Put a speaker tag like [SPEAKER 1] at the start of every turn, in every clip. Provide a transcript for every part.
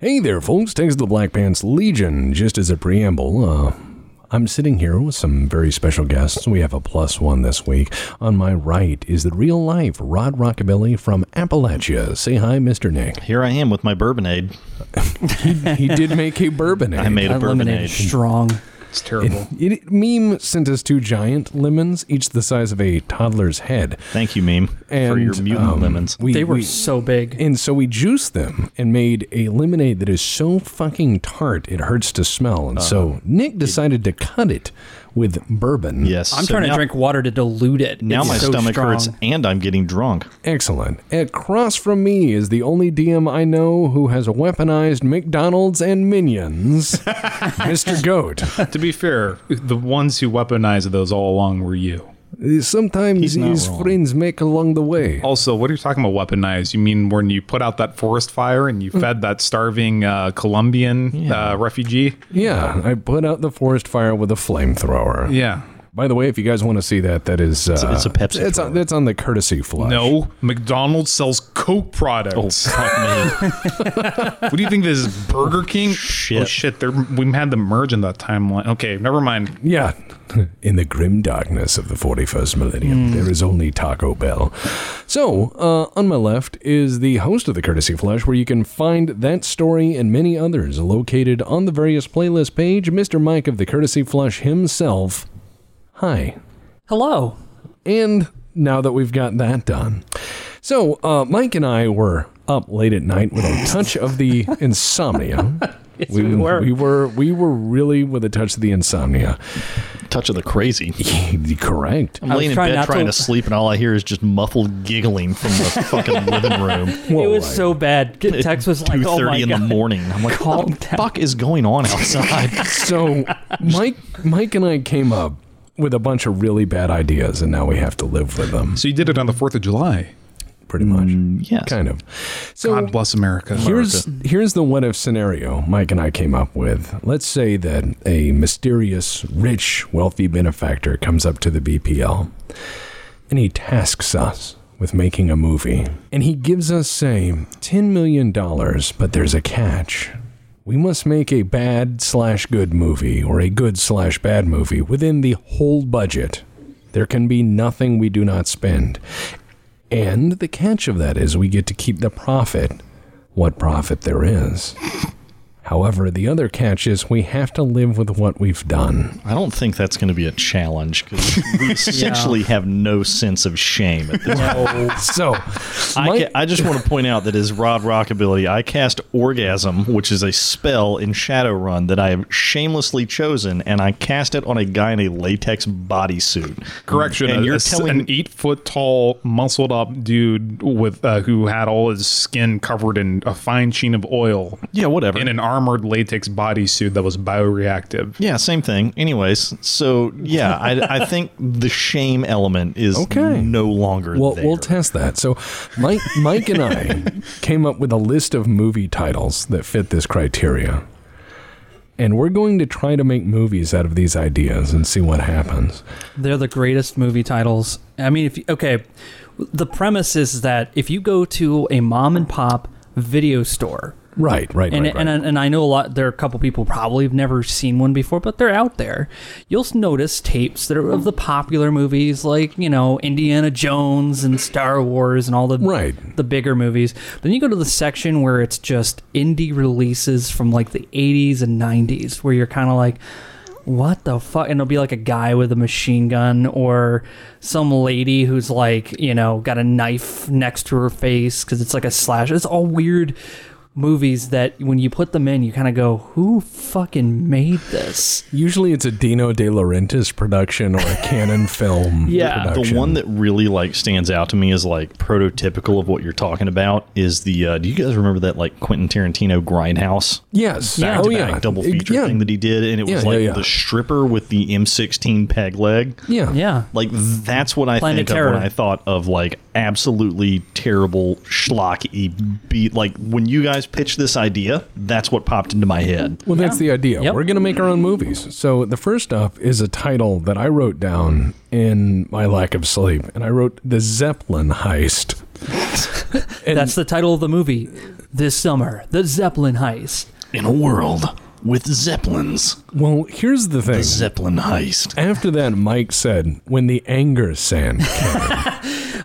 [SPEAKER 1] Hey there, folks. Thanks to the Black Pants Legion. Just as a preamble, uh, I'm sitting here with some very special guests. We have a plus one this week. On my right is the real life Rod Rockabilly from Appalachia. Say hi, Mr. Nick.
[SPEAKER 2] Here I am with my bourbonade.
[SPEAKER 1] He did make a bourbon.
[SPEAKER 2] I made a
[SPEAKER 3] That lemonade
[SPEAKER 2] bourbonade.
[SPEAKER 3] is strong.
[SPEAKER 4] It's terrible.
[SPEAKER 1] It, meme sent us two giant lemons, each the size of a toddler's head.
[SPEAKER 2] Thank you, meme,
[SPEAKER 1] And,
[SPEAKER 2] for your mutant
[SPEAKER 1] um,
[SPEAKER 2] lemons.
[SPEAKER 1] We,
[SPEAKER 3] They were
[SPEAKER 1] we-
[SPEAKER 3] so big.
[SPEAKER 1] And so we juiced them and made a lemonade that is so fucking tart it hurts to smell. And
[SPEAKER 2] Uh-huh.
[SPEAKER 1] so Nick decided to cut it with bourbon.
[SPEAKER 2] yes.
[SPEAKER 3] I'm
[SPEAKER 2] so
[SPEAKER 3] trying
[SPEAKER 2] now,
[SPEAKER 3] to drink water to dilute it.
[SPEAKER 2] Now
[SPEAKER 3] It's
[SPEAKER 2] my
[SPEAKER 3] so
[SPEAKER 2] stomach
[SPEAKER 3] strong.
[SPEAKER 2] hurts and I'm getting drunk.
[SPEAKER 1] Excellent. Across from me is the only DM I know who has weaponized McDonald's and Minions, Mr. Goat.
[SPEAKER 4] to be fair, the ones who weaponized those all along were you.
[SPEAKER 1] Sometimes
[SPEAKER 2] He's not
[SPEAKER 1] his
[SPEAKER 2] wrong.
[SPEAKER 1] friends make along the way.
[SPEAKER 4] Also, what are you talking about weaponized? You mean when you put out that forest fire and you fed that starving uh, Colombian uh, refugee?
[SPEAKER 1] Yeah, I put out the forest fire with a flamethrower.
[SPEAKER 4] Yeah.
[SPEAKER 1] By the way, if you guys want to see that, that is uh, it's,
[SPEAKER 2] it's a Pepsi
[SPEAKER 1] It's on,
[SPEAKER 2] thrower.
[SPEAKER 1] that's on the courtesy flush.
[SPEAKER 4] No, McDonald's sells Coke products.
[SPEAKER 2] Oh. Fuck me.
[SPEAKER 4] What do you think this is, Burger King?
[SPEAKER 2] Shit.
[SPEAKER 4] Oh shit! They're, we had them merge in that timeline. Okay, never mind.
[SPEAKER 1] Yeah. In the grim darkness of the 41st millennium, there is only Taco Bell. So, uh, on my left is the host of the Courtesy Flush, where you can find that story and many others located on the various playlist page, Mr. Mike of the Courtesy Flush himself. Hi.
[SPEAKER 3] Hello.
[SPEAKER 1] And now that we've got that done. So, uh, Mike and I were up late at night with a touch of the insomnia. we,
[SPEAKER 3] we were.
[SPEAKER 1] we were we were really with a touch of the insomnia.
[SPEAKER 2] Touch of the crazy.
[SPEAKER 1] Correct.
[SPEAKER 2] I'm
[SPEAKER 3] I was
[SPEAKER 2] laying in
[SPEAKER 3] trying
[SPEAKER 2] bed
[SPEAKER 3] not
[SPEAKER 2] trying to
[SPEAKER 3] to-
[SPEAKER 2] sleep, and all I hear is just muffled giggling from the fucking living room.
[SPEAKER 3] it was so bad. Tex was like, oh
[SPEAKER 2] 2:30
[SPEAKER 3] my
[SPEAKER 2] in
[SPEAKER 3] God.
[SPEAKER 2] the morning. I'm like,
[SPEAKER 3] Calm
[SPEAKER 2] what the
[SPEAKER 3] down.
[SPEAKER 2] fuck is going on outside?
[SPEAKER 1] So Mike Mike and I came up with a bunch of really bad ideas and now we have to live with them
[SPEAKER 4] So you did it on the Fourth of July.
[SPEAKER 1] pretty much.
[SPEAKER 2] yes.
[SPEAKER 1] Kind of. So
[SPEAKER 4] Mm. God bless America.
[SPEAKER 1] here's here's the what if scenario Mike and I came up with. Let's say that a mysterious, rich, wealthy benefactor comes up to the BPL and he tasks us with making a movie. And he gives us, say, ten million dollars, but there's a catch. We must make a bad slash good movie or a good slash bad movie within the whole budget. There can be nothing we do not spend. And the catch of that is we get to keep the profit what profit there is. However, the other catch is we have to live with what we've done.
[SPEAKER 2] I don't think that's going to be a challenge because we essentially have no sense of shame at this
[SPEAKER 1] So,
[SPEAKER 2] I,
[SPEAKER 1] Mike-
[SPEAKER 2] ca- I just want to point out that as Rod Rock ability, I cast Orgasm, which is a spell in Shadowrun that I have shamelessly chosen, and I cast it on a guy in a latex bodysuit.
[SPEAKER 4] Correction,
[SPEAKER 2] And
[SPEAKER 4] a-
[SPEAKER 2] you're
[SPEAKER 4] a s-
[SPEAKER 2] telling
[SPEAKER 4] an e-, eight foot tall, muscled up dude with uh, who had all his skin covered in a fine sheen of oil.
[SPEAKER 2] Yeah, whatever.
[SPEAKER 4] In an armored latex bodysuit that was bioreactive.
[SPEAKER 2] Yeah, same thing. Anyways, so yeah, I, I think the shame element is
[SPEAKER 1] Okay.
[SPEAKER 2] no longer
[SPEAKER 1] we'll,
[SPEAKER 2] there.
[SPEAKER 1] we'll test that. So, Mike, Mike and I came up with a list of movie titles that fit this criteria. And we're going to try to make movies out of these ideas and see what happens.
[SPEAKER 3] They're the greatest movie titles. I mean, if you, okay, the premise is that if you go to a mom and pop video store,
[SPEAKER 1] Right, right,
[SPEAKER 3] and
[SPEAKER 1] right. right.
[SPEAKER 3] and, I- and I know a lot. There are a couple people probably have never seen one before, but they're out there. You'll s- notice tapes that are of the popular movies, like you know Indiana Jones and Star Wars and all the
[SPEAKER 1] Right.
[SPEAKER 3] the bigger movies. Then you go to the section where it's just indie releases from like the '80s and '90s, where you're kind of like. What the fuck? And it'll be like a guy with a machine gun or some lady who's like, you know, got a knife next to her face because it's like a slash. It's all weird movies that when you put them in, you kind of go, "Who fucking made this?"
[SPEAKER 1] Usually it's a Dino De Laurentiis production or a Canon film
[SPEAKER 3] Yeah. The
[SPEAKER 1] production.
[SPEAKER 2] The one that really like stands out to me is like prototypical of what you're talking about is the. Uh, do you guys remember that like Quentin Tarantino Grindhouse?
[SPEAKER 1] Yes.
[SPEAKER 2] back
[SPEAKER 1] oh,
[SPEAKER 2] to back
[SPEAKER 1] yeah.
[SPEAKER 2] double
[SPEAKER 1] It-
[SPEAKER 2] feature
[SPEAKER 1] yeah.
[SPEAKER 2] thing that he did, and it was
[SPEAKER 1] Yeah,
[SPEAKER 2] like
[SPEAKER 1] yeah, yeah.
[SPEAKER 2] the stripper with the M16 peg leg.
[SPEAKER 1] Yeah.
[SPEAKER 3] Yeah,
[SPEAKER 2] Like that's what I
[SPEAKER 3] Planet
[SPEAKER 2] think of
[SPEAKER 3] Terror.
[SPEAKER 2] when I thought of like absolutely terrible schlocky beat. Like when you guys pitched this idea, that's what popped into my head.
[SPEAKER 1] Well, that's the idea.
[SPEAKER 3] Yep.
[SPEAKER 1] We're going to make our own movies. So the first up is a title that I wrote down in my lack of sleep, and I wrote the Zeppelin heist.
[SPEAKER 3] That's the title of the movie. This summer, the Zeppelin heist.
[SPEAKER 2] In a world with zeppelins,
[SPEAKER 1] Well, here's the thing.
[SPEAKER 2] zeppelin heist.
[SPEAKER 1] After that, Mike said, "When the anger sand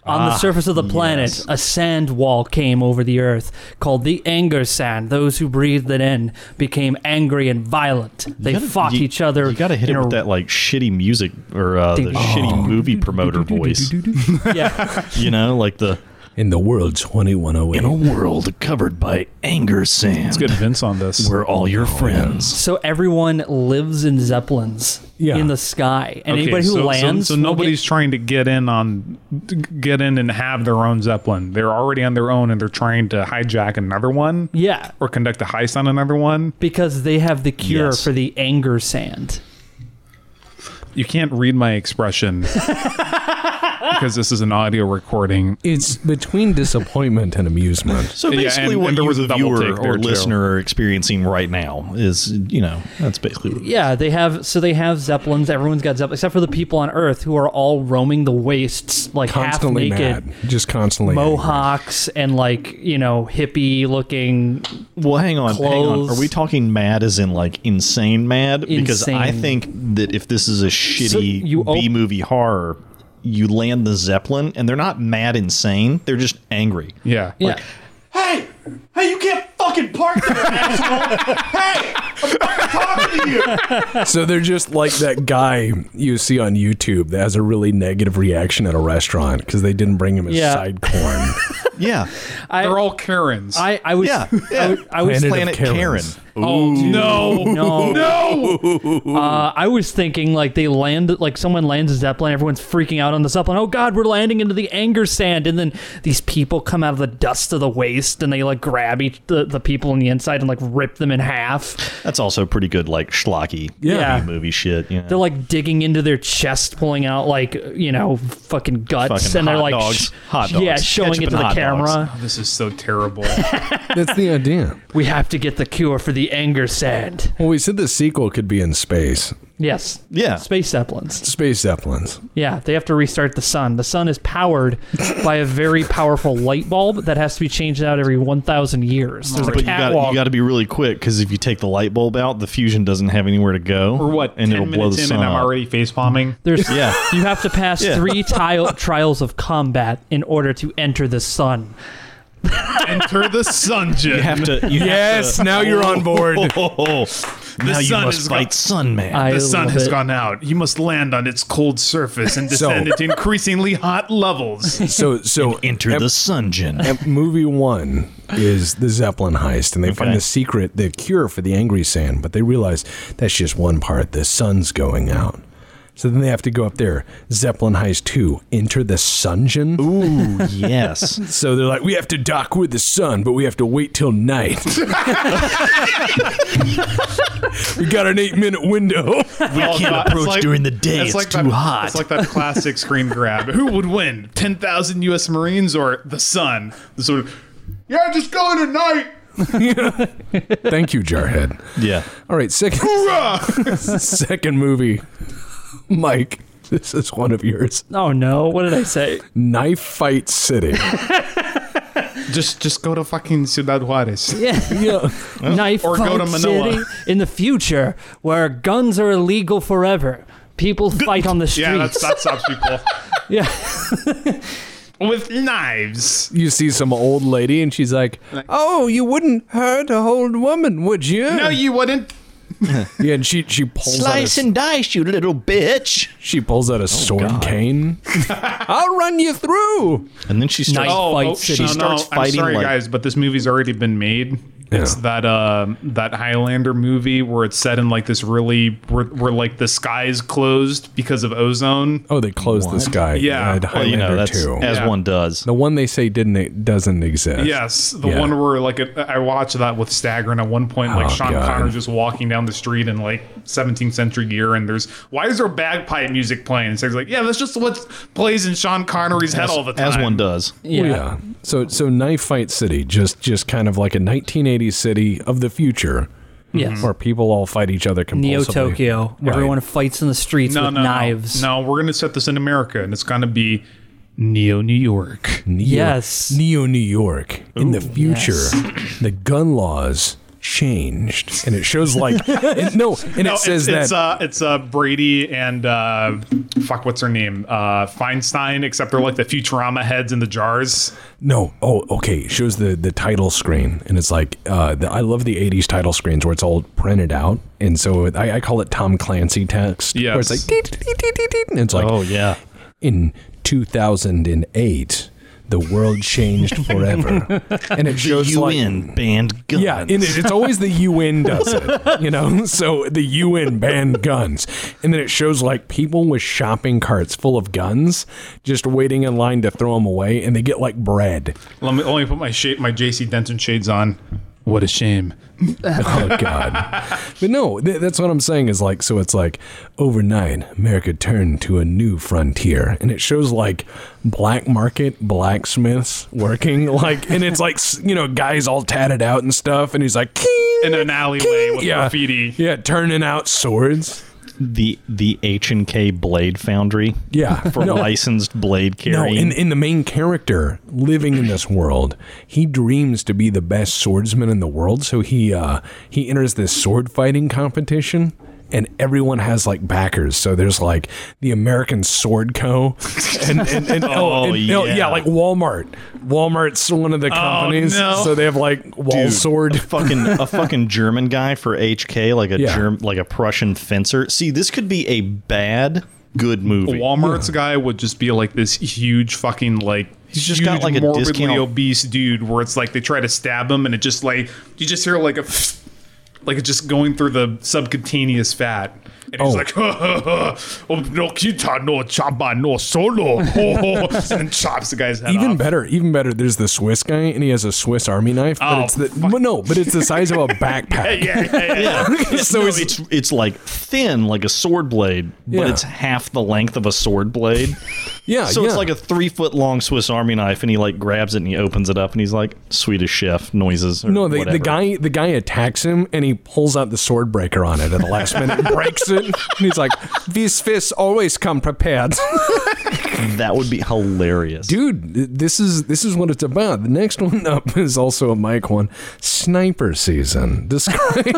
[SPEAKER 3] On
[SPEAKER 2] Ah,
[SPEAKER 3] the surface of the planet, a sand wall came over the earth called the Anger Sand. Those who breathed it in became angry and violent. They
[SPEAKER 2] gotta-
[SPEAKER 3] fought
[SPEAKER 2] you-
[SPEAKER 3] each other.
[SPEAKER 2] You gotta hit
[SPEAKER 3] in
[SPEAKER 2] it
[SPEAKER 3] a-
[SPEAKER 2] with that like shitty music or uh, the
[SPEAKER 3] Ding.
[SPEAKER 2] shitty movie promoter voice.
[SPEAKER 3] Yeah.
[SPEAKER 2] You know, like the
[SPEAKER 1] in the world 2108."
[SPEAKER 2] in a world covered by anger sand,
[SPEAKER 5] Good Vince on this.
[SPEAKER 2] where all your friends.
[SPEAKER 3] so everyone lives in zeppelins
[SPEAKER 1] Yeah.
[SPEAKER 3] in the sky, and anybody who
[SPEAKER 5] so, so-
[SPEAKER 3] lands,
[SPEAKER 5] So,
[SPEAKER 3] will
[SPEAKER 5] nobody's trying to get in on, get in and have their own zeppelin. They're already on their own, and they're trying to hijack another one.
[SPEAKER 3] get- yeah,
[SPEAKER 5] Or conduct a heist on another one.
[SPEAKER 3] because they have the cure
[SPEAKER 2] Yes.
[SPEAKER 3] for the Anger Sand.
[SPEAKER 5] You can't read my expression because this is an audio recording.
[SPEAKER 1] It's between disappointment and amusement.
[SPEAKER 2] So
[SPEAKER 5] Yeah,
[SPEAKER 2] basically,
[SPEAKER 5] and-
[SPEAKER 2] what
[SPEAKER 5] and there
[SPEAKER 2] you,
[SPEAKER 5] was a
[SPEAKER 2] the
[SPEAKER 5] double
[SPEAKER 2] viewer
[SPEAKER 5] take there,
[SPEAKER 2] or
[SPEAKER 5] too.
[SPEAKER 2] listener, are experiencing right now is, you know, that's basically. What
[SPEAKER 3] Yeah, they have so they have zeppelins. Everyone's got zeppelins except for the people on Earth who are all roaming the wastes like
[SPEAKER 1] Constantly
[SPEAKER 3] half naked.
[SPEAKER 1] mad. Just constantly. angry.
[SPEAKER 3] mohawks and like you know hippie looking
[SPEAKER 2] Well, hang on, hang on. Are
[SPEAKER 3] Clothes.
[SPEAKER 2] we talking mad as in like insane mad? Because I
[SPEAKER 3] Insane.
[SPEAKER 2] think that if this is a shitty
[SPEAKER 3] you op-
[SPEAKER 2] B movie horror, you land the zeppelin, and they're not mad insane; they're just angry.
[SPEAKER 5] Yeah.
[SPEAKER 3] yeah
[SPEAKER 5] Like,
[SPEAKER 2] Hey, hey, you can't fucking park there, asshole! hey, I'm talking to you.
[SPEAKER 1] So they're just like that guy you see on YouTube that has a really negative reaction at a restaurant because they didn't bring him his
[SPEAKER 3] Yeah.
[SPEAKER 1] side corn.
[SPEAKER 2] Yeah,
[SPEAKER 3] I,
[SPEAKER 5] they're all Karens.
[SPEAKER 3] I I was
[SPEAKER 2] yeah,
[SPEAKER 3] I
[SPEAKER 2] yeah.
[SPEAKER 3] was, I was
[SPEAKER 1] Planet of
[SPEAKER 2] Planet Karen.
[SPEAKER 1] Karens.
[SPEAKER 5] oh no.
[SPEAKER 3] no,
[SPEAKER 5] No.
[SPEAKER 3] Uh, I was thinking like they land like someone lands a zeppelin everyone's freaking out on the zeppelin oh god we're landing into the anger sand and then these people come out of the dust of the waste and they like grab each the, the people on the inside and like rip them in half
[SPEAKER 2] That's also pretty good, like schlocky
[SPEAKER 3] Yeah.
[SPEAKER 2] B movie shit. You know?
[SPEAKER 3] they're like digging into their chest pulling out like you know fucking guts
[SPEAKER 2] Fucking
[SPEAKER 3] and they're
[SPEAKER 2] hot
[SPEAKER 3] like
[SPEAKER 2] dogs.
[SPEAKER 3] sh-
[SPEAKER 2] Hot dogs.
[SPEAKER 3] yeah showing
[SPEAKER 2] Ketchup
[SPEAKER 3] it to
[SPEAKER 2] and
[SPEAKER 3] the
[SPEAKER 2] hot
[SPEAKER 3] camera
[SPEAKER 2] dogs.
[SPEAKER 5] Oh, this is so terrible.
[SPEAKER 1] That's the idea.
[SPEAKER 3] We have to get the cure for the anger sand.
[SPEAKER 1] Well, we said the sequel could be in space.
[SPEAKER 3] Yes.
[SPEAKER 2] Yeah.
[SPEAKER 3] Space zeppelins.
[SPEAKER 1] Space zeppelins.
[SPEAKER 3] Yeah, they have to restart the sun. The sun is powered by a very powerful light bulb that has to be changed out every 1,000 years. There's a
[SPEAKER 2] But you got
[SPEAKER 3] catwalk.
[SPEAKER 2] you got to be really quick because if you take the light bulb out, the fusion doesn't have anywhere to go.
[SPEAKER 5] Or what?
[SPEAKER 2] And
[SPEAKER 5] 10
[SPEAKER 2] it'll blow the
[SPEAKER 5] minutes in
[SPEAKER 2] sun
[SPEAKER 5] and I'm
[SPEAKER 2] up.
[SPEAKER 5] already face palming.
[SPEAKER 3] There's,
[SPEAKER 2] Yeah.
[SPEAKER 3] You have to pass
[SPEAKER 2] Yeah.
[SPEAKER 3] three tile, trials of combat in order to enter the sun.
[SPEAKER 5] Enter the sunjin.
[SPEAKER 2] You have to. You
[SPEAKER 1] Yes,
[SPEAKER 2] Have to,
[SPEAKER 1] now you're on board.
[SPEAKER 5] Oh,
[SPEAKER 2] now you
[SPEAKER 5] sun
[SPEAKER 2] must
[SPEAKER 5] is
[SPEAKER 2] fight
[SPEAKER 5] go-
[SPEAKER 2] Sun Man.
[SPEAKER 3] I
[SPEAKER 5] the sun
[SPEAKER 3] love
[SPEAKER 5] has
[SPEAKER 3] it.
[SPEAKER 5] gone out. You must land on its cold surface and
[SPEAKER 1] So-
[SPEAKER 5] descend into increasingly hot levels.
[SPEAKER 1] So, so
[SPEAKER 2] Enter the Sunjin.
[SPEAKER 1] Ep- movie one is the Zeppelin heist, and they find
[SPEAKER 2] Okay.
[SPEAKER 1] the secret, the cure for the angry sand, but they realize that's just one part. The sun's going out. So then they have to go up there. Zeppelin heist two, enter the sunjin.
[SPEAKER 2] Ooh, yes.
[SPEAKER 1] So they're like, we have to dock with the sun, but we have to wait till night. we got an eight minute window.
[SPEAKER 2] We can't approach during the day. It's, too
[SPEAKER 5] that,
[SPEAKER 2] hot.
[SPEAKER 5] It's like that classic screen grab. Who would win? 10,000 U.S. Marines or the sun? The sort of, yeah, just go in at night.
[SPEAKER 1] Thank you, Jarhead.
[SPEAKER 2] yeah.
[SPEAKER 1] All right, second second movie, Mike. This is one of yours.
[SPEAKER 3] Oh, no. What did I say?
[SPEAKER 1] Knife Fight City.
[SPEAKER 5] Just just go to fucking Ciudad Juarez.
[SPEAKER 1] yeah.
[SPEAKER 3] knife
[SPEAKER 5] Or go
[SPEAKER 3] fight
[SPEAKER 5] to Manila.
[SPEAKER 3] city in the future where guns are illegal forever. People fight on the streets.
[SPEAKER 5] Yeah, that's, that stops people.
[SPEAKER 3] yeah.
[SPEAKER 5] With knives.
[SPEAKER 1] You see some old lady, and she's like, "Oh, you wouldn't hurt a old woman, would you?"
[SPEAKER 5] No, you wouldn't.
[SPEAKER 1] yeah, and she she pulls
[SPEAKER 2] Slice
[SPEAKER 1] out a,
[SPEAKER 2] and dice, you little bitch.
[SPEAKER 1] she pulls out a sword
[SPEAKER 2] Oh, God.
[SPEAKER 1] cane. I'll run you through.
[SPEAKER 2] And then she starts.
[SPEAKER 3] Nice.
[SPEAKER 5] Oh,
[SPEAKER 3] Fight
[SPEAKER 5] oh,
[SPEAKER 3] City.
[SPEAKER 5] no,
[SPEAKER 3] She
[SPEAKER 5] no,
[SPEAKER 2] starts
[SPEAKER 5] I'm
[SPEAKER 2] fighting,
[SPEAKER 5] sorry,
[SPEAKER 2] like-
[SPEAKER 5] guys, but this movie's already been made. It's
[SPEAKER 1] Yeah.
[SPEAKER 5] that uh, that Highlander movie where it's set in like this really where, where like the sky's closed because of ozone.
[SPEAKER 1] Oh, they closed the sky.
[SPEAKER 5] Yeah.
[SPEAKER 1] I'd
[SPEAKER 2] Well, you know,
[SPEAKER 1] Highlander
[SPEAKER 2] that's
[SPEAKER 1] too.
[SPEAKER 2] as
[SPEAKER 5] Yeah.
[SPEAKER 2] one does.
[SPEAKER 1] the one they say didn't it doesn't exist.
[SPEAKER 5] Yes, the
[SPEAKER 1] Yeah.
[SPEAKER 5] one where like it- I watched that with Stagger, and at one point like
[SPEAKER 1] Oh,
[SPEAKER 5] Sean
[SPEAKER 1] God.
[SPEAKER 5] Connor just walking down the street in like 17th century gear, and there's why is there bagpipe music playing? And Stagger's like, yeah, that's just what plays in Sean Connery's head all the time.
[SPEAKER 2] As one does.
[SPEAKER 1] Oh,
[SPEAKER 5] Oh,
[SPEAKER 1] Yeah. So so Knife Fight City just just kind of like a 1980s city of the future
[SPEAKER 3] Yes.
[SPEAKER 5] Mm-hmm.
[SPEAKER 1] where people all fight each other compulsively.
[SPEAKER 3] Mm-hmm. Neo Tokyo.
[SPEAKER 1] Right.
[SPEAKER 3] Everyone fights in the streets
[SPEAKER 5] No,
[SPEAKER 3] with
[SPEAKER 5] no,
[SPEAKER 3] knives.
[SPEAKER 5] no, no. We're gonna set this in America, and it's gonna be Neo New York.
[SPEAKER 1] Neo,
[SPEAKER 3] Yes.
[SPEAKER 1] Neo New York. In the future,
[SPEAKER 3] yes.
[SPEAKER 1] the gun laws changed, and it shows like and- no, and
[SPEAKER 4] No,
[SPEAKER 1] it says
[SPEAKER 4] it's, it's,
[SPEAKER 1] that
[SPEAKER 4] uh, it's uh, Brady and uh, fuck, what's her name? Uh, Feinstein, except they're like the Futurama heads in the jars.
[SPEAKER 1] no. Oh, okay. It shows the the title screen, and it's like uh, the, I love the '80s title screens where it's all printed out, and so it, I, I call it Tom Clancy text. where it's
[SPEAKER 4] Yes.
[SPEAKER 1] like "Deet, deet, deet, deet, deet," and it's like
[SPEAKER 2] Oh yeah.
[SPEAKER 1] in 2008 the world changed forever and it
[SPEAKER 2] The
[SPEAKER 1] shows like
[SPEAKER 2] UN banned guns.
[SPEAKER 1] yeah, and it, it's always the UN does it, you know. So the UN banned guns, and then it shows like people with shopping carts full of guns, just waiting in line to throw them away, and they get like bread.
[SPEAKER 4] Let me, let me put my shade, my JC Denton shades on. What a shame.
[SPEAKER 1] Oh God! but no, th- that's what I'm saying is like so. It's like overnight, America turned to a new frontier, and it shows like black market blacksmiths working, like, and it's like s- you know guys all tatted out and stuff, and he's like "King,
[SPEAKER 4] In an alleyway
[SPEAKER 1] king,"
[SPEAKER 4] with graffiti.
[SPEAKER 1] yeah, turning out swords.
[SPEAKER 2] the the H and K Blade Foundry.
[SPEAKER 1] Yeah,
[SPEAKER 2] For
[SPEAKER 1] no,
[SPEAKER 2] licensed blade
[SPEAKER 1] no,
[SPEAKER 2] carrying.
[SPEAKER 1] in in the main character living in this world, he dreams to be the best swordsman in the world. So he uh, he enters this sword fighting competition, and everyone has like backers. So there's like the American Sword Co. and, and, and oh,
[SPEAKER 2] Oh,
[SPEAKER 1] and- no,
[SPEAKER 2] yeah. Oh,
[SPEAKER 1] like Walmart. Walmart's one of the companies,
[SPEAKER 4] no.
[SPEAKER 1] so they have like wall
[SPEAKER 2] Dude,
[SPEAKER 1] sword.
[SPEAKER 2] a fucking a fucking German guy for HK, like a
[SPEAKER 1] Yeah.
[SPEAKER 2] Germ, like a Prussian fencer. See, this could be a bad good movie.
[SPEAKER 4] Walmart's guy would just be like this huge fucking like he's
[SPEAKER 2] just got, like, a
[SPEAKER 4] morbidly
[SPEAKER 2] discount.
[SPEAKER 4] obese dude where it's like they try to stab him and it just like you just hear like a like it's just going through the subcutaneous fat. And he's
[SPEAKER 1] Oh.
[SPEAKER 4] like, oh, no kita, no chaba, no solo. Oh, and chops the guy's head
[SPEAKER 1] Even
[SPEAKER 4] off.
[SPEAKER 1] better, even better. There's the Swiss guy, and he has a Swiss Army knife, but
[SPEAKER 4] Oh,
[SPEAKER 1] it's the but no, but it's the size of a backpack.
[SPEAKER 4] Yeah, yeah, yeah.
[SPEAKER 1] so
[SPEAKER 2] No,
[SPEAKER 1] it's,
[SPEAKER 2] it's it's like thin, like a sword blade, but
[SPEAKER 1] Yeah.
[SPEAKER 2] it's half the length of a sword blade.
[SPEAKER 1] yeah,
[SPEAKER 2] so
[SPEAKER 1] yeah.
[SPEAKER 2] it's like a three foot long Swiss Army knife, and he like grabs it and he opens it up and he's like Swedish chef noises. Or
[SPEAKER 1] No, the,
[SPEAKER 2] whatever.
[SPEAKER 1] the guy the guy attacks him and he pulls out the sword breaker on it at the last minute and breaks it. And he's like, These fists always come prepared.
[SPEAKER 2] that would be hilarious.
[SPEAKER 1] Dude, th- this is this is what it's about. The next one up is also a mic one. Sniper season. Describe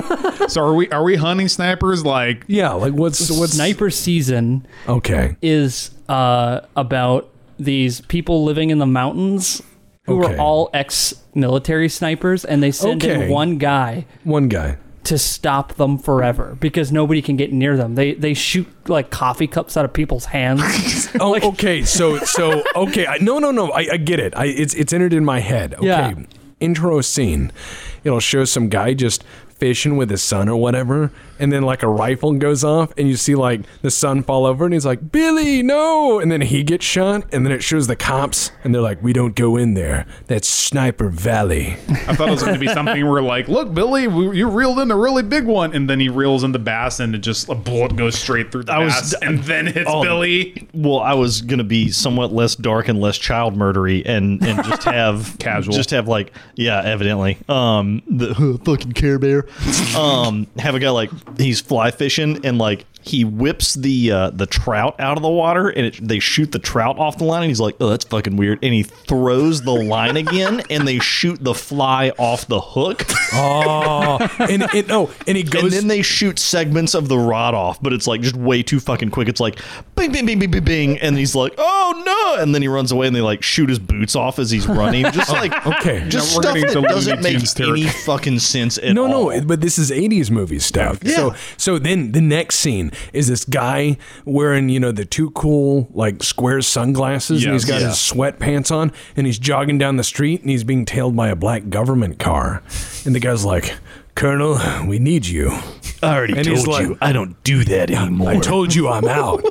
[SPEAKER 4] So are we are we hunting snipers like
[SPEAKER 1] Yeah, like what's what's
[SPEAKER 3] Sniper season
[SPEAKER 1] Okay.
[SPEAKER 3] is uh, about these people living in the mountains who
[SPEAKER 1] Okay.
[SPEAKER 3] are all ex-military snipers, and they send
[SPEAKER 1] Okay.
[SPEAKER 3] in one guy
[SPEAKER 1] One guy.
[SPEAKER 3] to stop them forever because nobody can get near them. They they shoot like coffee cups out of people's hands.
[SPEAKER 1] Oh, okay. So, so okay. I, no, no, no. I, I get it. I, it's it's entered in my head. Okay.
[SPEAKER 3] Yeah.
[SPEAKER 1] Intro scene. It'll show some guy just fishing with his son or whatever, and then like a rifle goes off, and you see like the son fall over, and he's like, "Billy, no!" And then he gets shot, and then it shows the cops, and they're like, "We don't go in there. That's Sniper Valley."
[SPEAKER 4] I thought it was going to be something where, like, look, Billy, we, you reeled in a really big one, and then he reels in the bass, and it just a bullet goes straight through the
[SPEAKER 2] I was-
[SPEAKER 4] bass, and then hits
[SPEAKER 2] oh.
[SPEAKER 4] Billy.
[SPEAKER 2] Well, I was gonna be somewhat less dark and less child murdery, and and just have
[SPEAKER 4] Casual.
[SPEAKER 2] just have like yeah, evidently, um, the huh, fucking Care Bear, um, have a guy like he's fly fishing and like he whips the uh, the trout out of the water, and it, they shoot the trout off the line, and he's like, oh, that's fucking weird, and he throws the line again, and they shoot the fly off the hook,
[SPEAKER 1] Oh, and it, oh, and he
[SPEAKER 2] and
[SPEAKER 1] goes.
[SPEAKER 2] then they shoot segments of the rod off, but it's like just way too fucking quick. It's like bing, bing, bing, bing, bing, bing, and he's like, "Oh no!" And then he runs away, and they like shoot his boots off as he's running. Just like
[SPEAKER 1] okay.
[SPEAKER 2] just
[SPEAKER 4] Now we're
[SPEAKER 2] stuff
[SPEAKER 4] getting
[SPEAKER 2] that
[SPEAKER 4] into
[SPEAKER 2] doesn't
[SPEAKER 4] Looney
[SPEAKER 2] make
[SPEAKER 4] Tunes territory.
[SPEAKER 2] any fucking sense at
[SPEAKER 1] No,
[SPEAKER 2] all.
[SPEAKER 1] no, but this is 80s movie stuff. So
[SPEAKER 2] Oh. Yeah.
[SPEAKER 1] so then the next scene is this guy wearing, you know, the two cool like square sunglasses and
[SPEAKER 4] Yes.
[SPEAKER 1] he's got
[SPEAKER 2] Yeah.
[SPEAKER 1] his sweatpants on and he's jogging down the street and he's being tailed by a black government car. And the guy's like, "Colonel, we need you."
[SPEAKER 2] I already
[SPEAKER 1] And he's
[SPEAKER 2] told
[SPEAKER 1] like-
[SPEAKER 2] you I don't do that anymore.
[SPEAKER 1] I told you I'm out.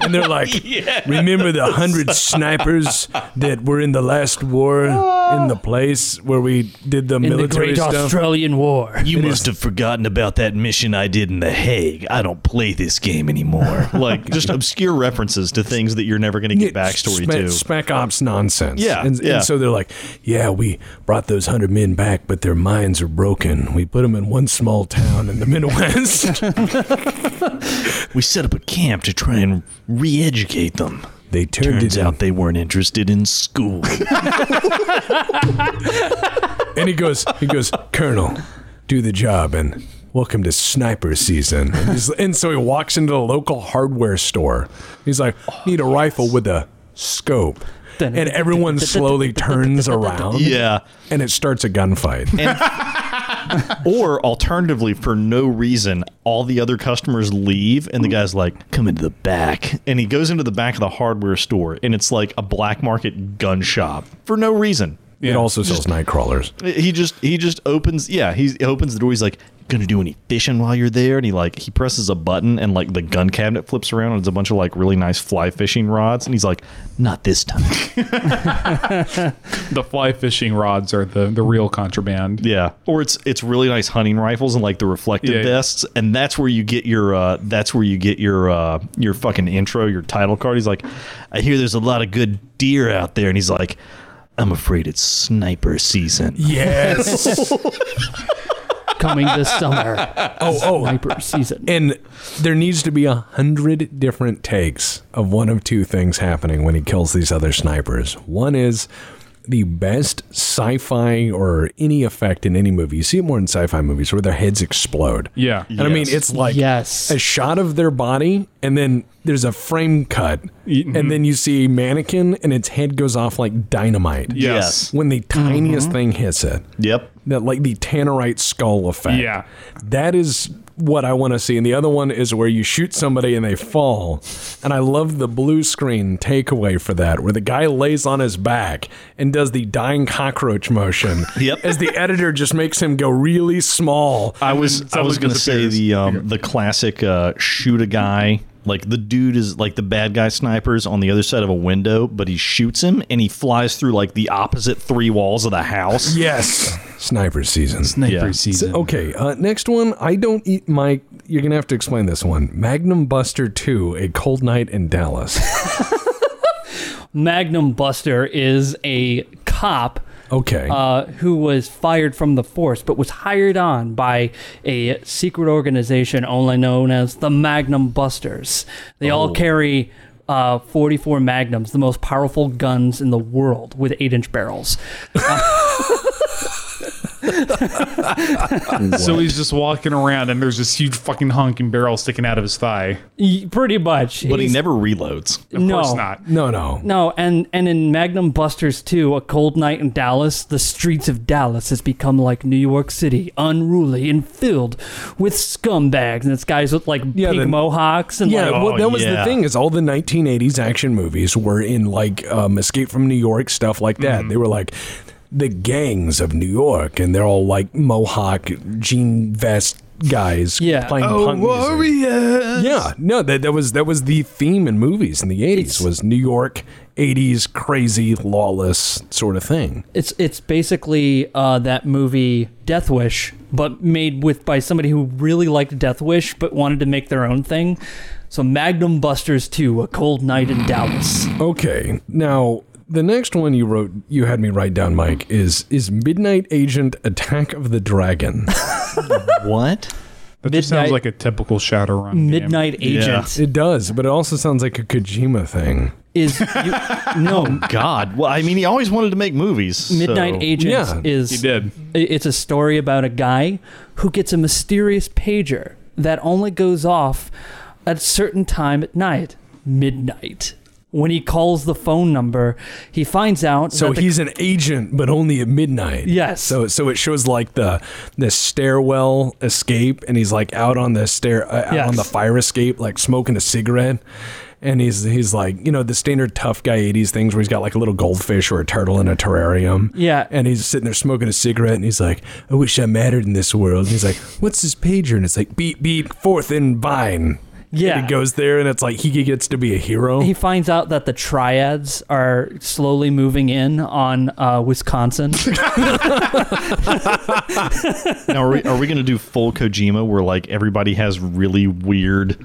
[SPEAKER 1] and they're like, remember the hundred snipers that were in the last war in the place where we did the
[SPEAKER 3] in the
[SPEAKER 1] military
[SPEAKER 3] Great
[SPEAKER 1] stuff?
[SPEAKER 3] Australian War.
[SPEAKER 2] you must have forgotten about that mission I did in The Hague. I don't play this game anymore. like, just obscure references to things that you're never going to get
[SPEAKER 1] Yeah,
[SPEAKER 2] backstory
[SPEAKER 1] spe-
[SPEAKER 2] to.
[SPEAKER 1] Spec Ops nonsense.
[SPEAKER 2] Yeah,
[SPEAKER 1] and,
[SPEAKER 2] yeah.
[SPEAKER 1] and so they're like, yeah, we brought those hundred men back, but their minds are broken. We put them in one small town in the Midwest.
[SPEAKER 2] We set up a camp to try and re educate them.
[SPEAKER 1] They turned
[SPEAKER 2] Turns
[SPEAKER 1] it
[SPEAKER 2] out they weren't interested in school.
[SPEAKER 1] And he goes, he goes, Colonel, do the job and welcome to sniper season. And, he's- and so he walks into the local hardware store. He's like, need a rifle with a scope. And everyone slowly turns around.
[SPEAKER 2] yeah.
[SPEAKER 1] And it starts a gunfight.
[SPEAKER 2] Or alternatively, for no reason, all the other customers leave, and the guy's like, "Come into the back," and he goes into the back of the hardware store, and it's like a black market gun shop for no reason.
[SPEAKER 1] It also sells night crawlers.
[SPEAKER 2] He just he just opens yeah he opens the door. He's like, "Gonna do any fishing while you're there?" And he like he presses a button, and like the gun cabinet flips around, and it's a bunch of like really nice fly fishing rods, and he's like, "Not this time."
[SPEAKER 4] The fly fishing rods are the, the real contraband.
[SPEAKER 2] Yeah, or it's it's really nice hunting rifles and like the reflective
[SPEAKER 4] Yeah, yeah.
[SPEAKER 2] vests, and that's where you get your uh, that's where you get your uh, your fucking intro, your title card. He's like, I hear there's a lot of good deer out there, and he's like, I'm afraid it's sniper season.
[SPEAKER 1] Yes.
[SPEAKER 3] coming this summer.
[SPEAKER 1] oh, oh.
[SPEAKER 3] Sniper season.
[SPEAKER 1] And there needs to be a hundred different takes of one of two things happening when he kills these other snipers. One is the best sci-fi or any effect in any movie. You see it more in sci-fi movies where their heads explode.
[SPEAKER 4] Yeah.
[SPEAKER 1] And I mean,
[SPEAKER 2] Yes.
[SPEAKER 1] it's like
[SPEAKER 3] Yes.
[SPEAKER 1] a shot of their body, and then there's a frame cut,
[SPEAKER 4] mm-hmm.
[SPEAKER 1] and then you see a mannequin, and its head goes off like dynamite.
[SPEAKER 4] Yes.
[SPEAKER 1] When the tiniest thing hits it,
[SPEAKER 2] Yep.
[SPEAKER 1] that like the tannerite skull effect.
[SPEAKER 4] Yeah.
[SPEAKER 1] That is what I want to see. And the other one is where you shoot somebody and they fall. And I love the blue screen takeaway for that, where the guy lays on his back and does the dying cockroach motion.
[SPEAKER 2] Yep.
[SPEAKER 1] As the editor just makes him go really small.
[SPEAKER 2] I was I
[SPEAKER 4] Someone
[SPEAKER 2] was
[SPEAKER 4] did
[SPEAKER 2] gonna
[SPEAKER 4] the
[SPEAKER 2] say
[SPEAKER 4] figures.
[SPEAKER 2] the um, the classic uh, shoot a guy like the dude is like the bad guy snipers on the other side of a window, but he shoots him and he flies through like the opposite three walls of the house.
[SPEAKER 1] Yes. Sniper season.
[SPEAKER 2] Yeah.
[SPEAKER 4] season.
[SPEAKER 1] Okay, uh, next one. I don't eat my. You're gonna have to explain this one. Magnum Buster Two: A Cold Night in Dallas.
[SPEAKER 3] Magnum Buster is a cop
[SPEAKER 1] Okay.
[SPEAKER 3] uh, who was fired from the force but was hired on by a secret organization only known as the Magnum Busters. They all carry uh, 44 Magnums, the most powerful guns in the world, with 8 inch barrels.
[SPEAKER 4] So he's just walking around and there's this huge fucking honking barrel sticking out of his thigh.
[SPEAKER 3] Y- Pretty much.
[SPEAKER 2] But he
[SPEAKER 3] He's-
[SPEAKER 2] never reloads.
[SPEAKER 4] Of
[SPEAKER 3] no,
[SPEAKER 4] course not.
[SPEAKER 1] no, no.
[SPEAKER 3] No, and and in Magnum Busters 2, A Cold Night in Dallas, the streets of Dallas has become like New York City, unruly and filled with scumbags. And it's guys with like
[SPEAKER 1] Yeah,
[SPEAKER 3] pink
[SPEAKER 1] the-
[SPEAKER 3] mohawks and
[SPEAKER 1] Yeah,
[SPEAKER 3] like
[SPEAKER 1] well, that was the
[SPEAKER 2] yeah.
[SPEAKER 1] thing is all the 1980s action movies were in like um, Escape from New York stuff like that. They were like the gangs of New York, and they're all like mohawk jean vest guys
[SPEAKER 3] Yeah.
[SPEAKER 1] playing punk music. Yeah, no, that that was that was the theme in movies in the 80s was New York 80s crazy lawless sort of thing.
[SPEAKER 3] It's it's basically uh, that movie Death Wish, but made with by somebody who really liked Death Wish but wanted to make their own thing. So Magnum Busters 2, A Cold Night in Dallas.
[SPEAKER 1] Okay. Now, the next one you wrote, you had me write down, Mike, is is Midnight Agent Attack of the Dragon.
[SPEAKER 2] What?
[SPEAKER 4] That just sounds
[SPEAKER 3] Midnight-
[SPEAKER 4] like a typical Shadowrun. game.
[SPEAKER 3] Midnight Agent
[SPEAKER 1] it does, but it also sounds like a Kojima thing.
[SPEAKER 3] is you, no
[SPEAKER 4] Oh.
[SPEAKER 2] God. Well, I mean, he always wanted to make movies.
[SPEAKER 3] Midnight
[SPEAKER 2] so-
[SPEAKER 3] Agent
[SPEAKER 1] Yeah,
[SPEAKER 3] is
[SPEAKER 4] He did.
[SPEAKER 3] I- It's a story about a guy who gets a mysterious pager that only goes off at a certain time at night, midnight. When he calls the phone number, he finds out.
[SPEAKER 1] So
[SPEAKER 3] that the-
[SPEAKER 1] he's an agent, but only at midnight.
[SPEAKER 3] Yes.
[SPEAKER 1] So so it shows like the the stairwell escape, and he's like out on the stair, uh, out
[SPEAKER 3] Yes.
[SPEAKER 1] on the fire escape, like smoking a cigarette. And he's he's like you know the standard tough guy '80s things where he's got like a little goldfish or a turtle in a terrarium.
[SPEAKER 3] Yeah.
[SPEAKER 1] And he's sitting there smoking a cigarette, and he's like, "I wish I mattered in this world." And he's like, "What's this pager?" And it's like, "Beep beep, fourth and vine."
[SPEAKER 3] Yeah.
[SPEAKER 1] And it goes there, and it's like he gets to be a hero.
[SPEAKER 3] he finds out that the triads are slowly moving in on uh, Wisconsin. Uh,
[SPEAKER 2] Now, are we, are we going to do full Kojima where, like, everybody has really weird,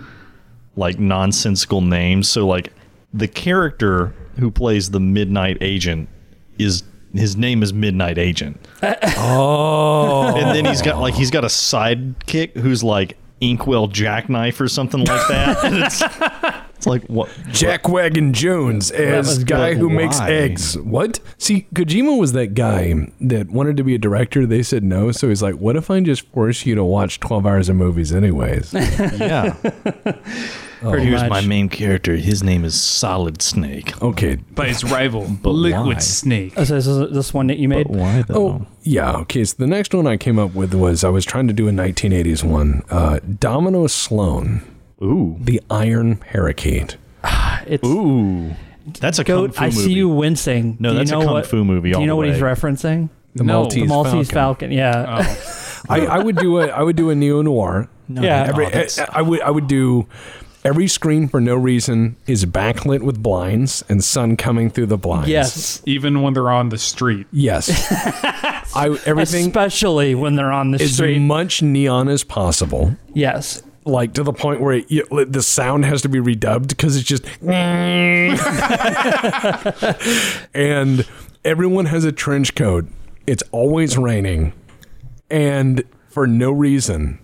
[SPEAKER 2] like, nonsensical names? So, like, the character who plays the Midnight Agent is. His name is Midnight Agent. Oh. And then he's got like he's got a sidekick who's like Inkwell Jackknife or something like that. And it's, It's like what?
[SPEAKER 1] Jack Wagon Jones as
[SPEAKER 2] was
[SPEAKER 1] guy
[SPEAKER 2] good.
[SPEAKER 1] who makes
[SPEAKER 2] Why?
[SPEAKER 1] eggs. What? See, Kojima was that guy that wanted to be a director. They said no, so he's like, "What if I just force you to watch twelve hours of movies, anyways?"
[SPEAKER 2] Yeah.
[SPEAKER 3] Pretty
[SPEAKER 2] Here's
[SPEAKER 3] much.
[SPEAKER 2] my main character. His name is Solid Snake.
[SPEAKER 1] Okay.
[SPEAKER 4] By his rival,
[SPEAKER 2] why?
[SPEAKER 4] Liquid Snake.
[SPEAKER 3] Oh, so this is this one that you made.
[SPEAKER 2] Why
[SPEAKER 1] Oh, yeah. Okay. So the next one I came up with was I was trying to do a 1980s one, uh, Domino Sloan,
[SPEAKER 2] Ooh.
[SPEAKER 1] the Iron Parakeet.
[SPEAKER 3] It's
[SPEAKER 2] Oh. Ooh. That's a
[SPEAKER 3] goat.
[SPEAKER 2] kung fu
[SPEAKER 3] I
[SPEAKER 2] movie.
[SPEAKER 3] see you wincing.
[SPEAKER 2] No,
[SPEAKER 3] do you
[SPEAKER 2] that's a
[SPEAKER 3] know
[SPEAKER 2] kung
[SPEAKER 3] what,
[SPEAKER 2] fu movie
[SPEAKER 3] Do you
[SPEAKER 2] all
[SPEAKER 3] know
[SPEAKER 2] the
[SPEAKER 3] what he's
[SPEAKER 2] way. Oh,
[SPEAKER 3] refereing?
[SPEAKER 1] The
[SPEAKER 4] No.
[SPEAKER 1] Maltese,
[SPEAKER 3] the Maltese
[SPEAKER 1] Falcon.
[SPEAKER 3] Falcon. Yeah.
[SPEAKER 1] I, I would do a I would do a neo noir.
[SPEAKER 2] No,
[SPEAKER 3] Yeah.
[SPEAKER 2] no,
[SPEAKER 1] Every, I,
[SPEAKER 2] that's-
[SPEAKER 1] I would I would do every screen for no reason is backlit with blinds and sun coming through the blinds.
[SPEAKER 3] yes.
[SPEAKER 4] Even when they're on the street.
[SPEAKER 1] Yes. I everything
[SPEAKER 3] Especially when they're on the
[SPEAKER 1] as
[SPEAKER 3] street.
[SPEAKER 1] much neon as possible.
[SPEAKER 3] yes.
[SPEAKER 1] Like to the point where it, you- the sound has to be redubbed because it's just and everyone has a trench coat. It's always raining, and for no reason,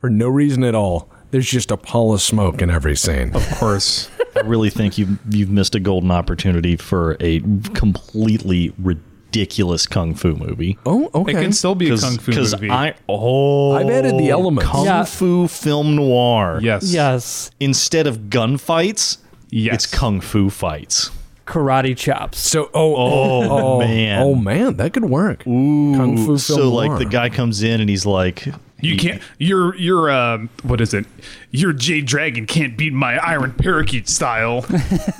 [SPEAKER 1] for no reason at all, there's just a pall of smoke in every scene.
[SPEAKER 4] Of course.
[SPEAKER 2] I really think you've you've missed a golden opportunity for a completely ridiculous kung fu movie.
[SPEAKER 1] Oh, okay.
[SPEAKER 4] It can still be a kung fu
[SPEAKER 2] Because
[SPEAKER 4] movie.
[SPEAKER 2] I oh
[SPEAKER 1] I've added the elements.
[SPEAKER 2] kung
[SPEAKER 3] Yeah.
[SPEAKER 2] fu film noir.
[SPEAKER 4] yes.
[SPEAKER 3] Yes.
[SPEAKER 2] Instead of gunfights,
[SPEAKER 4] Yes.
[SPEAKER 2] it's kung fu fights.
[SPEAKER 3] Karate chops.
[SPEAKER 1] so, oh, oh, oh,
[SPEAKER 2] man.
[SPEAKER 1] oh man, that could work. Ooh, kung fu film
[SPEAKER 2] so like
[SPEAKER 1] noir.
[SPEAKER 2] the guy comes in and he's like,
[SPEAKER 4] You can't. Your your um. What is it? Your Jade Dragon can't beat my Iron Parakeet style.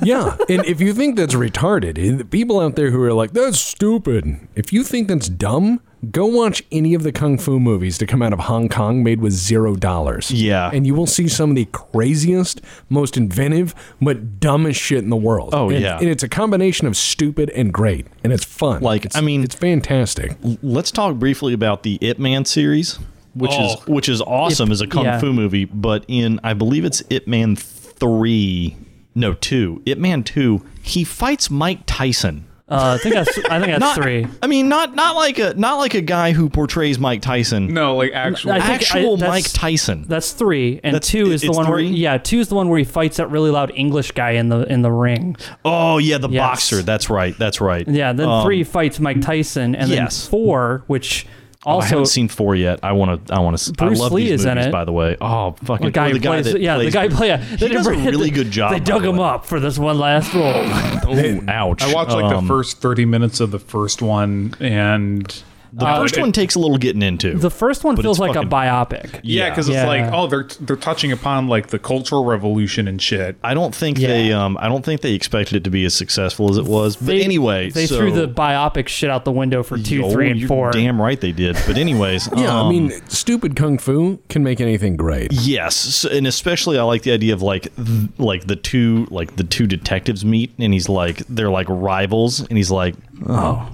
[SPEAKER 1] yeah, and if you think that's retarded, eh, the people out there who are like that's stupid. If you think that's dumb, go watch any of the kung fu movies to come out of Hong Kong made with zero dollars.
[SPEAKER 2] Yeah.
[SPEAKER 1] and you will see some of the craziest, most inventive, but dumbest shit in the world.
[SPEAKER 2] Oh,
[SPEAKER 1] And-
[SPEAKER 2] yeah.
[SPEAKER 1] and it's a combination of stupid and great, and it's fun.
[SPEAKER 2] Like,
[SPEAKER 1] It's-
[SPEAKER 2] I mean-
[SPEAKER 1] it's fantastic.
[SPEAKER 2] let's talk briefly about the It Man series, which
[SPEAKER 4] Oh.
[SPEAKER 2] is which is awesome
[SPEAKER 3] Ip-
[SPEAKER 2] as a kung
[SPEAKER 3] yeah.
[SPEAKER 2] fu movie, but in I believe it's It Man three, no two, It Man two, he fights Mike Tyson.
[SPEAKER 3] Uh, I think that's. I think that's
[SPEAKER 2] Not
[SPEAKER 3] three.
[SPEAKER 2] I mean, not not like a not like a guy who portrays Mike Tyson.
[SPEAKER 4] no, like actual.
[SPEAKER 3] I think
[SPEAKER 2] actual
[SPEAKER 3] that's-
[SPEAKER 2] Mike Tyson.
[SPEAKER 3] That's three, and
[SPEAKER 2] That's-
[SPEAKER 3] two is the
[SPEAKER 2] it's
[SPEAKER 3] one where
[SPEAKER 2] three?
[SPEAKER 3] yeah, two is the one where he fights that really loud English guy in the in the ring.
[SPEAKER 2] Oh yeah, the
[SPEAKER 3] Yes.
[SPEAKER 2] boxer. That's right. That's right.
[SPEAKER 3] Yeah, then
[SPEAKER 2] Um,
[SPEAKER 3] three fights Mike Tyson, and
[SPEAKER 2] yes.
[SPEAKER 3] then four, which
[SPEAKER 2] Oh, I
[SPEAKER 3] also
[SPEAKER 2] haven't seen four yet. I want to. I want to. I
[SPEAKER 3] Bruce
[SPEAKER 2] love
[SPEAKER 3] Lee
[SPEAKER 2] these
[SPEAKER 3] is in
[SPEAKER 2] movies,
[SPEAKER 3] it.
[SPEAKER 2] by the way. Oh fucking
[SPEAKER 3] the guy,
[SPEAKER 2] oh, the
[SPEAKER 3] who plays,
[SPEAKER 2] that
[SPEAKER 3] yeah,
[SPEAKER 2] plays
[SPEAKER 3] the guy
[SPEAKER 2] Bruce.
[SPEAKER 3] play yeah, they
[SPEAKER 2] does a
[SPEAKER 3] never-
[SPEAKER 2] really
[SPEAKER 3] they-
[SPEAKER 2] good job,
[SPEAKER 3] They
[SPEAKER 2] by
[SPEAKER 3] dug
[SPEAKER 2] the
[SPEAKER 3] him
[SPEAKER 2] way.
[SPEAKER 3] up for this one last role.
[SPEAKER 2] Ouch.
[SPEAKER 4] I watched like
[SPEAKER 2] Um,
[SPEAKER 4] the first thirty minutes of the first one, and
[SPEAKER 2] The first one takes a little getting into.
[SPEAKER 3] Uh, the first one
[SPEAKER 2] But
[SPEAKER 3] feels
[SPEAKER 2] it's
[SPEAKER 3] like
[SPEAKER 2] fucking-
[SPEAKER 3] a biopic.
[SPEAKER 4] yeah, because it's
[SPEAKER 3] Yeah.
[SPEAKER 4] like oh, they're they're touching upon like the Cultural Revolution and shit.
[SPEAKER 2] I don't think
[SPEAKER 3] Yeah.
[SPEAKER 2] they um I don't think they expected it to be as successful as it was. But
[SPEAKER 3] They-
[SPEAKER 2] anyway,
[SPEAKER 3] they
[SPEAKER 2] so,
[SPEAKER 3] threw the biopic shit out the window for two,
[SPEAKER 2] Oh,
[SPEAKER 3] three, and
[SPEAKER 2] you're
[SPEAKER 3] four.
[SPEAKER 2] Damn right they did. But anyways,
[SPEAKER 1] Yeah, I
[SPEAKER 2] um,
[SPEAKER 1] mean, stupid kung fu can make anything great.
[SPEAKER 2] Yes, s- and especially I like the idea of like th- like the two like the two detectives meet and he's like they're like rivals and he's like, "Oh,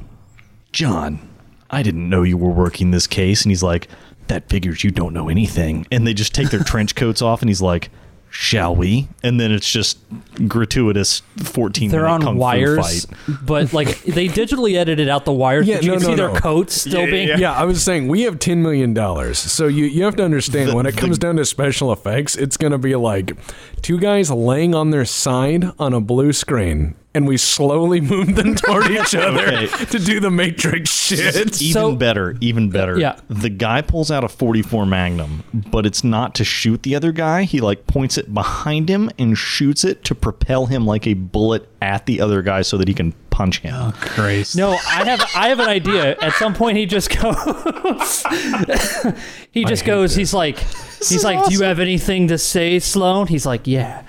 [SPEAKER 2] John, I didn't know you were working this case." And he's like, "That figures you don't know anything." And they just take their trench coats off and he's like, "Shall we?" And then it's just gratuitous 14
[SPEAKER 3] They're
[SPEAKER 2] minute kung
[SPEAKER 3] on
[SPEAKER 2] fu
[SPEAKER 3] wires,
[SPEAKER 2] fight.
[SPEAKER 3] but like they digitally edited out the wires.
[SPEAKER 1] Yeah,
[SPEAKER 3] but you
[SPEAKER 1] no,
[SPEAKER 3] can
[SPEAKER 1] no,
[SPEAKER 3] see
[SPEAKER 1] no.
[SPEAKER 3] their coats still
[SPEAKER 4] Yeah,
[SPEAKER 3] being.
[SPEAKER 4] yeah.
[SPEAKER 1] Yeah, I was saying we have ten million dollars, so you you have to understand
[SPEAKER 2] The-
[SPEAKER 1] when it
[SPEAKER 2] the-
[SPEAKER 1] comes down to special effects, it's gonna be like two guys laying on their side on a blue screen, and we slowly move them toward each other
[SPEAKER 2] Okay.
[SPEAKER 1] to do the Matrix shit.
[SPEAKER 2] even
[SPEAKER 3] So-
[SPEAKER 2] better, even better.
[SPEAKER 3] Yeah.
[SPEAKER 2] The guy pulls out a 44 Magnum, but it's not to shoot the other guy. He like points it behind him and shoots it to propel him like a bullet at the other guy so that he can punch him.
[SPEAKER 3] Oh,
[SPEAKER 4] Grace.
[SPEAKER 3] No, I have I have an idea. At some point, he just goes. he just goes. He's like, he's
[SPEAKER 2] is
[SPEAKER 3] like, do you
[SPEAKER 2] awesome.
[SPEAKER 3] have anything to say, Sloan? He's like, yeah.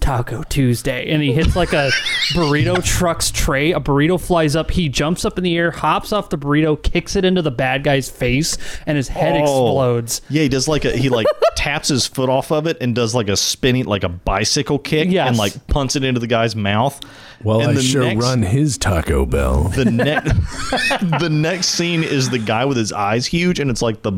[SPEAKER 3] Taco Tuesday, and he hits like a burrito truck's tray. A burrito flies up. He jumps up in the air, hops off the burrito, kicks it into the bad guy's face, and his head
[SPEAKER 2] Oh.
[SPEAKER 3] explodes.
[SPEAKER 2] Yeah, he does like a he like taps his foot off of it and does like a spinning like a bicycle kick
[SPEAKER 3] Yes.
[SPEAKER 2] and like punts it into the guy's mouth.
[SPEAKER 1] Well,
[SPEAKER 2] and
[SPEAKER 1] I
[SPEAKER 2] the
[SPEAKER 1] sure
[SPEAKER 2] next-
[SPEAKER 1] run his Taco Bell.
[SPEAKER 2] the next the next scene is the guy with his eyes huge and it's like the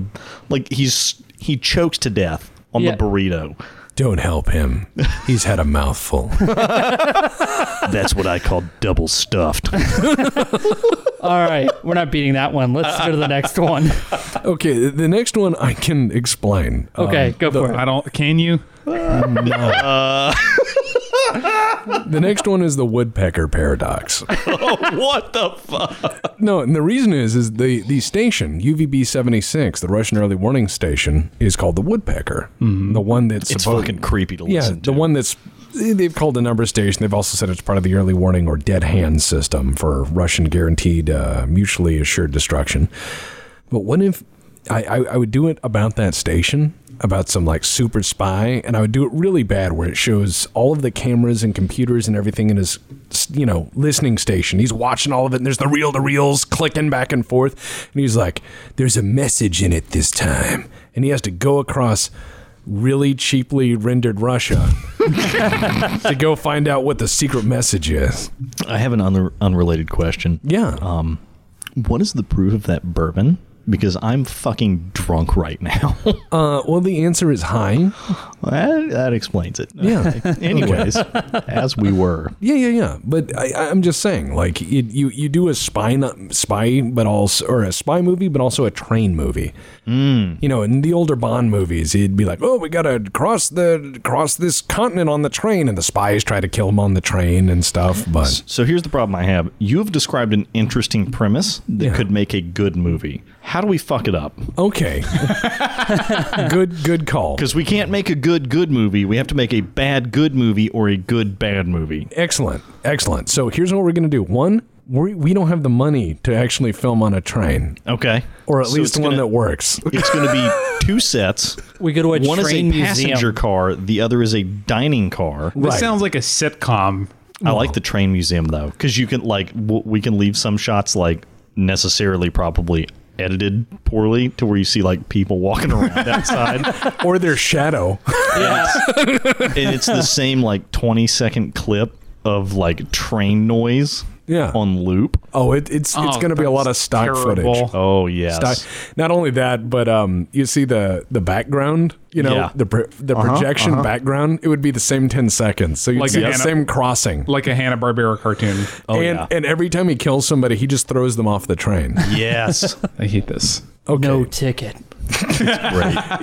[SPEAKER 2] like he's he chokes to death on
[SPEAKER 3] Yeah.
[SPEAKER 2] the burrito.
[SPEAKER 1] Don't help him; he's had a mouthful.
[SPEAKER 2] That's what I call double stuffed.
[SPEAKER 3] All right, we're not beating that one. Let's go to the next one.
[SPEAKER 1] okay, the- the next one I can explain. Um,
[SPEAKER 3] Okay, go
[SPEAKER 1] the-
[SPEAKER 3] for it.
[SPEAKER 4] I don't. Can you?
[SPEAKER 1] No. The next one is the woodpecker paradox.
[SPEAKER 2] what the fuck?
[SPEAKER 1] No, and the reason is is the the station UVB seventy six, the Russian early warning station, is called the woodpecker. The one that's
[SPEAKER 2] Mm-hmm. It's
[SPEAKER 1] supposed-
[SPEAKER 2] fucking creepy to
[SPEAKER 1] yeah,
[SPEAKER 2] listen to.
[SPEAKER 1] the one that's they've called the number station. They've also said it's part of the early warning or dead hand system for Russian guaranteed uh, mutually assured destruction. But what if I, I, I would do it about that station, about some like super spy, and I would do it really bad where it shows all of the cameras and computers and everything in his, you know, listening station. He's watching all of it, and there's the reel to reels clicking back and forth. And he's like, there's a message in it this time. And he has to go across really cheaply rendered Russia to go find out what the secret message is.
[SPEAKER 2] I have an un- unrelated question.
[SPEAKER 1] Yeah.
[SPEAKER 2] What is the proof of that bourbon? Because I'm fucking drunk right now.
[SPEAKER 1] Uh, well, the answer is high.
[SPEAKER 2] that, that explains it.
[SPEAKER 1] Yeah.
[SPEAKER 2] Anyways, as we were.
[SPEAKER 1] Yeah, yeah, yeah. But I, I- I'm just saying, like, you you, you do a spy no- spy, but also or a spy movie, but also a train movie. Mm. You know, in the older Bond movies, he'd be like, "Oh, we gotta cross the cross this continent on the train," and the spies try to kill him on the train and stuff. But
[SPEAKER 2] So here's the problem I have. You have described an interesting premise that
[SPEAKER 1] Yeah.
[SPEAKER 2] could make a good movie. How do we fuck it up?
[SPEAKER 1] okay, good good call.
[SPEAKER 2] Because we can't make a good good movie. We have to make a bad good movie or a good bad movie.
[SPEAKER 1] Excellent, excellent. So here's what we're gonna do. One, we we don't have the money to actually film on a train,
[SPEAKER 2] Okay.
[SPEAKER 1] or at
[SPEAKER 2] So
[SPEAKER 1] least
[SPEAKER 2] it's
[SPEAKER 1] one
[SPEAKER 2] gonna-
[SPEAKER 1] that works.
[SPEAKER 2] It's going to be two sets.
[SPEAKER 3] We go to a
[SPEAKER 2] One is a
[SPEAKER 3] train
[SPEAKER 2] passenger
[SPEAKER 3] museum.
[SPEAKER 2] car. The other is a dining car.
[SPEAKER 4] This
[SPEAKER 1] Right.
[SPEAKER 4] sounds like a sitcom.
[SPEAKER 2] I like the train museum though, because you can like w- we can leave some shots like necessarily probably edited poorly to where you see like people walking around outside,
[SPEAKER 1] or their shadow.
[SPEAKER 2] and it's the same like twenty second clip of like train noise
[SPEAKER 1] Yeah.
[SPEAKER 2] on loop.
[SPEAKER 1] Oh, it, it's it's
[SPEAKER 4] Oh,
[SPEAKER 1] going to be a lot of
[SPEAKER 4] that's
[SPEAKER 1] stock footage.
[SPEAKER 4] terrible.
[SPEAKER 2] Oh yes,
[SPEAKER 1] Stock- Not only that, but um, you see the the background, you know,
[SPEAKER 2] Yeah.
[SPEAKER 1] the pro- the projection background. It would be the same ten seconds, so you would
[SPEAKER 4] Like
[SPEAKER 1] see
[SPEAKER 4] a
[SPEAKER 1] the
[SPEAKER 4] Hanna-
[SPEAKER 1] same crossing.
[SPEAKER 4] Like a Hanna Barbera cartoon.
[SPEAKER 1] and
[SPEAKER 2] Oh, yeah.
[SPEAKER 1] and every time he kills somebody, he just throws them off the train.
[SPEAKER 2] yes.
[SPEAKER 4] I hate this.
[SPEAKER 1] Okay,
[SPEAKER 3] No ticket.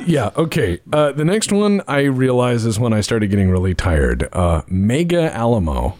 [SPEAKER 1] yeah, okay. Uh, the next one I realize is when I started getting really tired. Uh, Mega Alamo.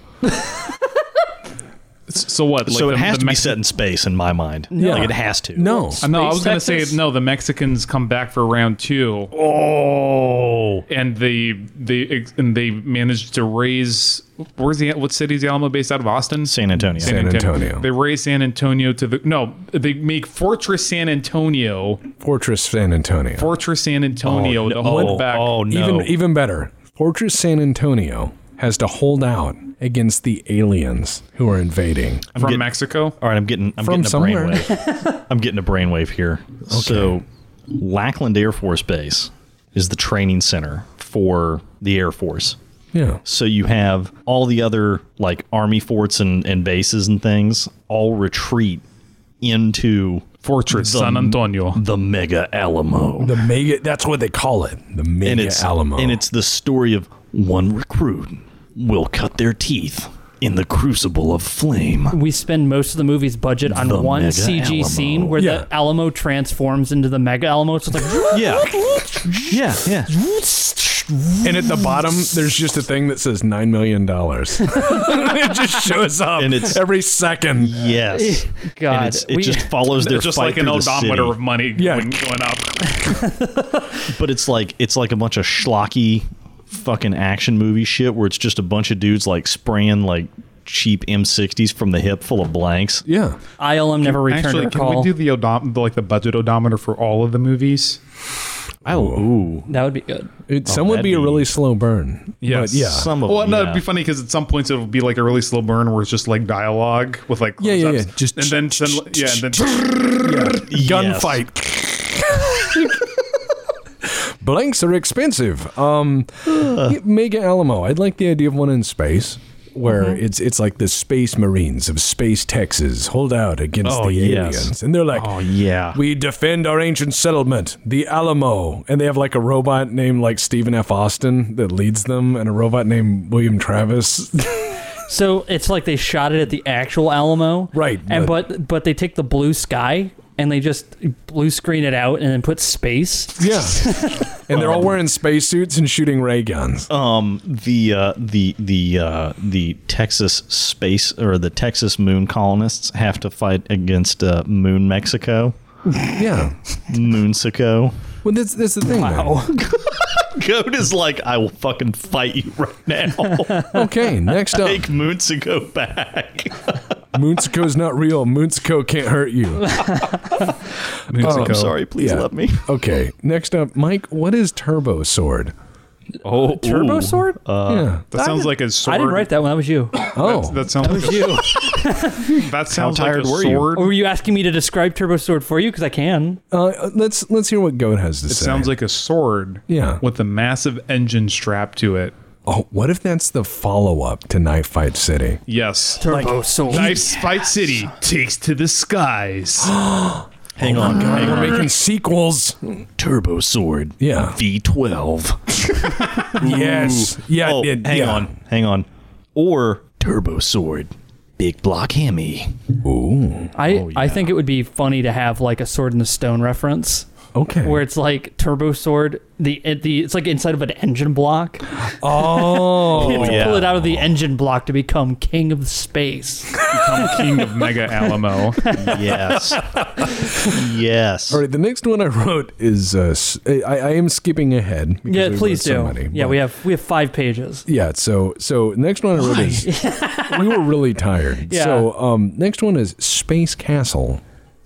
[SPEAKER 4] S- So what? Like
[SPEAKER 2] so
[SPEAKER 4] the-
[SPEAKER 2] it has
[SPEAKER 4] the
[SPEAKER 2] to be
[SPEAKER 4] Mex-
[SPEAKER 2] set in space in my mind.
[SPEAKER 1] Yeah.
[SPEAKER 2] Like it has to.
[SPEAKER 1] No,
[SPEAKER 4] Uh, No, I was gonna say
[SPEAKER 3] Texas?
[SPEAKER 4] no. The Mexicans come back for round two.
[SPEAKER 2] Oh.
[SPEAKER 4] and they they and they managed to raise where's the what city is the Alamo based out of Austin?
[SPEAKER 2] San Antonio.
[SPEAKER 1] San Antonio.
[SPEAKER 4] They raise San Antonio to the no. They make Fortress San Antonio.
[SPEAKER 1] Fortress San Antonio.
[SPEAKER 4] Fortress San Antonio. the
[SPEAKER 2] oh,
[SPEAKER 4] holdback.
[SPEAKER 2] oh no.
[SPEAKER 1] Even even better, Fortress San Antonio has to hold out against the aliens who are invading.
[SPEAKER 4] from Mexico.
[SPEAKER 2] All right, I'm getting I'm
[SPEAKER 1] From
[SPEAKER 2] getting a
[SPEAKER 1] somewhere.
[SPEAKER 2] brainwave. I'm getting a brainwave here. So, Lackland Air Force Base is the training center for the Air Force.
[SPEAKER 1] Yeah.
[SPEAKER 2] So you have all the other like army forts and, and bases and things all retreat into
[SPEAKER 4] Fortress San Antonio.
[SPEAKER 2] the Mega Alamo.
[SPEAKER 1] The mega that's what they call it. The mega
[SPEAKER 2] and it's
[SPEAKER 1] Alamo.
[SPEAKER 2] and it's the story of one recruit will cut their teeth in the crucible of flame.
[SPEAKER 3] We spend most of the movie's budget on
[SPEAKER 2] The
[SPEAKER 3] one
[SPEAKER 2] Mega
[SPEAKER 3] CG
[SPEAKER 2] Alamo.
[SPEAKER 3] scene where
[SPEAKER 1] Yeah.
[SPEAKER 3] the Alamo transforms into the Mega Alamo. So it's like,
[SPEAKER 2] Yeah. Yeah, yeah.
[SPEAKER 1] and at the bottom there's just a thing that says nine million dollars. it just shows up
[SPEAKER 2] And it's-
[SPEAKER 1] every second.
[SPEAKER 2] Yes.
[SPEAKER 3] God,
[SPEAKER 2] And it's, it
[SPEAKER 3] we-
[SPEAKER 2] just follows their
[SPEAKER 4] Just
[SPEAKER 2] fight
[SPEAKER 4] like an
[SPEAKER 2] through the
[SPEAKER 4] odometer
[SPEAKER 2] city.
[SPEAKER 4] of money
[SPEAKER 1] Yeah.
[SPEAKER 4] going, going up.
[SPEAKER 2] But it's like it's like a bunch of schlocky fucking action movie shit where it's just a bunch of dudes like spraying like cheap M60s from the hip full of blanks.
[SPEAKER 1] Yeah.
[SPEAKER 3] ILM never returned
[SPEAKER 4] Actually,
[SPEAKER 3] her
[SPEAKER 4] can
[SPEAKER 3] call.
[SPEAKER 4] we do the odom- like the budget odometer for all of the movies?
[SPEAKER 2] Oh, ooh.
[SPEAKER 3] that would be good.
[SPEAKER 1] It, some would
[SPEAKER 2] Oh, that'd
[SPEAKER 1] be a
[SPEAKER 2] be-
[SPEAKER 1] really slow burn.
[SPEAKER 4] Yes.
[SPEAKER 1] But yeah.
[SPEAKER 2] Some of
[SPEAKER 4] well,
[SPEAKER 2] them,
[SPEAKER 4] no,
[SPEAKER 2] yeah.
[SPEAKER 4] it'd be funny because at some points it'll be like a really slow burn where it's just like dialogue with like
[SPEAKER 1] Yeah, yeah,
[SPEAKER 4] close-ups.
[SPEAKER 1] yeah. Just-
[SPEAKER 4] and then, then yeah, and then
[SPEAKER 1] Gunfight. Blanks are expensive. Um, Mega Alamo. I'd like the idea of one in space. Where
[SPEAKER 2] Mm-hmm.
[SPEAKER 1] it's it's like the space marines of space Texas hold out against
[SPEAKER 2] Oh,
[SPEAKER 1] the
[SPEAKER 2] yes.
[SPEAKER 1] aliens, and they're like,
[SPEAKER 2] Oh yeah.
[SPEAKER 1] "We defend our ancient settlement, the Alamo," and they have like a robot named like Stephen F. Austin that leads them, and a robot named William Travis.
[SPEAKER 3] So it's like they shot it at the actual Alamo,
[SPEAKER 1] Right,
[SPEAKER 3] And but but they take the blue sky and they just blue screen it out and then put space.
[SPEAKER 1] yeah, and they're all wearing spacesuits and shooting ray guns.
[SPEAKER 2] Oh. the uh, the the uh, the Texas space or the Texas moon colonists have to fight against uh, Moon Mexico,
[SPEAKER 1] yeah.
[SPEAKER 2] Moonsico.
[SPEAKER 1] Well, that's that's the thing. Wow.
[SPEAKER 2] Goat is like, I will fucking fight you right now.
[SPEAKER 1] Okay, next up,
[SPEAKER 2] Take Moonsico back.
[SPEAKER 1] Moonsko's not real. Moonsko can't hurt you.
[SPEAKER 2] I'm
[SPEAKER 1] Oh,
[SPEAKER 2] sorry, please
[SPEAKER 1] yeah.
[SPEAKER 2] let me.
[SPEAKER 1] Okay, next up, Mike. What is Turbo Sword?
[SPEAKER 2] Oh,
[SPEAKER 3] Turbo sword?
[SPEAKER 2] uh,
[SPEAKER 1] yeah.
[SPEAKER 4] Uh, That sounds like a sword.
[SPEAKER 3] I didn't write that one. That was you.
[SPEAKER 1] Oh,
[SPEAKER 4] That sounds like
[SPEAKER 3] you.
[SPEAKER 4] a, that sounds
[SPEAKER 2] tired
[SPEAKER 4] like a
[SPEAKER 2] were you?
[SPEAKER 4] sword.
[SPEAKER 3] Or were you asking me to describe Turbo Sword for you? Because I can.
[SPEAKER 1] uh, let's let's hear what Goat has to
[SPEAKER 4] It
[SPEAKER 1] say.
[SPEAKER 4] sounds like a sword.
[SPEAKER 1] Yeah.
[SPEAKER 4] With a massive engine strapped to it.
[SPEAKER 1] Oh, what if that's the follow up to Night Fight City?
[SPEAKER 4] Yes.
[SPEAKER 3] Turbo Sword.
[SPEAKER 4] Nice Fight City takes to the skies.
[SPEAKER 2] Hang on, hang on.
[SPEAKER 1] Making sequels.
[SPEAKER 2] Turbo sword.
[SPEAKER 1] Yeah.
[SPEAKER 2] V12.
[SPEAKER 1] Yes. Yeah.
[SPEAKER 2] oh,
[SPEAKER 1] yeah,
[SPEAKER 2] hang
[SPEAKER 1] yeah.
[SPEAKER 2] on, hang on. Or Turbo sword. Big block Hemi.
[SPEAKER 3] I,
[SPEAKER 2] Oh,
[SPEAKER 3] I think it would be funny to have like a sword in the stone reference.
[SPEAKER 1] Okay.
[SPEAKER 3] Where it's like turbo sword, the it- the it's like inside of an engine block.
[SPEAKER 1] oh.
[SPEAKER 3] You have to
[SPEAKER 2] yeah.
[SPEAKER 3] pull it out of the engine block to become king of space.
[SPEAKER 4] Become king of Mega Alamo.
[SPEAKER 2] Yes. yes.
[SPEAKER 1] All right. The next one I wrote is uh, s- I, I am skipping ahead. because
[SPEAKER 3] yeah,
[SPEAKER 1] we
[SPEAKER 3] please
[SPEAKER 1] wrote
[SPEAKER 3] do.
[SPEAKER 1] so many,
[SPEAKER 3] yeah,
[SPEAKER 1] but-
[SPEAKER 3] we have we have five pages.
[SPEAKER 1] Yeah, so so next one I wrote is we were really tired.
[SPEAKER 3] Yeah.
[SPEAKER 1] So um next one is Space Castle.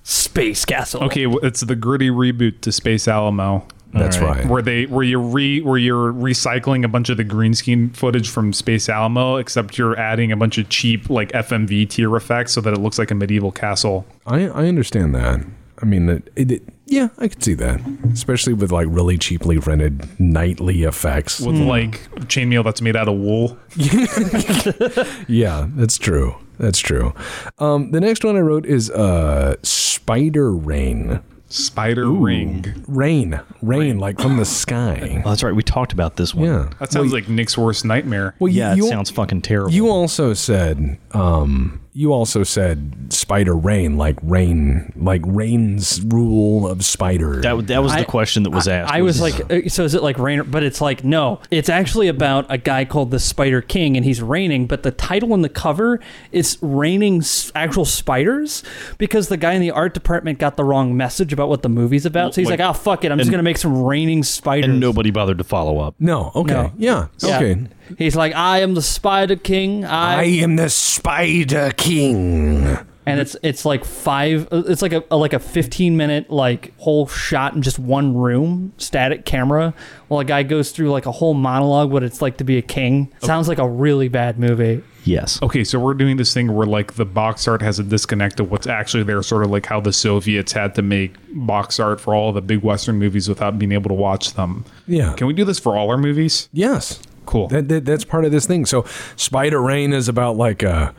[SPEAKER 3] Space castle.
[SPEAKER 4] Okay, well, it's the gritty reboot to Space Alamo.
[SPEAKER 1] That's
[SPEAKER 2] All right.
[SPEAKER 1] right.
[SPEAKER 4] Where they where you re where you're recycling a bunch of the green screen footage from Space Alamo, except you're adding a bunch of cheap like FMV tier effects so that it looks like a medieval castle.
[SPEAKER 1] I I understand that. I mean it, it, it- yeah, I could see that. Especially with like really cheaply rented nightly effects.
[SPEAKER 4] with like chainmail that's made out of wool.
[SPEAKER 1] yeah, that's true. That's true. Um the next one I wrote is uh Spider Rain.
[SPEAKER 4] Spider ring.
[SPEAKER 1] Rain. Rain, like from the sky.
[SPEAKER 2] Well, Oh, that's right. We talked about this one.
[SPEAKER 1] Yeah.
[SPEAKER 4] That sounds like Nick's worst nightmare.
[SPEAKER 1] Well,
[SPEAKER 2] Yeah, it
[SPEAKER 1] you,
[SPEAKER 2] sounds fucking terrible.
[SPEAKER 1] You also said, um, you also said spider rain, like rain, like rain's rule of spider.
[SPEAKER 2] that, w- that was
[SPEAKER 3] I-
[SPEAKER 2] the question that was asked.
[SPEAKER 3] I was like, uh, so is it like rain? But it's like, no. It's actually about a guy called the Spider King, and he's raining. But the title and the cover is raining s- actual spiders because the guy in the art department got the wrong message about what the movie's about. So he's
[SPEAKER 2] Like-
[SPEAKER 3] like, oh fuck it, I'm just gonna make some raining spiders.
[SPEAKER 2] and nobody bothered to follow up.
[SPEAKER 1] no, okay,
[SPEAKER 3] No.
[SPEAKER 1] yeah,
[SPEAKER 3] Yeah.
[SPEAKER 1] okay.
[SPEAKER 3] He's like, I am the Spider King. I,
[SPEAKER 1] I am the Spider King.
[SPEAKER 3] and it's it's like five. It's like a, a- like a fifteen minute like whole shot in just one room, static camera, while a guy goes through like a whole monologue what it's like to be a king. Sounds like a really bad movie.
[SPEAKER 2] Yes.
[SPEAKER 4] Okay, so we're doing this thing where like the box art has a disconnect of what's actually there, sort of like how the Soviets had to make box art for all the big Western movies without being able to watch them.
[SPEAKER 1] Yeah.
[SPEAKER 4] Can we do this for all our movies?
[SPEAKER 1] Yes,
[SPEAKER 4] Cool.
[SPEAKER 1] that, that that's part of this thing. So spider rain is about like uh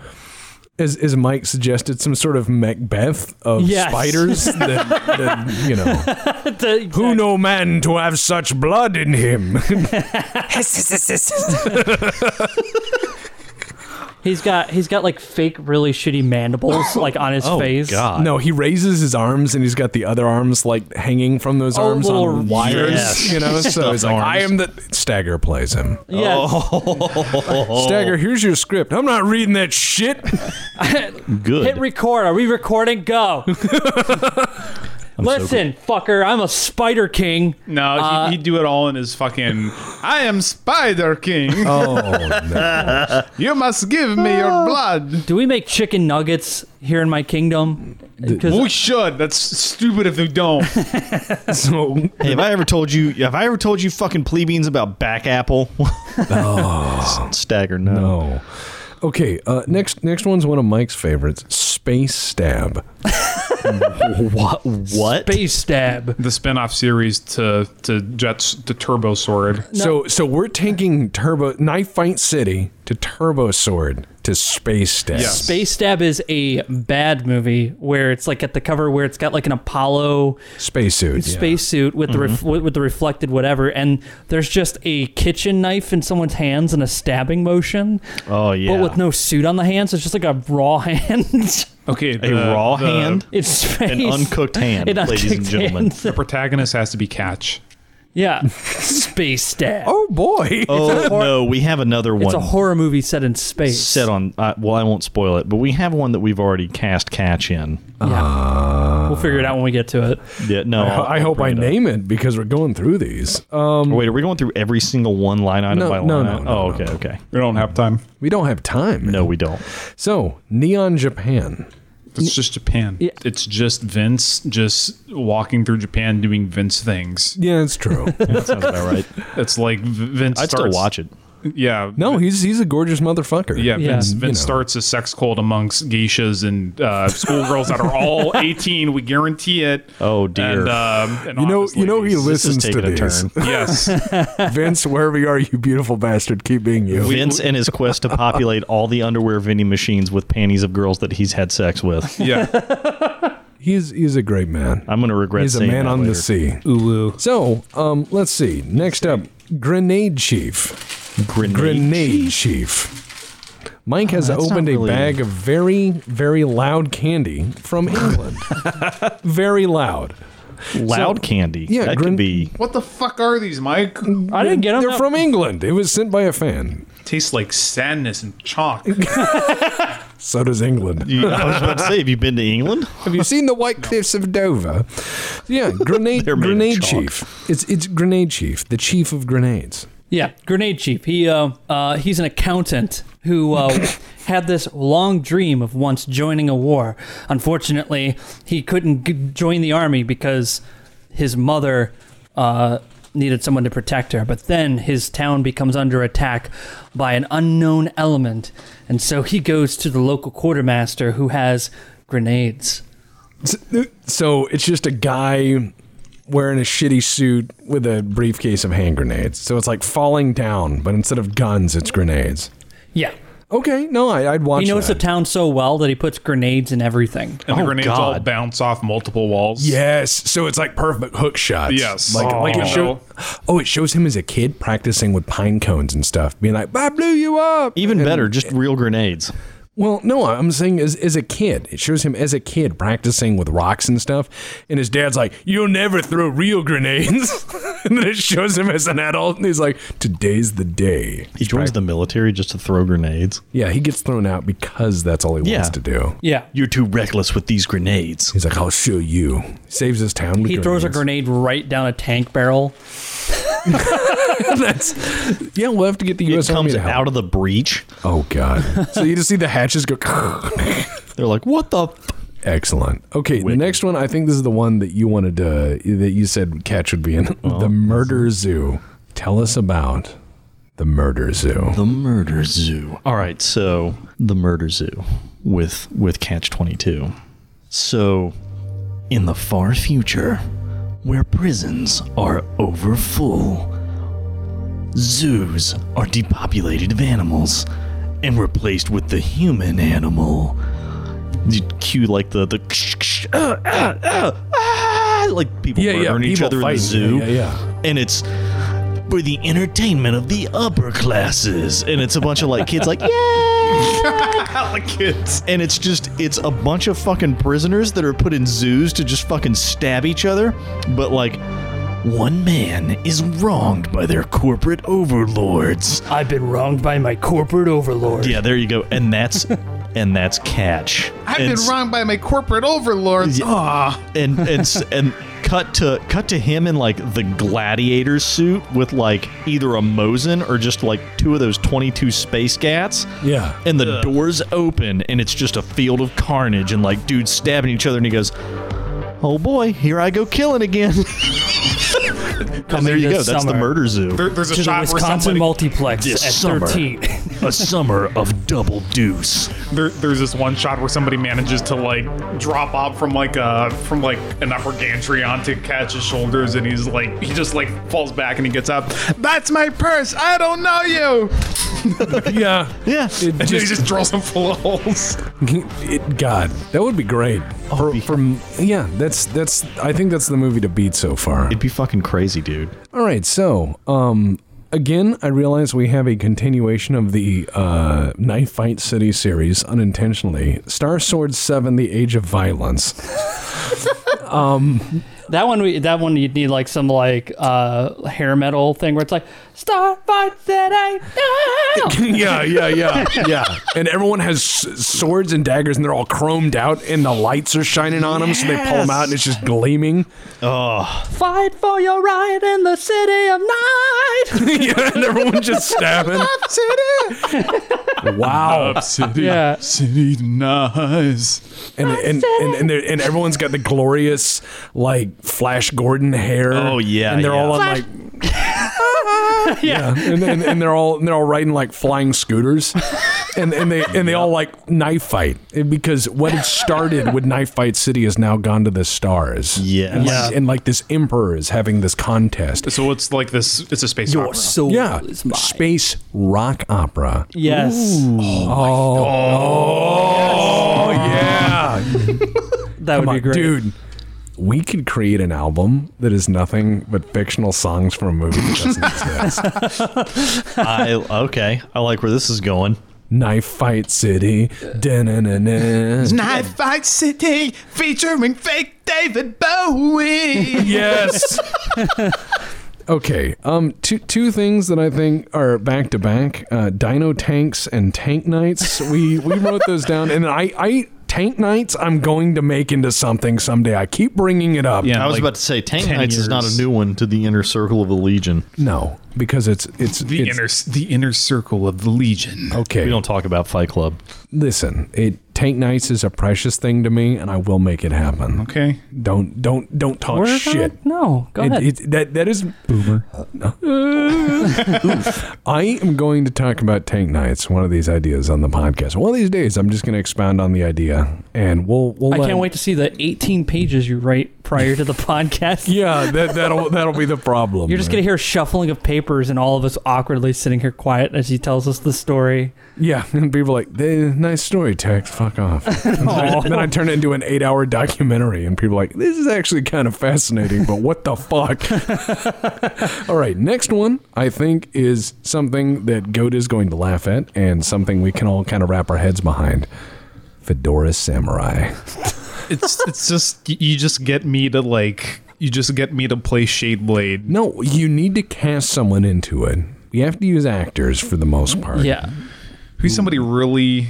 [SPEAKER 1] As, as Mike suggested, some sort of Macbeth of
[SPEAKER 3] Yes.
[SPEAKER 1] spiders that, that, you know,
[SPEAKER 3] The-
[SPEAKER 1] who no man to have such blood in him.
[SPEAKER 3] He's got he's got like fake really shitty mandibles like on his
[SPEAKER 2] Oh
[SPEAKER 3] face.
[SPEAKER 2] God.
[SPEAKER 1] No, he raises his arms and he's got the other arms like hanging from those
[SPEAKER 3] Oh,
[SPEAKER 1] arms
[SPEAKER 3] little-
[SPEAKER 1] on wires.
[SPEAKER 2] Yes.
[SPEAKER 1] You know, so he's like,
[SPEAKER 2] Stuffed
[SPEAKER 1] I
[SPEAKER 2] arms.
[SPEAKER 1] am the Stagger plays him.
[SPEAKER 3] Yeah.
[SPEAKER 2] Oh.
[SPEAKER 1] Stagger, here's your script. I'm not reading that shit.
[SPEAKER 2] Good.
[SPEAKER 3] Hit record. Are we recording? Go. Listen, fucker, I'm a spider king.
[SPEAKER 4] No, he'd do it all in his fucking. I am Spider King.
[SPEAKER 1] Oh no.
[SPEAKER 4] You must give me your blood.
[SPEAKER 3] Do we make chicken nuggets here in my kingdom? 'Cause-
[SPEAKER 4] We should. That's stupid if we don't.
[SPEAKER 1] So
[SPEAKER 2] Hey, have I ever told you? Have I ever told you fucking plebeians about back apple? Stagger. No.
[SPEAKER 1] no. Oh. Okay, uh, next next one's one of Mike's favorites. Space stab.
[SPEAKER 2] What? What?
[SPEAKER 3] Space stab.
[SPEAKER 4] the spin-off series to to Jets to Turbo Sword.
[SPEAKER 1] So so we're taking Turbo Knife Fight City to Turbo Sword to Space Stab.
[SPEAKER 4] Yes.
[SPEAKER 3] Space Stab is a bad movie where it's like at the cover where it's got like an Apollo
[SPEAKER 1] Spacesuit. yeah.
[SPEAKER 3] spacesuit with the ref- with, with the reflected whatever, and there's just a kitchen knife in someone's hands and a stabbing motion.
[SPEAKER 2] Oh yeah.
[SPEAKER 3] but with no suit on the hands. It's just like a raw hand.
[SPEAKER 4] Okay, uh,
[SPEAKER 2] a raw hand,
[SPEAKER 3] it's space.
[SPEAKER 2] an uncooked hand,
[SPEAKER 3] An
[SPEAKER 2] ladies and
[SPEAKER 3] uncooked
[SPEAKER 2] gentlemen.
[SPEAKER 3] hand.
[SPEAKER 4] protagonist has to be Catch.
[SPEAKER 3] Yeah, space stab.
[SPEAKER 1] Oh boy.
[SPEAKER 2] Oh no, we have another one
[SPEAKER 3] it's a horror movie set in space.
[SPEAKER 2] set on. Uh, well, I won't spoil it, but we have one that we've already cast catch in.
[SPEAKER 3] Yeah, we'll figure it out when we get to it.
[SPEAKER 2] Yeah, no, I'll-
[SPEAKER 1] I
[SPEAKER 2] I'll
[SPEAKER 1] hope I
[SPEAKER 2] bring it up.
[SPEAKER 1] name it because we're going through these. Um,
[SPEAKER 2] Wait, are we going through every single one line item
[SPEAKER 1] No,
[SPEAKER 2] by line
[SPEAKER 1] no,
[SPEAKER 2] item?
[SPEAKER 1] no,
[SPEAKER 2] oh,
[SPEAKER 1] no,
[SPEAKER 2] okay, okay.
[SPEAKER 4] We don't have time.
[SPEAKER 1] we don't have time.
[SPEAKER 2] No, we don't.
[SPEAKER 1] So Neon Japan.
[SPEAKER 4] It's just Japan.
[SPEAKER 3] Yeah.
[SPEAKER 4] It's just Vince just walking through Japan doing Vince things.
[SPEAKER 1] Yeah, it's true.
[SPEAKER 2] That sounds about right.
[SPEAKER 4] It's like V- Vince
[SPEAKER 2] I'd still
[SPEAKER 4] starts,
[SPEAKER 2] watch it.
[SPEAKER 4] Yeah.
[SPEAKER 1] no, he's he's a gorgeous motherfucker.
[SPEAKER 4] Yeah,
[SPEAKER 3] Yeah.
[SPEAKER 4] Vince,
[SPEAKER 3] You
[SPEAKER 4] Vince
[SPEAKER 1] know.
[SPEAKER 4] starts a sex cult amongst geishas and uh, schoolgirls that are all 18. We guarantee it.
[SPEAKER 2] Oh, dear.
[SPEAKER 4] And, um, and
[SPEAKER 1] You know,
[SPEAKER 4] office
[SPEAKER 1] you know he
[SPEAKER 4] ladies.
[SPEAKER 2] This is
[SPEAKER 1] listens to
[SPEAKER 2] taking a
[SPEAKER 1] these.
[SPEAKER 2] turn.
[SPEAKER 4] Yes.
[SPEAKER 1] Vince, wherever you are, you beautiful bastard, keep being you.
[SPEAKER 2] Vince and his quest to populate all the underwear vending machines with panties of girls that he's had sex with.
[SPEAKER 4] Yeah.
[SPEAKER 1] he's he's a great man.
[SPEAKER 2] I'm going to regret
[SPEAKER 1] He's a
[SPEAKER 2] saying
[SPEAKER 1] man
[SPEAKER 2] that
[SPEAKER 1] on the
[SPEAKER 2] later.
[SPEAKER 1] sea.
[SPEAKER 4] Ulu.
[SPEAKER 1] So, um, let's see. Next up, Grenade Chief.
[SPEAKER 2] Grenade. Oh,
[SPEAKER 1] Grenade Chief. Mike has
[SPEAKER 2] that's
[SPEAKER 1] opened
[SPEAKER 2] not really-
[SPEAKER 1] a bag of very, very loud candy from England. very loud.
[SPEAKER 2] Loud
[SPEAKER 1] So-
[SPEAKER 2] candy.
[SPEAKER 1] Yeah,
[SPEAKER 2] that
[SPEAKER 1] gren-
[SPEAKER 2] could be.
[SPEAKER 4] What the fuck are these, Mike?
[SPEAKER 3] I didn't get them.
[SPEAKER 1] They're from England. It was sent by a fan.
[SPEAKER 4] Tastes like sadness and chalk.
[SPEAKER 1] So does England.
[SPEAKER 2] You- I was about to say, have you been to England?
[SPEAKER 1] Have you seen the White Cliffs of Dover? Yeah, grenade
[SPEAKER 2] They're made of
[SPEAKER 1] grenade
[SPEAKER 2] chalk.
[SPEAKER 1] chief. It's it's grenade chief, the chief of grenades.
[SPEAKER 3] Yeah, grenade chief. He uh, uh, he's an accountant who uh, had this long dream of once joining a war. Unfortunately, he couldn't g- join the army because his mother uh, needed someone to protect her. But then his town becomes under attack by an unknown element, and so he goes to the local quartermaster who has grenades.
[SPEAKER 1] So, so it's just a guy wearing a shitty suit with a briefcase of hand grenades. So it's like falling down, but instead of guns, it's grenades.
[SPEAKER 3] Yeah.
[SPEAKER 1] Okay, no, I, I'd watch.
[SPEAKER 3] He knows the
[SPEAKER 1] that.
[SPEAKER 3] town so well that he puts grenades in everything.
[SPEAKER 4] And
[SPEAKER 2] Oh,
[SPEAKER 4] the grenades all
[SPEAKER 2] God.
[SPEAKER 4] bounce off multiple walls.
[SPEAKER 1] Yes, so it's like perfect hook shots.
[SPEAKER 4] Yes.
[SPEAKER 1] like,
[SPEAKER 4] Oh.
[SPEAKER 1] like it show, Oh, it shows him as a kid practicing with pine cones and stuff, being like, "I blew you up."
[SPEAKER 2] Even better, just real grenades.
[SPEAKER 1] Well, no, I'm saying as, as a kid. It shows him as a kid practicing with rocks and stuff. And his dad's like, You'll never throw real grenades. and then it shows him as an adult. And he's like, Today's the day.
[SPEAKER 2] He joins the military just to throw grenades.
[SPEAKER 1] Yeah, he gets thrown out because that's all he
[SPEAKER 2] Yeah.
[SPEAKER 1] wants to do.
[SPEAKER 3] Yeah.
[SPEAKER 2] You're too reckless with these grenades.
[SPEAKER 1] He's like, I'll show you. Saves his town. With
[SPEAKER 3] He throws a
[SPEAKER 1] grenades.
[SPEAKER 3] grenade right down a tank barrel.
[SPEAKER 1] That's, yeah, we'll have to get the
[SPEAKER 2] It
[SPEAKER 1] U.S. Army
[SPEAKER 2] comes
[SPEAKER 1] to help.
[SPEAKER 2] out of the breach.
[SPEAKER 1] Oh, God. so you just see the hatches go.
[SPEAKER 2] They're like, what the? F-?
[SPEAKER 1] Excellent. Okay, the next one. I think this is the one that you wanted to that you said catch would be in the murder zoo. Tell us about the murder zoo.
[SPEAKER 2] The Murder Zoo. All right, so the Murder Zoo with with Catch 22. So in the far future, where prisons are overfull, zoos are depopulated of animals and replaced with the human animal. You cue like the the ah, ah, ah, ah, like people murdering each
[SPEAKER 1] people
[SPEAKER 2] other in
[SPEAKER 1] fighting.
[SPEAKER 2] the zoo
[SPEAKER 1] Yeah, yeah.
[SPEAKER 2] and it's for the entertainment of the upper classes and it's a bunch of like kids like yeah like kids and it's just it's a bunch of fucking prisoners that are put in zoos to just fucking stab each other but like one man is wronged by their corporate overlords
[SPEAKER 3] I've been wronged by my corporate overlord.
[SPEAKER 2] yeah there you go and that's and that's catch And-
[SPEAKER 4] wronged by my corporate overlords. Ah.
[SPEAKER 2] and and s- and cut to cut to him in like the gladiator suit with like either a Mosin or just like two of those 22 space gats.
[SPEAKER 1] Yeah.
[SPEAKER 2] And the doors open and it's just a field of carnage and like dudes stabbing each other and he goes, "Oh boy, here I go killing again." and there you go.
[SPEAKER 3] this
[SPEAKER 2] That's the
[SPEAKER 3] summer.
[SPEAKER 2] murder zoo.
[SPEAKER 4] There, there's a
[SPEAKER 3] To the
[SPEAKER 4] shot where
[SPEAKER 3] Wisconsin
[SPEAKER 4] somebody,
[SPEAKER 3] multiplex
[SPEAKER 2] This
[SPEAKER 3] at
[SPEAKER 2] summer.
[SPEAKER 3] 13.
[SPEAKER 2] a summer of double deuce.
[SPEAKER 4] there, there's this one shot where somebody manages to like drop off from like uh from like an upper gantry onto Catch's shoulders, and he's like he just like falls back and he gets up. That's my purse. I don't know you.
[SPEAKER 1] yeah.
[SPEAKER 2] Yeah.
[SPEAKER 1] It
[SPEAKER 4] And then he
[SPEAKER 1] just,
[SPEAKER 4] just drills him full of holes.
[SPEAKER 1] it, God, that would Oh, be great. For,
[SPEAKER 2] be-
[SPEAKER 1] from yeah, that's that's. I think that's the movie to beat so far.
[SPEAKER 2] It'd be fucking crazy, dude.
[SPEAKER 1] All right, so um, again, I realize we have a continuation of the uh, Knife Fight City series unintentionally. Star Sword Seven: The Age of Violence.
[SPEAKER 3] That one, we, that one, you'd need like some like uh, hair metal thing where it's like Starfight City. No!
[SPEAKER 1] yeah, yeah, yeah, yeah. And everyone has s- swords and daggers, and they're all chromed out, and the lights are shining on them, so they pull them out, and it's just gleaming.
[SPEAKER 3] Fight for your right in the city of night.
[SPEAKER 1] yeah, and everyone's just stabbing. Wow.
[SPEAKER 4] City,
[SPEAKER 3] Yeah.
[SPEAKER 4] city, nice.
[SPEAKER 1] And and and and, they're- and everyone's got the glorious like Flash Gordon hair.
[SPEAKER 2] Oh, yeah,
[SPEAKER 1] and they're all on
[SPEAKER 2] yeah.
[SPEAKER 1] like. yeah, and, and, and they're all and they're all riding like flying scooters, and and they and they all like knife fight because what had started with knife fight city has now gone to the stars.
[SPEAKER 2] Yes.
[SPEAKER 1] and like,
[SPEAKER 3] Yeah.
[SPEAKER 1] and like this emperor is having this contest.
[SPEAKER 4] So it's like this. It's a space opera.
[SPEAKER 3] soul
[SPEAKER 1] Yeah, space rock opera.
[SPEAKER 3] Yes,
[SPEAKER 1] Oh yeah,
[SPEAKER 3] that
[SPEAKER 1] Come
[SPEAKER 3] would be
[SPEAKER 1] on,
[SPEAKER 3] great.
[SPEAKER 1] Dude, we could create an album that is nothing but fictional songs from a movie that doesn't exist.
[SPEAKER 2] I okay. I like where this is going.
[SPEAKER 1] Knife Fight City. Da-na-na-na.
[SPEAKER 4] Knife Fight City featuring fake David Bowie.
[SPEAKER 1] yes. okay. Um. Two two things that I think are back to back. Uh, Dino tanks and tank nights. We we wrote those down, and I I tank nights. I'm going to make into something someday. I keep bringing it up.
[SPEAKER 4] Yeah.
[SPEAKER 2] I was
[SPEAKER 4] like
[SPEAKER 2] about to say Tank
[SPEAKER 4] 10
[SPEAKER 2] Knights is not a
[SPEAKER 4] years.
[SPEAKER 2] new one to the inner circle of the Legion.
[SPEAKER 1] No, because it's it's
[SPEAKER 4] the
[SPEAKER 1] it's,
[SPEAKER 4] inner the inner circle of the Legion.
[SPEAKER 1] Okay.
[SPEAKER 2] We don't talk about Fight Club.
[SPEAKER 1] Listen, it tank nights is a precious thing to me, and I will make it happen.
[SPEAKER 4] Okay.
[SPEAKER 1] Don't don't don't talk
[SPEAKER 3] Where is that?
[SPEAKER 1] shit.
[SPEAKER 3] No, go
[SPEAKER 1] It-
[SPEAKER 3] ahead.
[SPEAKER 1] it- that that is boomer. I am going to talk about tank nights. One of these ideas on the podcast. One of these days, I'm just going to expound on the idea, and we'll we'll.
[SPEAKER 3] I
[SPEAKER 1] let-
[SPEAKER 3] can't wait to see the 18 pages you write prior to the podcast.
[SPEAKER 1] Yeah, that that'll that'll be the problem.
[SPEAKER 3] You're just gonna hear shuffling of papers and all of us awkwardly sitting here quiet as he tells us the story.
[SPEAKER 1] Yeah, and people are like, "They- nice story, Tex. Fuck off. And then, then I turn it into an eight-hour documentary, and people are like, this is actually kind of fascinating, but what the fuck? All right, next one I think is something that Goat is going to laugh at, and something we can all kind of wrap our heads behind. Fedora Samurai.
[SPEAKER 4] It's it's just y- you just get me to like you just get me to play Shade Blade.
[SPEAKER 1] No, you need to cast someone into it. You have to use actors for the most part.
[SPEAKER 3] Yeah,
[SPEAKER 4] Who's somebody really?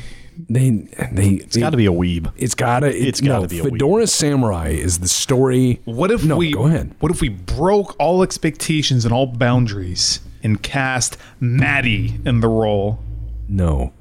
[SPEAKER 1] they they.
[SPEAKER 2] It's got to be a weeb.
[SPEAKER 1] It's gotta. It,
[SPEAKER 2] It's gotta
[SPEAKER 1] no,
[SPEAKER 2] be a weeb.
[SPEAKER 1] Fedora Samurai is the story.
[SPEAKER 4] What if
[SPEAKER 1] no,
[SPEAKER 4] we?
[SPEAKER 1] go ahead.
[SPEAKER 4] What if we broke all expectations and all boundaries and cast Maddie in the role?
[SPEAKER 1] No.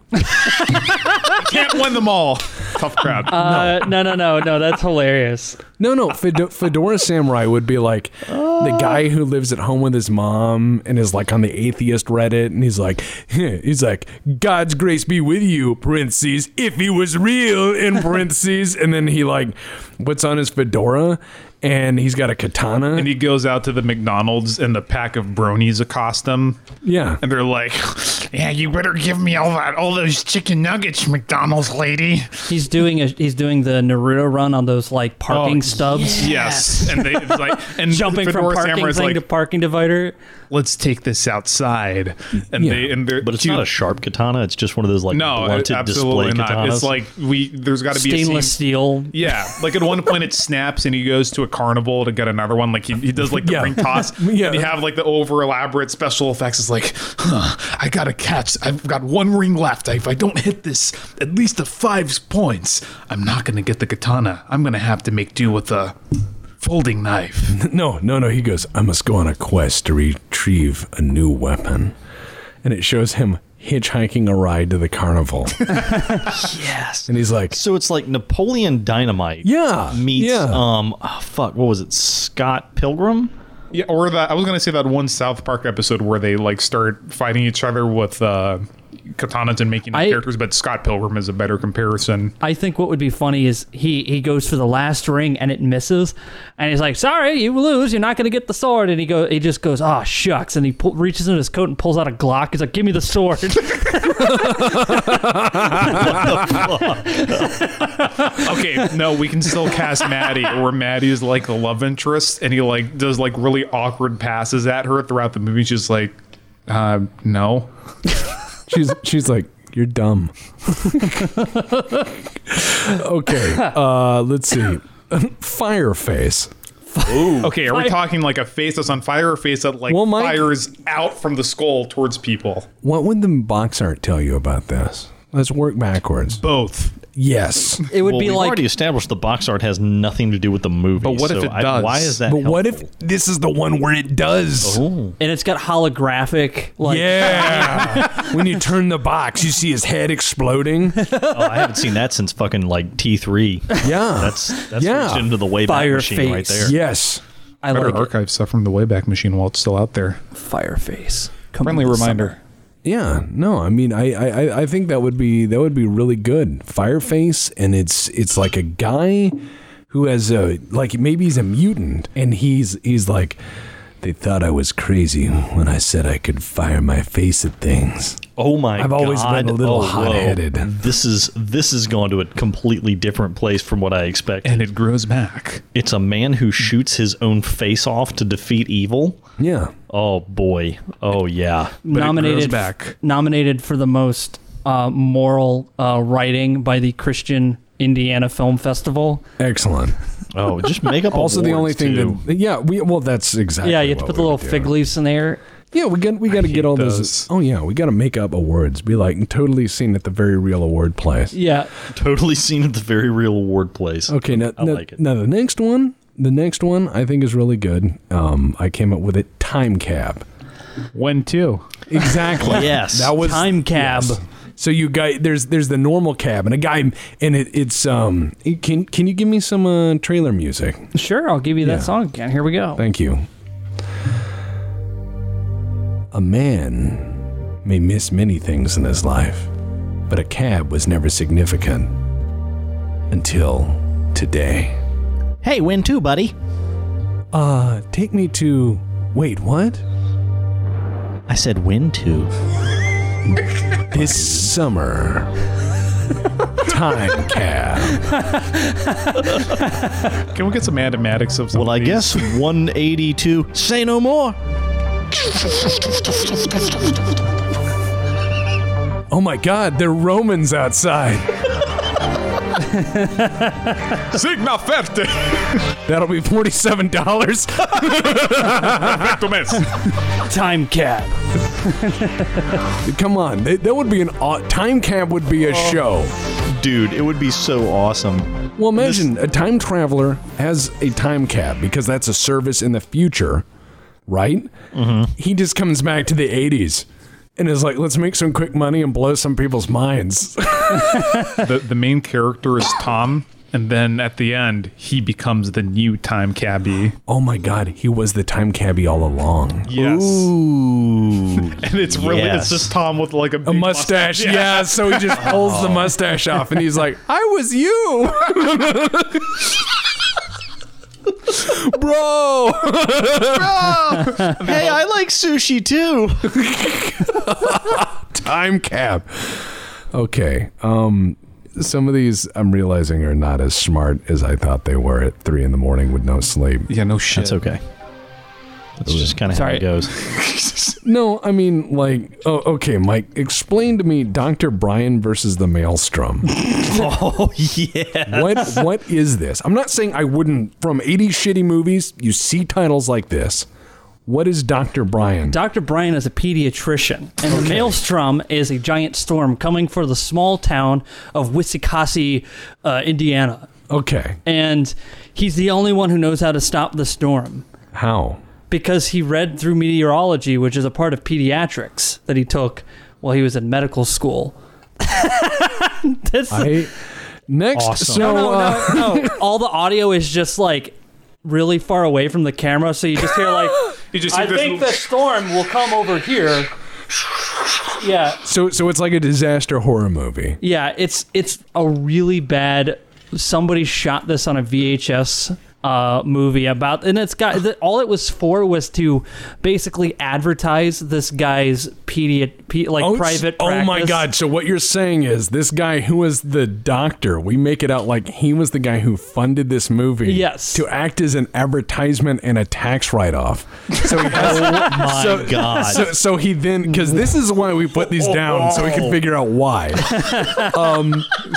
[SPEAKER 4] Can't win them all. Oh, Tough crowd.
[SPEAKER 3] uh, no, no, no, no. That's hilarious.
[SPEAKER 1] No, no. Fed- Fedora Samurai would be like the guy who lives at home with his mom and is like on the atheist Reddit, and he's like, "Huh," he's like, God's grace be with you, parentheses, if he was real, in parentheses. and then he like puts on his fedora and he's got a katana.
[SPEAKER 4] and he goes out to the McDonald's and the pack of bronies accost him.
[SPEAKER 1] yeah.
[SPEAKER 4] And they're like, "Yeah, you better give me all that, all those chicken nuggets, McDonald's lady."
[SPEAKER 3] He's doing a, he's doing the Naruto run on those like parking
[SPEAKER 4] Oh,
[SPEAKER 3] stubs,
[SPEAKER 4] Yes, and they it's like and
[SPEAKER 3] jumping from
[SPEAKER 4] Fedora
[SPEAKER 3] parking
[SPEAKER 4] Samurai's
[SPEAKER 3] thing
[SPEAKER 4] like,
[SPEAKER 3] to parking divider.
[SPEAKER 4] "Let's take this outside," and
[SPEAKER 1] Yeah.
[SPEAKER 4] they and they're
[SPEAKER 2] But it's not a sharp katana. It's just one of those like
[SPEAKER 4] no,
[SPEAKER 2] blunted display
[SPEAKER 4] absolutely not.
[SPEAKER 2] katanas.
[SPEAKER 4] It's like we there's got to be a scene-
[SPEAKER 3] Stainless steel.
[SPEAKER 4] Yeah, like at one point it snaps and he goes to a carnival to get another one. Like he, he does like the
[SPEAKER 1] Yeah.
[SPEAKER 4] ring toss.
[SPEAKER 1] Yeah.
[SPEAKER 4] And you have like the over elaborate special effects. It's like, huh, I got to catch. I've got one ring left. If I don't hit this at least the five points, I'm not going to get the katana. I'm going to have to make do with a folding knife.
[SPEAKER 1] No, no, no. He goes, I must go on a quest to retrieve a new weapon. And it shows him hitchhiking a ride to the carnival.
[SPEAKER 2] yes.
[SPEAKER 1] and he's like,
[SPEAKER 2] So it's like Napoleon Dynamite.
[SPEAKER 1] Yeah,
[SPEAKER 2] Meets
[SPEAKER 1] yeah.
[SPEAKER 2] um oh, fuck what was it Scott Pilgrim?
[SPEAKER 4] Yeah, or that I was going to say that one South Park episode where they like start fighting each other with uh, katanas and making
[SPEAKER 3] I-
[SPEAKER 4] characters, but Scott Pilgrim is a better comparison.
[SPEAKER 3] I think what would be funny is he he goes for the last ring and it misses, and he's like, "Sorry, you lose. You're not gonna get the sword." And he go he just goes, "Ah, shucks!" And he pull, reaches into his coat and pulls out a Glock. He's like, "Give me the sword."
[SPEAKER 4] Okay, no, we can still cast Maddie, where Maddie is like the love interest, and he like does like really awkward passes at her throughout the movie. She's like, uh, no.
[SPEAKER 1] she's she's like you're dumb okay uh let's see fireface
[SPEAKER 4] Okay, are we
[SPEAKER 1] Fire.
[SPEAKER 4] talking like a face that's on fire or a face that like
[SPEAKER 1] Well, Mike-
[SPEAKER 4] fires out from the skull towards people?
[SPEAKER 1] What would the box art tell you about this? Let's work backwards.
[SPEAKER 4] Both.
[SPEAKER 1] Yes.
[SPEAKER 3] It would
[SPEAKER 2] Well,
[SPEAKER 3] be
[SPEAKER 2] we've
[SPEAKER 3] like
[SPEAKER 2] already established the box art has nothing to do with the movie. But
[SPEAKER 4] what if it does?
[SPEAKER 2] why is that?
[SPEAKER 1] But what
[SPEAKER 2] helpful?
[SPEAKER 1] if this is the one where it does?
[SPEAKER 3] and it's got holographic like
[SPEAKER 1] Yeah. when you turn the box, you see his head exploding.
[SPEAKER 2] Oh, I haven't seen that since fucking like T three.
[SPEAKER 1] Yeah.
[SPEAKER 2] That's that's
[SPEAKER 1] Yeah.
[SPEAKER 2] reached into the way back
[SPEAKER 3] Fire
[SPEAKER 2] machine right
[SPEAKER 3] face.
[SPEAKER 2] there.
[SPEAKER 1] yes.
[SPEAKER 3] I like it.
[SPEAKER 4] archive stuff from the Wayback Machine while it's still out there.
[SPEAKER 3] Fireface. Come
[SPEAKER 4] Friendly
[SPEAKER 3] in the
[SPEAKER 4] reminder.
[SPEAKER 1] Yeah. No, I mean I, I I- I think that would be that would be really good. Fireface and it's it's like a guy who has a like maybe he's a mutant and he's he's like they thought I was crazy when I said I could fire my face at things.
[SPEAKER 2] Oh my!
[SPEAKER 1] I've always been
[SPEAKER 2] God.
[SPEAKER 1] a little
[SPEAKER 2] Oh, whoa.
[SPEAKER 1] hot-headed.
[SPEAKER 2] This is this has gone to a completely different place from what I expected.
[SPEAKER 4] And it grows back.
[SPEAKER 2] It's a man who shoots his own face off to defeat evil.
[SPEAKER 1] Yeah.
[SPEAKER 2] Oh boy! Oh yeah!
[SPEAKER 4] But it
[SPEAKER 3] nominated
[SPEAKER 4] grows back.
[SPEAKER 3] nominated for the most uh, moral uh, writing by the Christian Indiana Film Festival.
[SPEAKER 1] Excellent.
[SPEAKER 2] Oh, just make up.
[SPEAKER 1] Also, the
[SPEAKER 2] awards,
[SPEAKER 1] only thing
[SPEAKER 2] too.
[SPEAKER 1] that yeah, we well that's exactly.
[SPEAKER 3] yeah, you have to
[SPEAKER 1] what
[SPEAKER 3] put the
[SPEAKER 1] we
[SPEAKER 3] little
[SPEAKER 1] would do.
[SPEAKER 3] fig leaves in there.
[SPEAKER 1] Yeah, we got we got to get all those.
[SPEAKER 4] those.
[SPEAKER 1] Oh yeah, we got to make up awards. Be like totally seen at the very real award place.
[SPEAKER 3] Yeah,
[SPEAKER 2] totally seen at the very real award place.
[SPEAKER 1] Okay, now
[SPEAKER 2] I
[SPEAKER 1] now,
[SPEAKER 2] like it.
[SPEAKER 1] now the next one, the next one I think is really good. Um, I came up with it. Time cab.
[SPEAKER 4] When two.
[SPEAKER 1] Exactly.
[SPEAKER 2] Yes.
[SPEAKER 1] That was
[SPEAKER 3] Time cab.
[SPEAKER 1] So you guy, there's there's the normal cab and a guy, and it, it's um. it- can can you give me some uh, trailer music?
[SPEAKER 3] Sure, I'll give you
[SPEAKER 1] Yeah.
[SPEAKER 3] that song again. Here we go.
[SPEAKER 1] Thank you. A man may miss many things in his life, but a cab was never significant until today.
[SPEAKER 2] Hey, win too, buddy.
[SPEAKER 1] Uh, take me to. Wait, what?
[SPEAKER 2] I said win too.
[SPEAKER 1] This summer. Time cab.
[SPEAKER 4] Can we get some mathematics of some
[SPEAKER 2] Well, I
[SPEAKER 4] of these?
[SPEAKER 2] guess 182. Say no more.
[SPEAKER 1] Oh my god, they're Romans outside.
[SPEAKER 4] Sigma Ferte!
[SPEAKER 1] That'll be $47.
[SPEAKER 4] Thomas.
[SPEAKER 3] Time cab.
[SPEAKER 1] Come on, that that would be an. Aw- time cab would be a show.
[SPEAKER 2] Dude, it would be so awesome.
[SPEAKER 1] Well, imagine a time traveler has a time cab because that's a service in the future, right? He just comes back to the 80s and is like, let's make some quick money and blow some people's minds.
[SPEAKER 4] the, the main character is Tom, and then at the end, he becomes the new time cabbie.
[SPEAKER 1] oh my God, he was the time cabbie all along.
[SPEAKER 4] Yes.
[SPEAKER 2] Ooh.
[SPEAKER 4] And it's really,
[SPEAKER 2] Yes.
[SPEAKER 4] it's just Tom with like a,
[SPEAKER 1] A mustache, yeah. So he just pulls the mustache off and he's like, I was you. Bro.
[SPEAKER 2] hey, I like sushi too.
[SPEAKER 1] time cab. Okay. Um, some of these I'm realizing are not as smart as I thought they were at three in the morning with no sleep.
[SPEAKER 4] Yeah, no shit.
[SPEAKER 2] It's okay. That's just kind of how
[SPEAKER 3] Sorry.
[SPEAKER 2] it goes.
[SPEAKER 1] No, I mean like, oh, okay, Mike, explain to me Dr. Brian versus the Maelstrom.
[SPEAKER 2] Oh, yeah.
[SPEAKER 1] What what is this? I'm not saying I wouldn't from 80 shitty movies. You see titles like this. What is Dr. Brian?
[SPEAKER 3] Dr. Brian is a pediatrician, and the maelstrom is a giant storm coming for the small town of Wissacassee, uh, Indiana.
[SPEAKER 1] okay,
[SPEAKER 3] And he's the only one who knows how to stop the storm
[SPEAKER 1] how?
[SPEAKER 3] because he read through meteorology, which is a part of pediatrics that he took while he was in medical school. This-
[SPEAKER 1] I next.
[SPEAKER 2] Awesome.
[SPEAKER 1] So
[SPEAKER 3] no,
[SPEAKER 1] uh,
[SPEAKER 3] no, no. All the audio is just like really far away from the camera, so you just hear like,
[SPEAKER 4] You just
[SPEAKER 3] "I
[SPEAKER 4] hear this
[SPEAKER 3] think the
[SPEAKER 4] little-
[SPEAKER 3] storm will come over here." Yeah,
[SPEAKER 1] so so it's like a disaster horror movie.
[SPEAKER 3] yeah. It's it's a really bad. Somebody shot this on a VHS. Uh, movie about and it's got the, all it was for was to basically advertise this guy's pedi- pe- like
[SPEAKER 1] Oh, it's-
[SPEAKER 3] private
[SPEAKER 1] Oh my
[SPEAKER 3] practice.
[SPEAKER 1] god! So what you're saying is this guy who was the doctor? We make it out like he was the guy who funded this movie.
[SPEAKER 3] Yes.
[SPEAKER 1] To act as an advertisement and a tax write-off. So he has.
[SPEAKER 2] My
[SPEAKER 1] So-
[SPEAKER 2] God.
[SPEAKER 1] So, so he then, because this is why we put these down, so we can figure out why.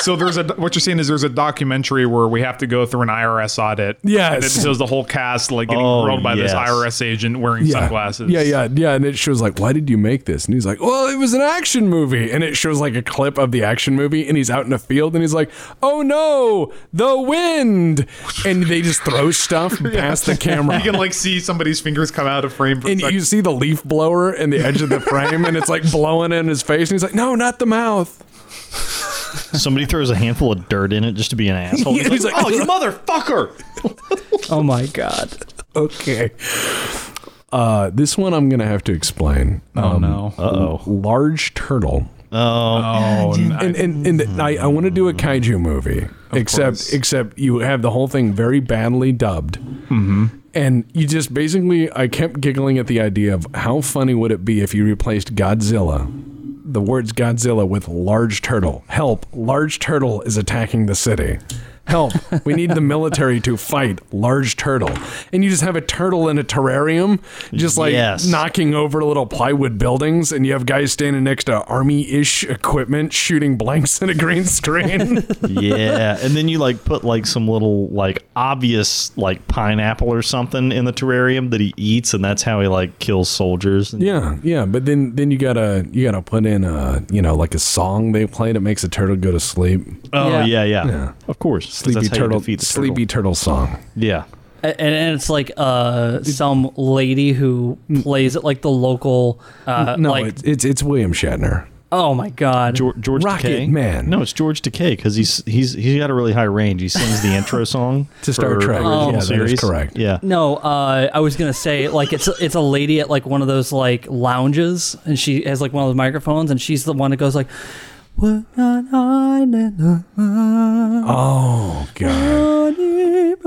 [SPEAKER 4] So there's a, what you're saying is there's a documentary where we have to go through an IRS audit. And it
[SPEAKER 1] Yes.
[SPEAKER 4] shows the whole cast like getting
[SPEAKER 2] Oh,
[SPEAKER 4] grilled by this
[SPEAKER 2] yes.
[SPEAKER 4] IRS agent wearing
[SPEAKER 1] yeah.
[SPEAKER 4] sunglasses.
[SPEAKER 1] Yeah, yeah, yeah. And it shows like, why did you make this? And he's like, well, it was an action movie. And it shows like a clip of the action movie, and he's out in a field, and he's like, oh no, the wind. And they just throw stuff past the camera.
[SPEAKER 4] You can like see somebody's fingers come out of frame. For a
[SPEAKER 1] and
[SPEAKER 4] second.
[SPEAKER 1] you see the leaf blower in the edge of the frame, and it's like blowing in his face. And he's like, no, not the mouth.
[SPEAKER 2] Somebody throws a handful of dirt in it just to be an asshole.
[SPEAKER 1] Yeah,
[SPEAKER 2] He's
[SPEAKER 1] he's
[SPEAKER 2] like,
[SPEAKER 1] like-
[SPEAKER 2] oh, you motherfucker!
[SPEAKER 3] Oh my god.
[SPEAKER 1] Okay. Uh, this one I'm going to have to explain. Um,
[SPEAKER 4] oh no.
[SPEAKER 2] Uh oh.
[SPEAKER 1] Large turtle
[SPEAKER 4] Oh, no.
[SPEAKER 1] and and, and I, I want to do a kaiju movie, except
[SPEAKER 4] course.
[SPEAKER 1] except you have the whole thing very badly dubbed, mm-hmm. and you just basically I kept giggling at the idea of how funny would it be if you replaced Godzilla, the words Godzilla with large turtle. Help! Large turtle is attacking the city. Help! We need the military to fight large turtle, and you just have a turtle in a terrarium, just like
[SPEAKER 2] Yes.
[SPEAKER 1] knocking knocking over little plywood buildings, and you have guys standing next to army ish equipment shooting blanks in a green screen.
[SPEAKER 2] Yeah, and then you like put like some little like obvious like pineapple or something in the terrarium that he eats, and that's how he like kills soldiers. And
[SPEAKER 1] yeah, yeah. But then then you gotta you gotta put in a you know like a song they play that makes a turtle go to sleep.
[SPEAKER 2] Oh yeah,
[SPEAKER 3] Yeah.
[SPEAKER 2] yeah, Of course, 'cause
[SPEAKER 1] Sleepy
[SPEAKER 2] that's how you
[SPEAKER 1] turtle,
[SPEAKER 2] defeat the turtle.
[SPEAKER 1] sleepy turtle song.
[SPEAKER 2] Yeah.
[SPEAKER 3] And, and it's like uh, some lady who plays at like the local uh,
[SPEAKER 1] Mm, No,
[SPEAKER 3] like
[SPEAKER 1] it's, it's it's William Shatner.
[SPEAKER 3] oh my god.
[SPEAKER 2] George, George
[SPEAKER 1] Rocket
[SPEAKER 2] Takei?
[SPEAKER 1] Man.
[SPEAKER 2] No, it's George Takei because he's he's he's got a really high range. He sings the intro song
[SPEAKER 1] To Star
[SPEAKER 2] for
[SPEAKER 1] Trek.
[SPEAKER 2] the
[SPEAKER 1] Oh.
[SPEAKER 2] original
[SPEAKER 1] Yeah, that is
[SPEAKER 2] series.
[SPEAKER 1] correct.
[SPEAKER 2] Yeah.
[SPEAKER 3] No, uh, I was gonna say like it's it's a lady at like one of those like lounges, and she has like one of those microphones, and she's the one that goes like, "We're an island of
[SPEAKER 1] Oh god.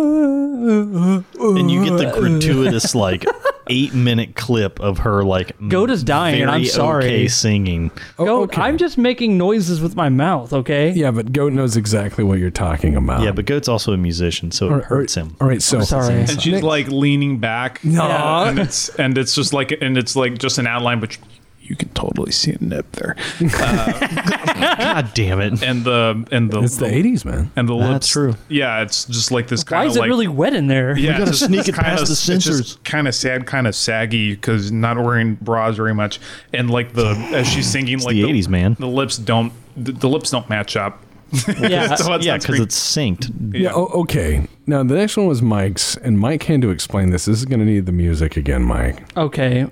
[SPEAKER 3] honeymoon."
[SPEAKER 2] and you get the gratuitous like eight minute clip of her like
[SPEAKER 3] Goda's dying, and
[SPEAKER 2] very
[SPEAKER 3] I'm sorry.
[SPEAKER 2] okay singing.
[SPEAKER 3] Go,
[SPEAKER 1] okay.
[SPEAKER 3] I'm just making noises with my mouth, okay?
[SPEAKER 1] Yeah, but Goat knows exactly what you're talking about.
[SPEAKER 2] Yeah, but Goat's also a musician, so it hurts him.
[SPEAKER 1] All right, so
[SPEAKER 3] Sorry.
[SPEAKER 4] and she's like leaning back.
[SPEAKER 1] Aw.
[SPEAKER 4] and it's and it's just like and it's like just an outline, but you can totally see a nip there.
[SPEAKER 2] God damn it!
[SPEAKER 4] And the and the
[SPEAKER 1] it's the '80s, man.
[SPEAKER 4] and the lips.
[SPEAKER 2] That's true.
[SPEAKER 4] Yeah, it's just like this
[SPEAKER 3] Why
[SPEAKER 4] kind of
[SPEAKER 3] is it
[SPEAKER 4] like
[SPEAKER 3] really wet in there?
[SPEAKER 4] yeah,
[SPEAKER 2] gotta sneak it past the sensors.
[SPEAKER 4] Kind of sad, kind of saggy because not wearing bras very much, and like the as she's singing, like
[SPEAKER 2] the 80s, man.
[SPEAKER 4] The lips don't the, the lips don't match up.
[SPEAKER 3] Yeah.
[SPEAKER 4] So it's
[SPEAKER 2] yeah,
[SPEAKER 4] not
[SPEAKER 2] because
[SPEAKER 4] screen-
[SPEAKER 2] it's synced.
[SPEAKER 1] Yeah. Oh, okay. Now the next one was Mike's, and Mike had to explain this. This is going to need the music again, Mike.
[SPEAKER 3] Okay.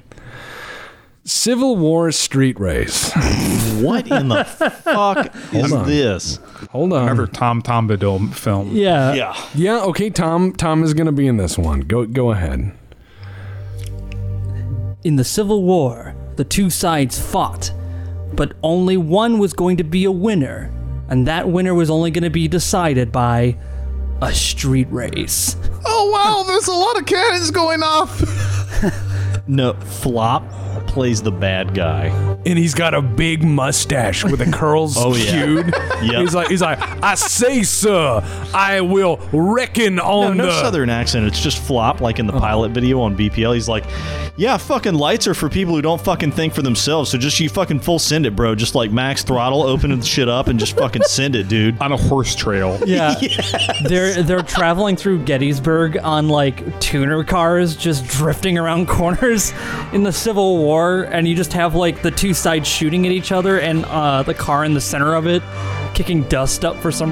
[SPEAKER 1] Civil War Street Race.
[SPEAKER 2] What in the fuck is
[SPEAKER 1] on.
[SPEAKER 2] this?
[SPEAKER 1] Hold on.
[SPEAKER 4] another Tom Tom Badil film.
[SPEAKER 3] Yeah.
[SPEAKER 2] Yeah,
[SPEAKER 1] Yeah. Okay. Tom. Tom is going to be in this one. Go. Go ahead.
[SPEAKER 3] In the Civil War, the two sides fought, but only one was going to be a winner, and that winner was only going to be decided by a street race.
[SPEAKER 4] Oh wow, there's a lot of cannons going off.
[SPEAKER 2] no flop plays the bad guy.
[SPEAKER 1] And he's got a big mustache with the curls
[SPEAKER 2] Oh, yeah.
[SPEAKER 1] queued.
[SPEAKER 2] Yeah.
[SPEAKER 1] He's like. He's like. I say, sir, I will reckon
[SPEAKER 2] Oh, No,
[SPEAKER 1] on
[SPEAKER 2] no
[SPEAKER 1] the. Oh.
[SPEAKER 2] southern accent. It's just flop, like in the pilot video on BPL. He's like, "Yeah, fucking lights are for people who don't fucking think for themselves. So just you fucking full send it, bro. Just like max throttle, open the shit up, and just fucking send it, dude."
[SPEAKER 4] On a horse trail.
[SPEAKER 3] Yeah. They're they're traveling through Gettysburg on like tuner cars just drifting around corners in the Civil War and you just have like the two sides shooting at each other and uh, the car in the center of it kicking dust up for some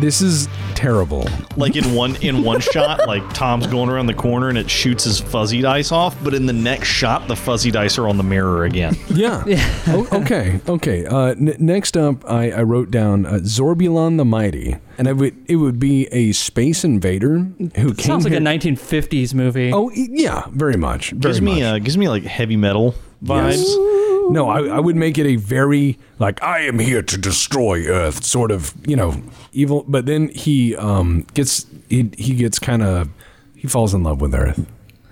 [SPEAKER 1] This is terrible.
[SPEAKER 2] Like in one in one shot, like Tom's going around the corner and it shoots his fuzzy dice off, but in the next shot, the fuzzy dice are on the mirror again.
[SPEAKER 1] Yeah. O- okay. Okay. Uh, n- next up, I, I wrote down uh, Zorbulon the Mighty, and I would it would be a space invader who came
[SPEAKER 3] Sounds like
[SPEAKER 1] here-
[SPEAKER 3] a 1950s movie.
[SPEAKER 1] Oh y- yeah, very much. Very
[SPEAKER 2] gives me
[SPEAKER 1] much.
[SPEAKER 2] uh, gives me like heavy metal vibes.
[SPEAKER 1] Yes. No, I, I would make it a very like I am here to destroy Earth sort of you know evil. But then he um gets he he gets kind of he falls in love with Earth.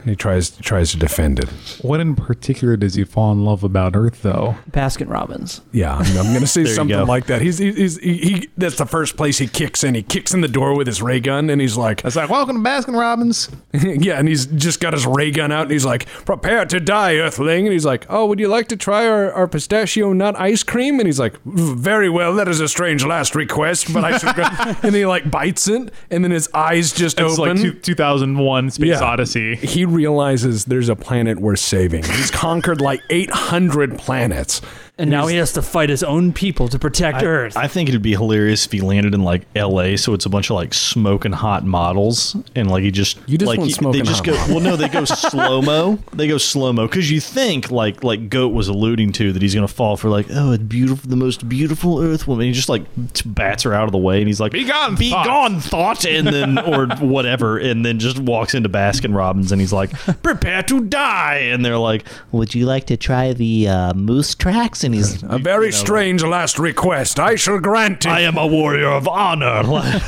[SPEAKER 1] He tries tries to defend it.
[SPEAKER 4] What in particular does he fall in love about Earth, though?
[SPEAKER 3] Baskin Robbins.
[SPEAKER 1] Yeah, I'm, I'm going to say
[SPEAKER 2] you
[SPEAKER 1] something
[SPEAKER 2] go.
[SPEAKER 1] like that. He's, he's, he's he, he. That's the first place he kicks in. He kicks in the door with his ray gun, and he's like,
[SPEAKER 4] It's like, welcome to Baskin Robbins.
[SPEAKER 1] yeah, and he's just got his ray gun out, and he's like, prepare to die, Earthling. And he's like, oh, would you like to try our, our pistachio nut ice cream? And he's like, very well, that is a strange last request, but I should. go. and he like bites it, and then his eyes just
[SPEAKER 4] It's
[SPEAKER 1] open.
[SPEAKER 4] like two, 2001 Space
[SPEAKER 1] Yeah.
[SPEAKER 4] Odyssey.
[SPEAKER 1] he realizes there's a planet worth saving. He's conquered like 800 planets.
[SPEAKER 3] And now he has to fight his own people to protect Earth.
[SPEAKER 2] I think it'd be hilarious if he landed in like L.A. So it's a bunch of like smoking hot models, and like he just
[SPEAKER 1] You just
[SPEAKER 2] like
[SPEAKER 1] want
[SPEAKER 2] he-
[SPEAKER 1] smoking
[SPEAKER 2] they just
[SPEAKER 1] hot
[SPEAKER 2] go well no they go slow mo they go slow mo because you think like like Goat was alluding to that he's gonna fall for like oh a beautiful the most beautiful Earth woman he just like t- bats her out of the way and he's like
[SPEAKER 4] Be gone,
[SPEAKER 2] be
[SPEAKER 4] thought."
[SPEAKER 2] gone thought and then or whatever and then just walks into Baskin Robbins and he's like prepare to die and they're like
[SPEAKER 5] Would you like to try the uh, moose tracks? And he's
[SPEAKER 1] A very strange last request. I shall grant it.
[SPEAKER 2] I am a warrior of honor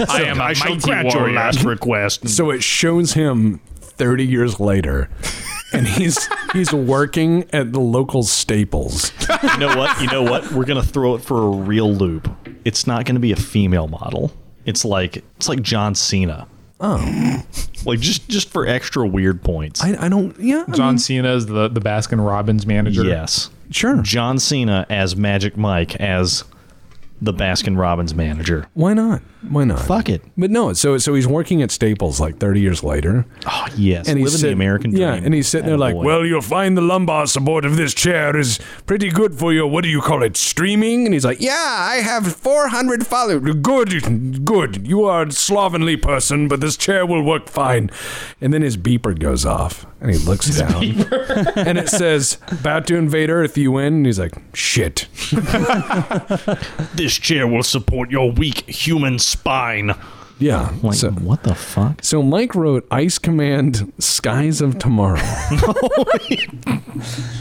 [SPEAKER 4] I am a
[SPEAKER 2] I shall
[SPEAKER 4] mighty
[SPEAKER 2] grant your
[SPEAKER 4] warrior.
[SPEAKER 2] last request
[SPEAKER 1] So it shows him 30 years later, and he's he's working at the local Staples.
[SPEAKER 2] You know what? You know what? We're gonna throw it for a real loop. It's not gonna be a female model. It's like it's like John Cena. Oh, like just just for extra weird points.
[SPEAKER 1] I, I don't. Yeah, I
[SPEAKER 4] John Cena is the, the Baskin Robbins manager.
[SPEAKER 2] yes,
[SPEAKER 1] mean, sure.
[SPEAKER 2] John Cena as Magic Mike as the Baskin Robbins manager.
[SPEAKER 1] Why not? Why not?
[SPEAKER 2] Fuck it.
[SPEAKER 1] But no. So so he's working at Staples like 30 years later,
[SPEAKER 2] Oh
[SPEAKER 1] and
[SPEAKER 2] yes, living
[SPEAKER 1] he's
[SPEAKER 2] the
[SPEAKER 1] sit-
[SPEAKER 2] American dream.
[SPEAKER 1] Yeah, and he's sitting there like,
[SPEAKER 2] Attaboy.
[SPEAKER 1] well, you'll find the lumbar support of this chair is pretty good for your what do you call it streaming? And he's like, yeah, I have 400 followers. Good, good. You are a slovenly person, but this chair will work fine. And then his beeper goes off, and he looks down, and it says, about to invade Earth, you win. And he's like, shit.
[SPEAKER 2] this chair will support your weak human spine.
[SPEAKER 1] Yeah.
[SPEAKER 2] Like
[SPEAKER 1] so.
[SPEAKER 2] what the fuck?
[SPEAKER 1] So Mike wrote Ice Command Skies of Tomorrow.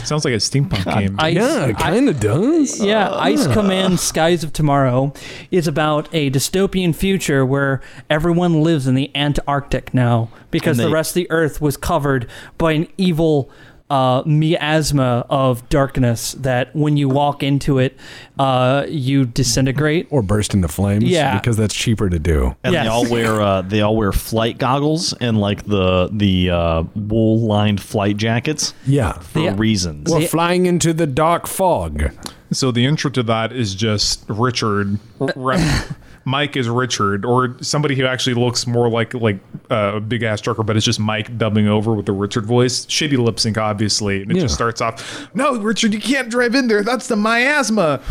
[SPEAKER 4] Sounds like a steampunk game.
[SPEAKER 3] Ice-
[SPEAKER 1] Yeah, it kind of does.
[SPEAKER 3] Yeah, Ice Command Skies of Tomorrow is about a dystopian future where everyone lives in the Antarctic now because
[SPEAKER 2] And
[SPEAKER 3] the
[SPEAKER 2] they-
[SPEAKER 3] rest of the Earth was covered by an evil uh, miasma of darkness that when you walk into it, uh, you disintegrate.
[SPEAKER 1] or burst into flames
[SPEAKER 3] Yeah.
[SPEAKER 1] because that's cheaper to do.
[SPEAKER 2] and
[SPEAKER 3] Yes.
[SPEAKER 2] they all wear uh, they all wear flight goggles and like the the uh, wool lined flight jackets
[SPEAKER 1] Yeah.
[SPEAKER 2] for
[SPEAKER 3] Yeah.
[SPEAKER 2] reasons.
[SPEAKER 1] We're flying into the dark fog.
[SPEAKER 4] So the intro to that is just Richard. Re- Mike is Richard, or somebody who actually looks more like like uh, a big ass trucker, but it's just Mike dubbing over with the Richard voice. Shitty lip sync, obviously. And it
[SPEAKER 1] Yeah.
[SPEAKER 4] just starts off, "No, Richard, you can't drive in there. That's the miasma."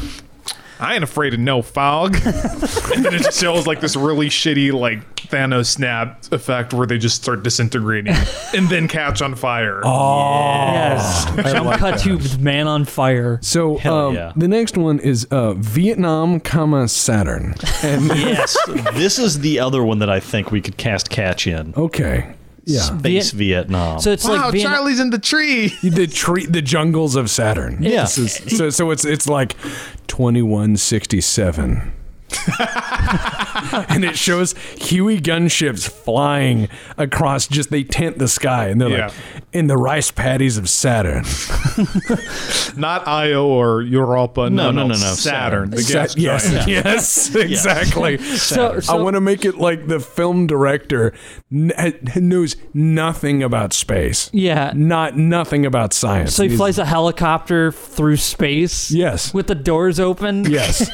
[SPEAKER 4] I ain't afraid of no fog. and then it just shows like this really shitty like Thanos snap effect where they just start disintegrating and then catch on fire.
[SPEAKER 3] Oh. Yes. Jump cut to Man on Fire.
[SPEAKER 1] So
[SPEAKER 2] Hell
[SPEAKER 1] um,
[SPEAKER 2] yeah.
[SPEAKER 1] the next one is uh, Vietnam, comma Saturn. And
[SPEAKER 2] yes, this is the other one that I think we could cast catch in.
[SPEAKER 1] okay, yeah,
[SPEAKER 2] Space Vietnam.
[SPEAKER 3] Oh, So it's
[SPEAKER 4] wow,
[SPEAKER 3] like Vietnam-
[SPEAKER 4] Charlie's in the tree.
[SPEAKER 1] the tree, the jungles of Saturn.
[SPEAKER 2] Yeah.
[SPEAKER 1] This is- so so it's it's like twenty one sixty seven. and it shows Huey gunships flying across just they tint the sky and they're like
[SPEAKER 4] Yeah.
[SPEAKER 1] in the rice paddies of Saturn.
[SPEAKER 4] Not Io or Europa. No, no, no, no.
[SPEAKER 2] Saturn.
[SPEAKER 4] Saturn. The
[SPEAKER 1] Sa-
[SPEAKER 4] gas
[SPEAKER 1] yes,
[SPEAKER 4] giant.
[SPEAKER 1] yes, exactly.
[SPEAKER 3] So- so-
[SPEAKER 1] I want to make it like the film director n- ha- knows nothing about space.
[SPEAKER 3] Yeah.
[SPEAKER 1] Not nothing about science.
[SPEAKER 3] So he
[SPEAKER 1] He's-
[SPEAKER 3] flies a helicopter through space.
[SPEAKER 1] Yes.
[SPEAKER 3] With the doors open.
[SPEAKER 1] Yes.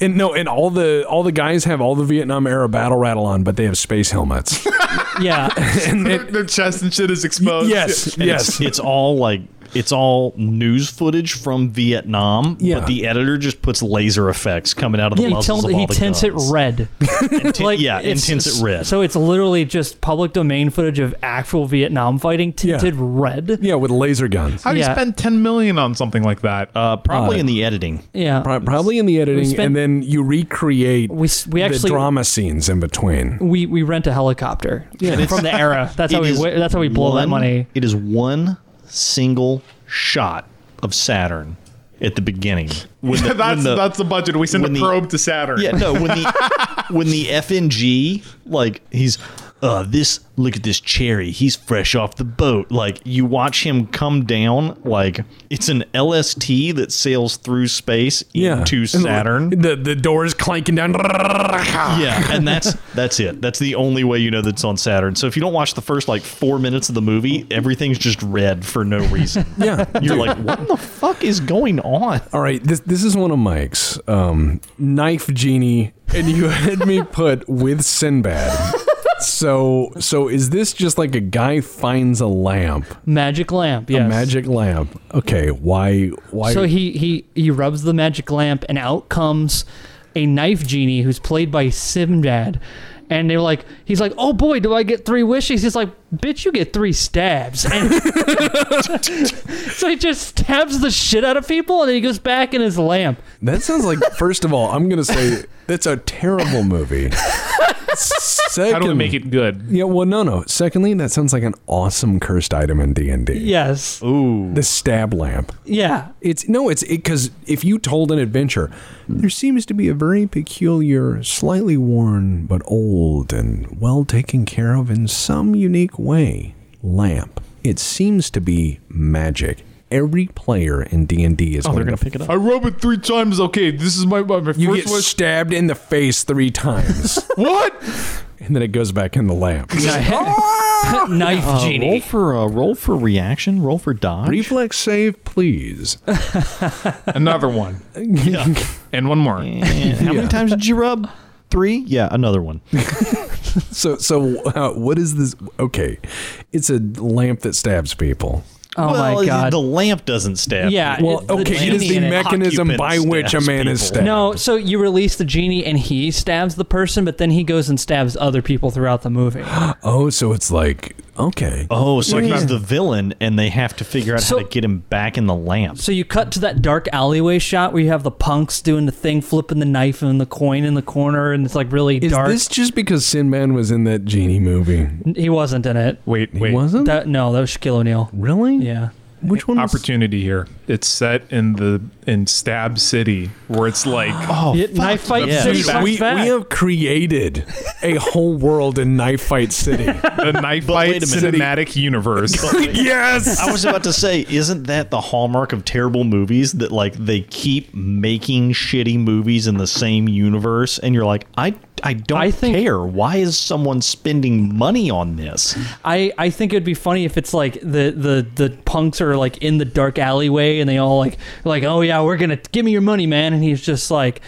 [SPEAKER 1] and no, and all the all the guys have all the Vietnam era battle rattle on, but they have space helmets.
[SPEAKER 3] Yeah.
[SPEAKER 4] Their, their chest and shit is
[SPEAKER 3] Oh,
[SPEAKER 4] exposed.
[SPEAKER 1] yes,
[SPEAKER 2] And it's-
[SPEAKER 1] yes.
[SPEAKER 2] it's, all like it's all news footage from Vietnam,
[SPEAKER 1] Yeah.
[SPEAKER 2] but the editor just puts laser effects coming out of the
[SPEAKER 3] he
[SPEAKER 2] muzzles
[SPEAKER 3] tells
[SPEAKER 2] of all
[SPEAKER 3] he
[SPEAKER 2] the
[SPEAKER 3] tints
[SPEAKER 2] guns.
[SPEAKER 3] it red.
[SPEAKER 2] And tin-
[SPEAKER 3] like
[SPEAKER 2] yeah, and
[SPEAKER 3] it's-
[SPEAKER 2] tints it red.
[SPEAKER 3] So it's literally just public domain footage of actual Vietnam fighting tinted red.
[SPEAKER 1] yeah, with laser guns.
[SPEAKER 4] How do
[SPEAKER 3] Yeah.
[SPEAKER 4] you spend 10 million on something like that?
[SPEAKER 2] uh, probably in the editing.
[SPEAKER 3] Yeah.
[SPEAKER 1] Pro- Probably in the editing,
[SPEAKER 3] spent-
[SPEAKER 1] and then you recreate
[SPEAKER 3] We s- we
[SPEAKER 1] the
[SPEAKER 3] actually-
[SPEAKER 1] drama scenes in between.
[SPEAKER 3] We we rent a helicopter from the era. That's how
[SPEAKER 2] It
[SPEAKER 3] we
[SPEAKER 2] is
[SPEAKER 3] wi- that's how we blow that
[SPEAKER 2] one-
[SPEAKER 3] money.
[SPEAKER 2] It is one single shot of Saturn at the beginning. When the-
[SPEAKER 4] that's,
[SPEAKER 2] when the-
[SPEAKER 4] that's the budget. We send a
[SPEAKER 2] when the-
[SPEAKER 4] probe to Saturn.
[SPEAKER 2] yeah, no, when the when the FNG like he's uh, this look at this cherry he's fresh off the boat like you watch him come down like it's an lst that sails through space into saturn
[SPEAKER 1] The the doors clanking down. Yeah.
[SPEAKER 2] yeah, and that's that's it. That's the only way you know that's on Saturn. So if you don't watch the first like four minutes of the movie, everything's just red for no reason. You're like, what the fuck is going on?
[SPEAKER 1] All right. This this is one of Mike's um, knife genie, and you had me put with Sinbad. So so is this just like a guy finds a lamp,
[SPEAKER 3] Magic lamp,
[SPEAKER 1] a
[SPEAKER 3] yes.
[SPEAKER 1] magic lamp? Okay, why why?
[SPEAKER 3] So he, he he rubs the magic lamp, and out comes a knife genie who's played by Sinbad. And they're like, he's like, oh boy, do I get three wishes? He's like, bitch, you get three stabs. And so he just stabs the shit out of people, and then he goes back in his lamp.
[SPEAKER 1] That sounds like, first of all, I'm going to say that's a terrible movie. Second,
[SPEAKER 4] How do we make it good?
[SPEAKER 1] Yeah, well, no, no. Secondly, that sounds like an awesome cursed item in D and D.
[SPEAKER 3] Yes.
[SPEAKER 1] the stab lamp.
[SPEAKER 3] Yeah.
[SPEAKER 1] It's no, it's because if you told an adventure, there seems to be a very peculiar, slightly worn but old and well taken care of in some unique way lamp. It seems to be magic. Every player in D and D is
[SPEAKER 2] Oh, They're
[SPEAKER 1] going
[SPEAKER 2] gonna
[SPEAKER 1] to
[SPEAKER 2] pick it
[SPEAKER 4] I
[SPEAKER 2] up.
[SPEAKER 4] rub it three times. Okay, this is my my, my
[SPEAKER 1] You
[SPEAKER 4] first
[SPEAKER 1] get
[SPEAKER 4] wish.
[SPEAKER 1] stabbed in the face three times,
[SPEAKER 4] what?
[SPEAKER 1] and then it goes back in the lamp.
[SPEAKER 3] Knife
[SPEAKER 2] roll
[SPEAKER 3] genie.
[SPEAKER 2] for uh, roll for reaction. Roll for dodge.
[SPEAKER 1] Reflex save, please.
[SPEAKER 4] Another one. And one more.
[SPEAKER 2] And how many times did you rub? Three. Yeah, another one.
[SPEAKER 1] So, so uh, what is this? Okay, it's a lamp that stabs people.
[SPEAKER 3] Oh
[SPEAKER 2] well,
[SPEAKER 3] my god.
[SPEAKER 2] the lamp doesn't stab.
[SPEAKER 3] Yeah.
[SPEAKER 2] people.
[SPEAKER 1] Well,
[SPEAKER 3] it-
[SPEAKER 1] okay, it is
[SPEAKER 3] genie
[SPEAKER 1] the
[SPEAKER 3] in it.
[SPEAKER 1] mechanism
[SPEAKER 2] Occupant
[SPEAKER 1] by which a
[SPEAKER 2] stabs
[SPEAKER 1] man is
[SPEAKER 2] people.
[SPEAKER 1] stabbed.
[SPEAKER 3] No, so you release the genie and he stabs the person, but then he goes and stabs other people throughout the movie.
[SPEAKER 1] Oh, so it's like okay.
[SPEAKER 2] Oh, so he's the villain, and they have to figure out
[SPEAKER 3] So-
[SPEAKER 2] how to get him back in the lamp.
[SPEAKER 3] So you cut to that dark alleyway shot where you have the punks doing the thing, flipping the knife and the coin in the corner, and it's like really
[SPEAKER 1] Is
[SPEAKER 3] dark.
[SPEAKER 1] this just because Sinbad was in that genie movie?
[SPEAKER 3] He wasn't in it.
[SPEAKER 4] Wait,
[SPEAKER 1] He
[SPEAKER 4] wait.
[SPEAKER 1] wasn't
[SPEAKER 3] That no, that was Shaquille O'Neal.
[SPEAKER 1] really.
[SPEAKER 3] Yeah.
[SPEAKER 1] Which one? Was,
[SPEAKER 4] Opportunity here. It's set in the in Stab City, where it's like
[SPEAKER 2] Oh,
[SPEAKER 3] Yeah, knife fight
[SPEAKER 2] yeah.
[SPEAKER 3] six
[SPEAKER 1] Dude,
[SPEAKER 3] times
[SPEAKER 1] we, we
[SPEAKER 3] back.
[SPEAKER 1] have created a whole world in Knife Fight City.
[SPEAKER 4] the knife
[SPEAKER 2] wait
[SPEAKER 4] fight
[SPEAKER 2] a minute.
[SPEAKER 4] cinematic universe.
[SPEAKER 1] yes.
[SPEAKER 2] I was about to say, isn't that the hallmark of terrible movies that like they keep making shitty movies in the same universe, and you're like, I I don't
[SPEAKER 3] I think-
[SPEAKER 2] care. Why is someone spending money on this?
[SPEAKER 3] I, I think it'd be funny if it's like the, the, the punks are like in the dark alleyway and they all like like oh yeah we're gonna give me your money man and he's just like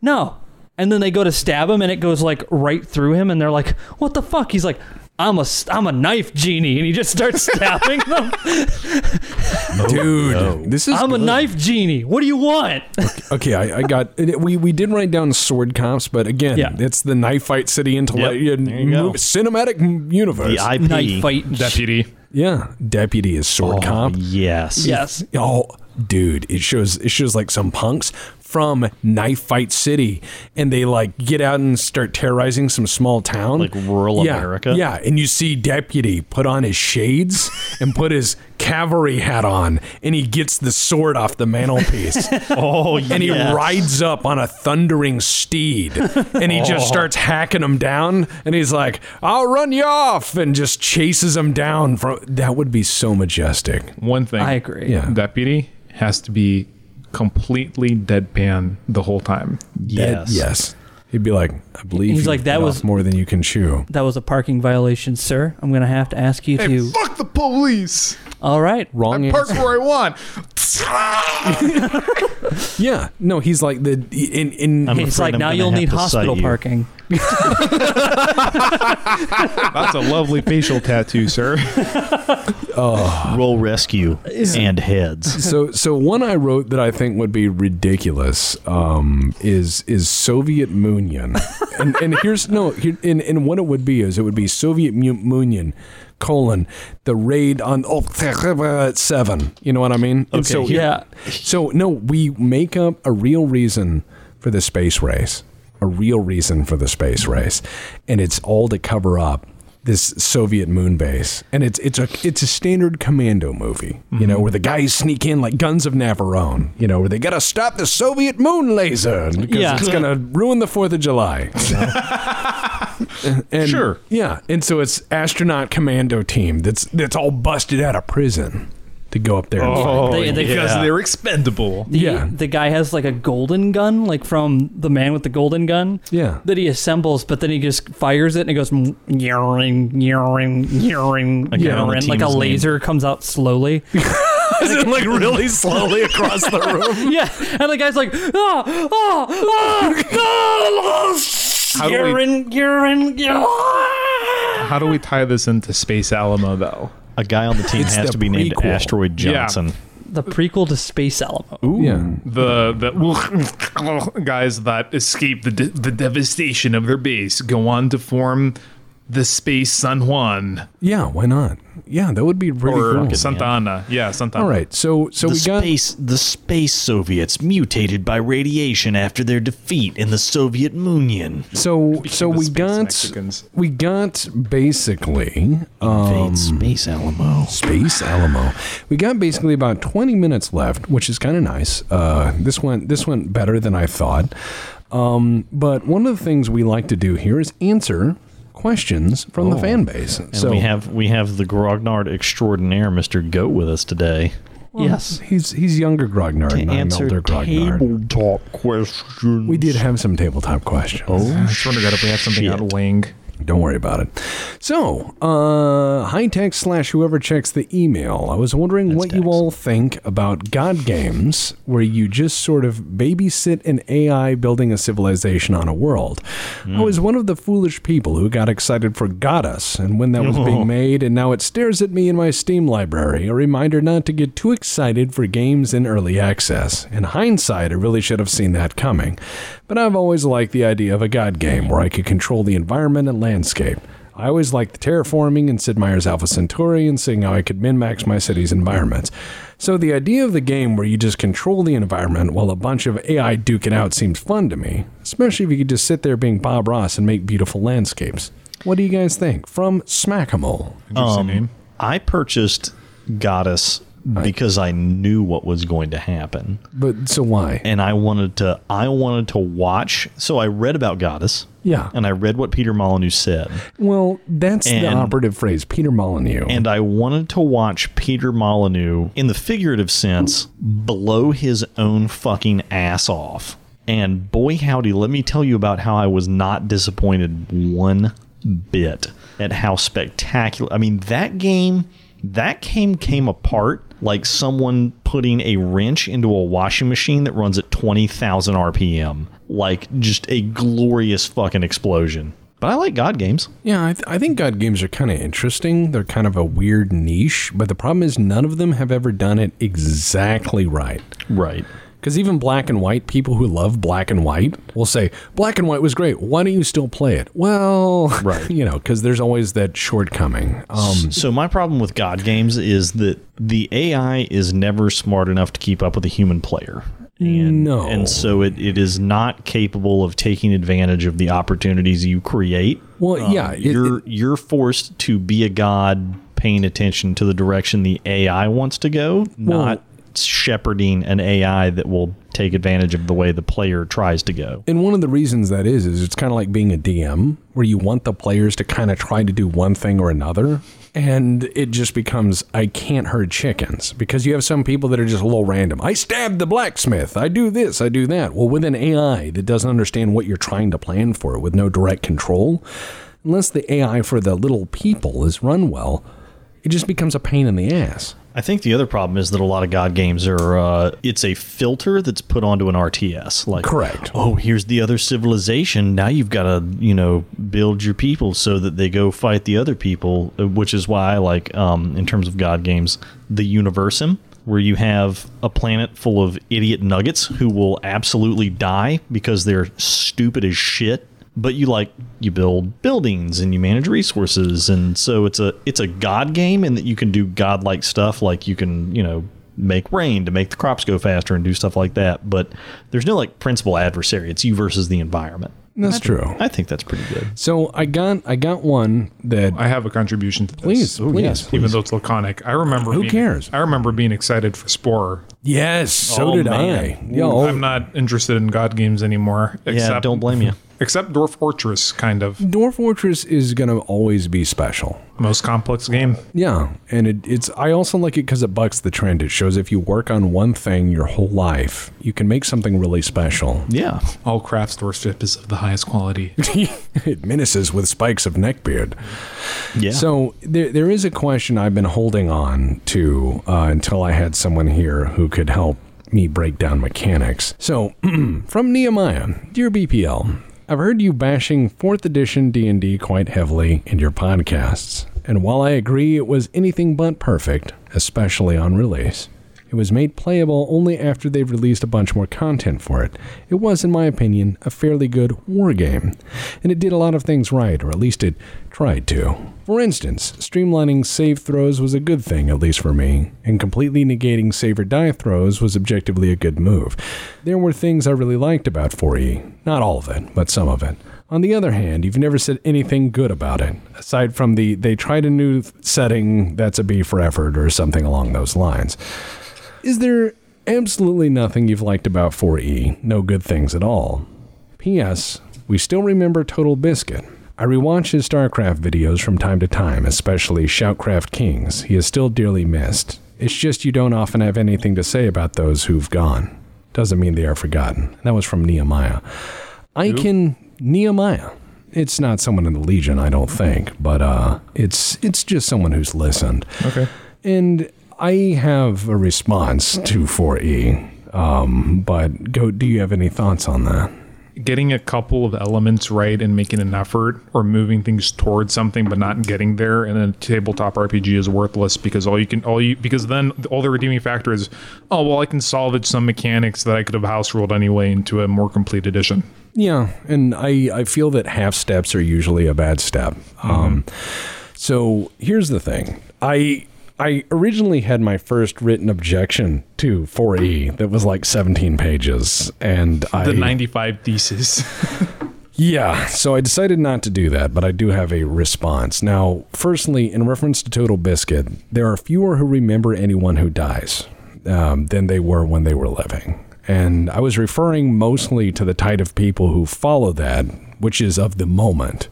[SPEAKER 3] no and then they go to stab him and it goes like right through him and they're like what the fuck he's like I'm a s- I'm a knife genie and he just starts stabbing them
[SPEAKER 1] Dude, this is
[SPEAKER 3] I'm a knife genie what do you want
[SPEAKER 1] Okay, I, I got it, we we did write down sword comps, but again,
[SPEAKER 3] Yeah.
[SPEAKER 1] it's the knife fight city intellect
[SPEAKER 2] Yep, there you go.
[SPEAKER 1] cinematic m- universe.
[SPEAKER 2] The IP.
[SPEAKER 3] knife fight
[SPEAKER 4] Deputy.
[SPEAKER 1] yeah, deputy is sword
[SPEAKER 2] Oh,
[SPEAKER 1] comp.
[SPEAKER 2] yes.
[SPEAKER 3] yes
[SPEAKER 1] Oh, dude, it shows it shows like some punks from Knife Fight City, and they like get out and start terrorizing some small town,
[SPEAKER 2] Like rural
[SPEAKER 1] yeah,
[SPEAKER 2] America?
[SPEAKER 1] Yeah, and you see deputy put on his shades and put his cavalry hat on, and he gets the sword off the mantelpiece.
[SPEAKER 2] Oh, yes.
[SPEAKER 1] and he rides up on a thundering steed and he
[SPEAKER 2] Oh.
[SPEAKER 1] just starts hacking him down and he's like i'll run you off and just chases him down from that would be so majestic
[SPEAKER 4] One thing.
[SPEAKER 3] I agree
[SPEAKER 1] yeah
[SPEAKER 4] Deputy has to be completely deadpan the whole time.
[SPEAKER 1] That-
[SPEAKER 2] Yes.
[SPEAKER 1] yes he'd be like i believe
[SPEAKER 3] He's
[SPEAKER 1] you
[SPEAKER 3] like,
[SPEAKER 1] bit
[SPEAKER 3] "That
[SPEAKER 1] off
[SPEAKER 3] was-
[SPEAKER 1] more than you can chew
[SPEAKER 3] that was a parking violation sir I'm gonna have to ask you to
[SPEAKER 4] Fuck the police.
[SPEAKER 3] all right
[SPEAKER 1] wrong answer.
[SPEAKER 4] where I want.
[SPEAKER 1] yeah no he's like the in in
[SPEAKER 2] I'm
[SPEAKER 3] it's
[SPEAKER 2] afraid
[SPEAKER 3] like
[SPEAKER 2] I'm
[SPEAKER 3] now
[SPEAKER 2] gonna
[SPEAKER 3] you'll
[SPEAKER 2] have
[SPEAKER 3] need
[SPEAKER 2] to cite
[SPEAKER 3] hospital
[SPEAKER 2] you.
[SPEAKER 3] parking
[SPEAKER 4] That's a lovely facial tattoo, sir.
[SPEAKER 2] Roll rescue and heads.
[SPEAKER 1] so so one I wrote that I think would be ridiculous um, is is Soviet Munion, and and here's no here, and and what it would be is it would be Soviet Mu- Munion colon the raid on October seven. You know what I mean? And
[SPEAKER 2] Okay,
[SPEAKER 1] so
[SPEAKER 2] here-
[SPEAKER 3] yeah
[SPEAKER 1] so no, we make up a real reason for the space race, a real reason for the space race, and it's all to cover up this Soviet moon base. And it's it's a it's a standard commando movie, you know, where the guys sneak in like Guns of Navarone, you know, where they gotta stop the Soviet moon laser because
[SPEAKER 3] Yeah.
[SPEAKER 1] it's gonna ruin the Fourth of July. you know? And,
[SPEAKER 2] Sure.
[SPEAKER 1] Yeah, and so it's astronaut commando team that's that's all busted out of prison to go up there. and fight.
[SPEAKER 3] They- they-
[SPEAKER 4] because
[SPEAKER 2] Oh, yeah.
[SPEAKER 4] they're expendable.
[SPEAKER 3] The,
[SPEAKER 1] Yeah.
[SPEAKER 3] the guy has like a golden gun, like from the man with the golden gun.
[SPEAKER 1] Yeah.
[SPEAKER 3] That he assembles, but then he just fires it and it goes mm, yarring, yarring, yarring,
[SPEAKER 2] I can't remember
[SPEAKER 3] yarring.
[SPEAKER 2] the
[SPEAKER 3] Like a
[SPEAKER 2] team's name.
[SPEAKER 3] laser comes out slowly.
[SPEAKER 1] like really slowly across the room.
[SPEAKER 3] yeah. And the guy's like, ah, ah, ah,
[SPEAKER 4] How
[SPEAKER 3] ah,
[SPEAKER 4] do we-
[SPEAKER 3] yarring, yarring, yarring.
[SPEAKER 4] How do we tie this into Space Alamo though?
[SPEAKER 2] A guy on the team
[SPEAKER 1] It's
[SPEAKER 2] has
[SPEAKER 1] the
[SPEAKER 2] to be named
[SPEAKER 1] prequel.
[SPEAKER 2] Asteroid
[SPEAKER 4] Yeah.
[SPEAKER 2] Johnson.
[SPEAKER 3] The prequel to Space Alamo.
[SPEAKER 1] Yeah.
[SPEAKER 4] The the guys that escape the de- the devastation of their base go on to form the Space San Juan
[SPEAKER 1] Yeah, why not? Yeah, that would be really
[SPEAKER 4] or
[SPEAKER 1] cool.
[SPEAKER 4] Santa Ana. Yeah, Santa. Ana.
[SPEAKER 1] All right, so so
[SPEAKER 2] The
[SPEAKER 1] we got
[SPEAKER 2] space, the space Soviets mutated by radiation after their defeat in the Soviet Union.
[SPEAKER 1] so so
[SPEAKER 4] the
[SPEAKER 1] we
[SPEAKER 4] space
[SPEAKER 1] got
[SPEAKER 4] Mexicans.
[SPEAKER 1] we got basically uh,
[SPEAKER 2] Invade
[SPEAKER 1] Um,
[SPEAKER 2] space Alamo.
[SPEAKER 1] Space Alamo. We got basically about 20 minutes left, which is kind of nice. Uh, this went this went better than I thought. Um, but one of the things we like to do here is answer questions from the fan base.
[SPEAKER 2] Oh. And
[SPEAKER 1] so
[SPEAKER 2] we have we have the Grognard extraordinaire, Mister Goat, with us today.
[SPEAKER 3] Yes.
[SPEAKER 1] he's he's younger Grognard, and I'm elder Grognard.
[SPEAKER 2] tabletop questions.
[SPEAKER 1] we did have some tabletop questions.
[SPEAKER 4] I just wondered if we have something out of wing.
[SPEAKER 1] Don't worry about it. So, uh, high tech slash whoever checks the email. I was wondering what you all think about God games, where you just sort of babysit an AI building a civilization on a world. I was one of the foolish people who got excited for Goddess, and when that was being made, and now it stares at me in my Steam library. A reminder not to get too excited for games in early access. In hindsight, I really should have seen that coming. But I've always liked the idea of a god game where I could control the environment and landscape. I always liked the terraforming and Sid Meier's Alpha Centauri and seeing how I could min max my city's environments. So the idea of the game where you just control the environment while a bunch of AI duke it out seems fun to me, especially if you could just sit there being Bob Ross and make beautiful landscapes. What do you guys think? From Smackable.
[SPEAKER 4] Interesting name.
[SPEAKER 2] I purchased Goddess because I knew what was going to happen,
[SPEAKER 1] But so why?
[SPEAKER 2] and I wanted to. I wanted to watch. So I read about Goddess.
[SPEAKER 1] Yeah.
[SPEAKER 2] and I read what Peter Molyneux said,
[SPEAKER 1] Well, that's the
[SPEAKER 2] And-
[SPEAKER 1] operative phrase, Peter Molyneux.
[SPEAKER 2] and I wanted to watch Peter Molyneux, in the figurative sense, blow his own fucking ass off. And boy, howdy, let me tell you about how I was not disappointed one bit at how spectacular. I mean, that game, that game came apart like someone putting a wrench into a washing machine that runs at 20,000 RPM. Like, just a glorious fucking explosion. But I like God games.
[SPEAKER 1] Yeah, I, th- I think God games are kind of interesting. They're kind of a weird niche, but the problem is none of them have ever done it exactly right.
[SPEAKER 2] Right.
[SPEAKER 1] Because even black and white people who love black and white will say, Black and white was great. Why don't you still play it? Well,
[SPEAKER 2] Right.
[SPEAKER 1] you know, because there's always that shortcoming. Um,
[SPEAKER 2] So my problem with God games is that the AI is never smart enough to keep up with a human player. And,
[SPEAKER 1] No.
[SPEAKER 2] And so it, it is not capable of taking advantage of the opportunities you create.
[SPEAKER 1] well, yeah. it-
[SPEAKER 2] Um, you're you're forced to be a god paying attention to the direction the AI wants to go, not shepherding an AI that will take advantage of the way the player tries to go.
[SPEAKER 1] And one of the reasons that is is it's kind of like being a DM where you want the players to kind of try to do one thing or another and it just becomes I can't herd chickens because you have some people that are just a little random. I stab the blacksmith. I do this, I do that. Well, with an AI that doesn't understand what you're trying to plan for with no direct control, unless the AI for the little people is run well, it just becomes a pain in the ass.
[SPEAKER 2] I think the other problem is that a lot of God games are uh, it's a filter that's put onto an RTS. Like
[SPEAKER 1] Correct.
[SPEAKER 2] Oh, here's the other civilization. Now you've got to you know build your people so that they go fight the other people, uh, which is why I like um, in terms of God games the Universum. Where you have a planet full of idiot nuggets who will absolutely die because they're stupid as shit but you like you build buildings and you manage resources and so it's a it's a god game in that you can do godlike stuff like you can you know make rain to make the crops go faster and do stuff like that but there's no like principal adversary it's you versus the environment
[SPEAKER 1] That's true.
[SPEAKER 2] i think that's pretty good
[SPEAKER 1] So I got I got one that
[SPEAKER 4] I have a contribution to this.
[SPEAKER 2] Oh,
[SPEAKER 1] please, please,
[SPEAKER 4] even though it's laconic. I remember.
[SPEAKER 1] Who
[SPEAKER 4] being-
[SPEAKER 1] cares?
[SPEAKER 4] I remember being excited for Spore.
[SPEAKER 1] Yes, so
[SPEAKER 2] Oh,
[SPEAKER 1] did
[SPEAKER 2] man.
[SPEAKER 1] I. Yo,
[SPEAKER 4] I'm not interested in god games anymore. Except,
[SPEAKER 2] yeah, don't blame you.
[SPEAKER 4] Except Dwarf Fortress, kind of
[SPEAKER 1] Dwarf Fortress is gonna always be special.
[SPEAKER 4] most complex game.
[SPEAKER 1] Yeah, and it, it's I also like it because it bucks the trend. It shows if you work on one thing your whole life, you can make something really special.
[SPEAKER 2] Yeah.
[SPEAKER 4] All crafts dwarfship is of the highest quality.
[SPEAKER 1] it menaces with spikes of neckbeard.
[SPEAKER 2] Yeah.
[SPEAKER 1] So there, there is a question I've been holding on to uh, until I had someone here who could help me break down mechanics. So from Nehemiah, dear BPL, I've heard you bashing fourth edition D and D quite heavily in your podcasts, and while I agree it was anything but perfect, especially on release. It was made playable only after they've released a bunch more content for it. It was, in my opinion, a fairly good war game, and it did a lot of things right, or at least it tried to. For instance, streamlining save throws was a good thing, at least for me, and completely negating save or die throws was objectively a good move. There were things I really liked about 4E, not all of it, but some of it. On the other hand, you've never said anything good about it, aside from the they tried a new th- setting that's a B for effort or something along those lines. Is there absolutely nothing you've liked about 4E? No good things at all. P.S. We still remember Total Biscuit. I rewatch his StarCraft videos from time to time, especially Shoutcraft Kings. He is still dearly missed. It's just you don't often have anything to say about those who've gone. Doesn't mean they are forgotten. That was from Nehemiah. I can Nehemiah. It's not someone in the Legion, I don't think, but uh, it's it's just someone who's listened.
[SPEAKER 4] Okay.
[SPEAKER 1] And I have a response to 4E, um, but go. Do you have any thoughts on that?
[SPEAKER 4] Getting a couple of elements right and making an effort or moving things towards something but not getting there and then tabletop RPG is worthless because all you can all you because then all the redeeming factor is oh well I can salvage some mechanics that I could have house ruled anyway into a more complete edition.
[SPEAKER 1] Yeah, and I I feel that half steps are usually a bad step. Um, so here's the thing. I I originally had my first written objection to 4E that was like 17 pages, and I
[SPEAKER 4] The 95 thesis.
[SPEAKER 1] Yeah, so I decided not to do that, but I do have a response. Now, firstly, in reference to Total Biscuit, there are fewer who remember anyone who dies um, than they were when they were living. And I was referring mostly to the tide of people who follow that, which is of the moment,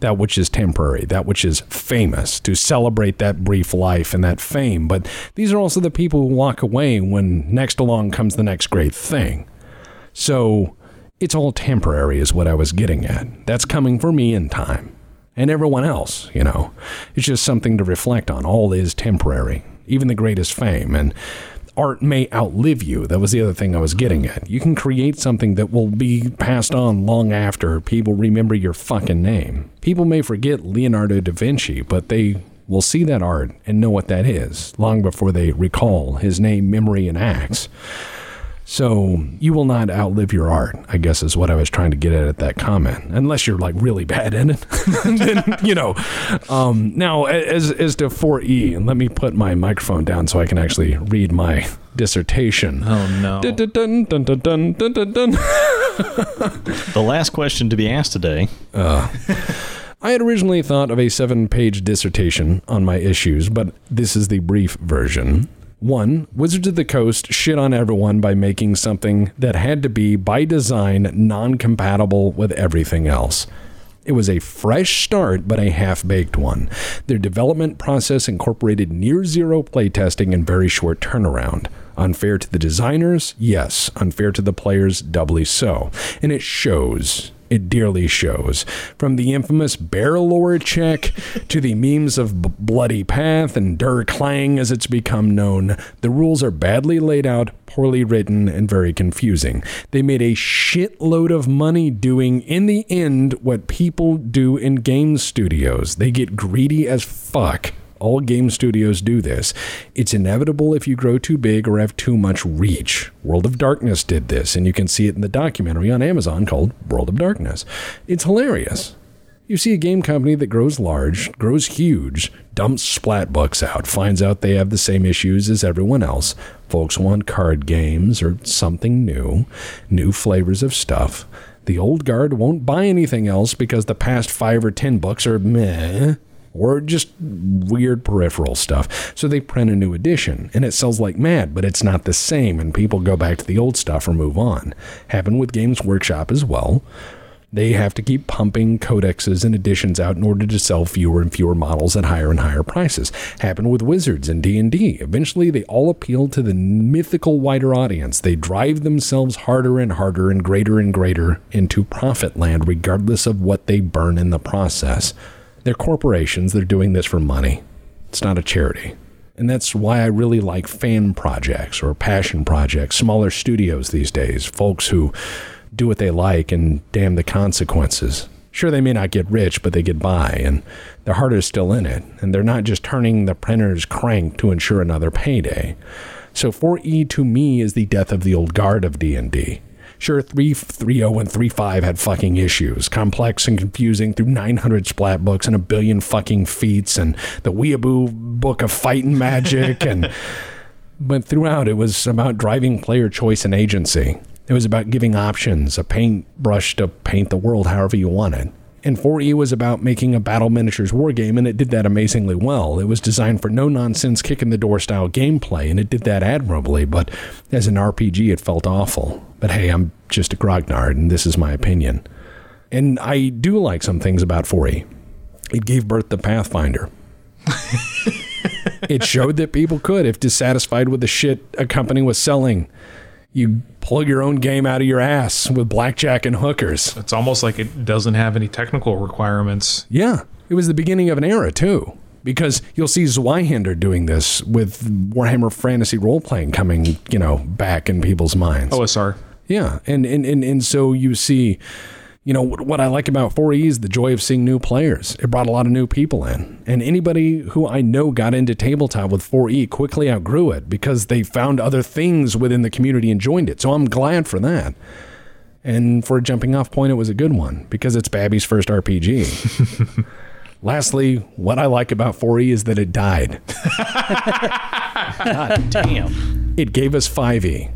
[SPEAKER 1] that which is temporary, that which is famous, to celebrate that brief life and that fame. But these are also the people who walk away when next along comes the next great thing. So it's all temporary, is what I was getting at. That's coming for me in time and everyone else, you know. It's just something to reflect on. All is temporary, even the greatest fame. And art may outlive you. That was the other thing I was getting at. You can create something that will be passed on long after people remember your fucking name. People may forget Leonardo da Vinci, but they will see that art and know what that is long before they recall his name, memory, and acts. So you will not outlive your art, I guess is what I was trying to get at at that comment. Unless you're like really bad at it, then you know. Um, now, a- as as to 4E, and let me put my microphone down so I can actually read my dissertation.
[SPEAKER 4] Oh no.
[SPEAKER 1] Dun, dun, dun, dun, dun, dun, dun, dun, dun.
[SPEAKER 2] the last question to be asked today.
[SPEAKER 1] I had originally thought of a seven page dissertation on my issues, but this is the brief version. One, Wizards of the Coast shit on everyone by making something that had to be, by design, non compatible with everything else. It was a fresh start, but a half baked one. Their development process incorporated near zero playtesting and very short turnaround. Unfair to the designers? Yes. Unfair to the players? Doubly so. And it shows. It dearly shows. From the infamous bear lore check to the memes of B- Bloody Path and Der Clang as it's become known, the rules are badly laid out, poorly written, and very confusing. They made a shitload of money doing, in the end, what people do in game studios. They get greedy as fuck. All game studios do this. It's inevitable if you grow too big or have too much reach. World of Darkness did this, and you can see it in the documentary on Amazon called World of Darkness. It's hilarious. You see a game company that grows large, grows huge, dumps splat books out, finds out they have the same issues as everyone else. Folks want card games or something new, new flavors of stuff. The old guard won't buy anything else because the past five or ten books are meh. or just weird peripheral stuff. So they print a new edition and it sells like mad, but it's not the same, and people go back to the old stuff or move on. Happened with Games Workshop as well. They have to keep pumping codexes and editions out in order to sell fewer and fewer models at higher and higher prices. Happened with Wizards and D&D. Eventually, they all appeal to the mythical wider audience. They drive themselves harder and harder and greater and greater into profit land regardless of what they burn in the process. They're corporations, they're doing this for money. It's not a charity. And that's why I really like fan projects or passion projects, smaller studios these days, folks who do what they like and damn the consequences. Sure, they may not get rich, but they get by, and their heart is still in it, and they're not just turning the printer's crank to ensure another payday. So 4E to me is the death of the old guard of D&D. Sure, 3.30 and 3.5 had fucking issues, complex and confusing through 900 splat books and a billion fucking feats and the weeaboo book of fighting magic and but throughout it was about driving player choice and agency. It was about giving options, a paintbrush to paint the world however you wanted. And 4E was about making a battle miniatures war game, and it did that amazingly well. It was designed for no nonsense, kick in the door style gameplay, and it did that admirably, but as an RPG, it felt awful. But hey, I'm just a grognard, and this is my opinion. And I do like some things about 4E. It gave birth to Pathfinder. it showed that people could, if dissatisfied with the shit a company was selling, you plug your own game out of your ass with blackjack and hookers.
[SPEAKER 4] It's almost like it doesn't have any technical requirements.
[SPEAKER 1] Yeah, it was the beginning of an era too. Because you'll see Zweihander doing this with Warhammer Fantasy role playing coming, you know, back in people's minds.
[SPEAKER 4] OSR.
[SPEAKER 1] Yeah, and and and, and so you see, you know, what, what I like about 4E is the joy of seeing new players. It brought a lot of new people in, and anybody who I know got into tabletop with 4E quickly outgrew it because they found other things within the community and joined it. So I'm glad for that. And for a jumping off point, it was a good one because it's Babby's first RPG. Lastly, what I like about 4E is that it died.
[SPEAKER 2] Damn.
[SPEAKER 1] It gave us 5E,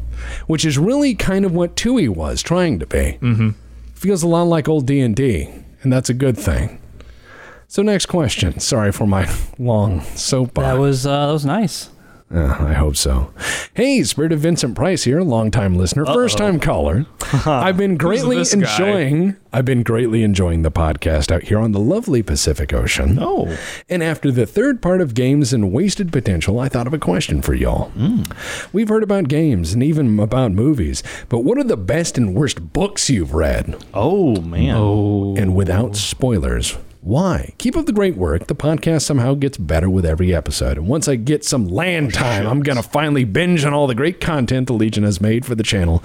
[SPEAKER 1] which is really kind of what 2E was trying to be. Mm-hmm. Feels a lot like old D&D, and that's a good thing. So next question. Sorry for my long soapbox.
[SPEAKER 3] That was uh, that was nice.
[SPEAKER 1] Uh, I hope so. Hey, Spirit of Vincent Price here, longtime listener, first time caller. I've been greatly
[SPEAKER 4] this guy?
[SPEAKER 1] enjoying. I've been greatly enjoying the podcast out here on the lovely Pacific Ocean.
[SPEAKER 2] Oh.
[SPEAKER 1] And after the third part of games and wasted potential, I thought of a question for y'all.
[SPEAKER 4] Hmm.
[SPEAKER 1] We've heard about games and even about movies, but what are the best and worst books you've read?
[SPEAKER 2] Oh man.
[SPEAKER 1] and without spoilers. Why? Keep up the great work. The podcast somehow gets better with every episode. And once I get some land time, I'm going to finally binge on all the great content the Legion has made for the channel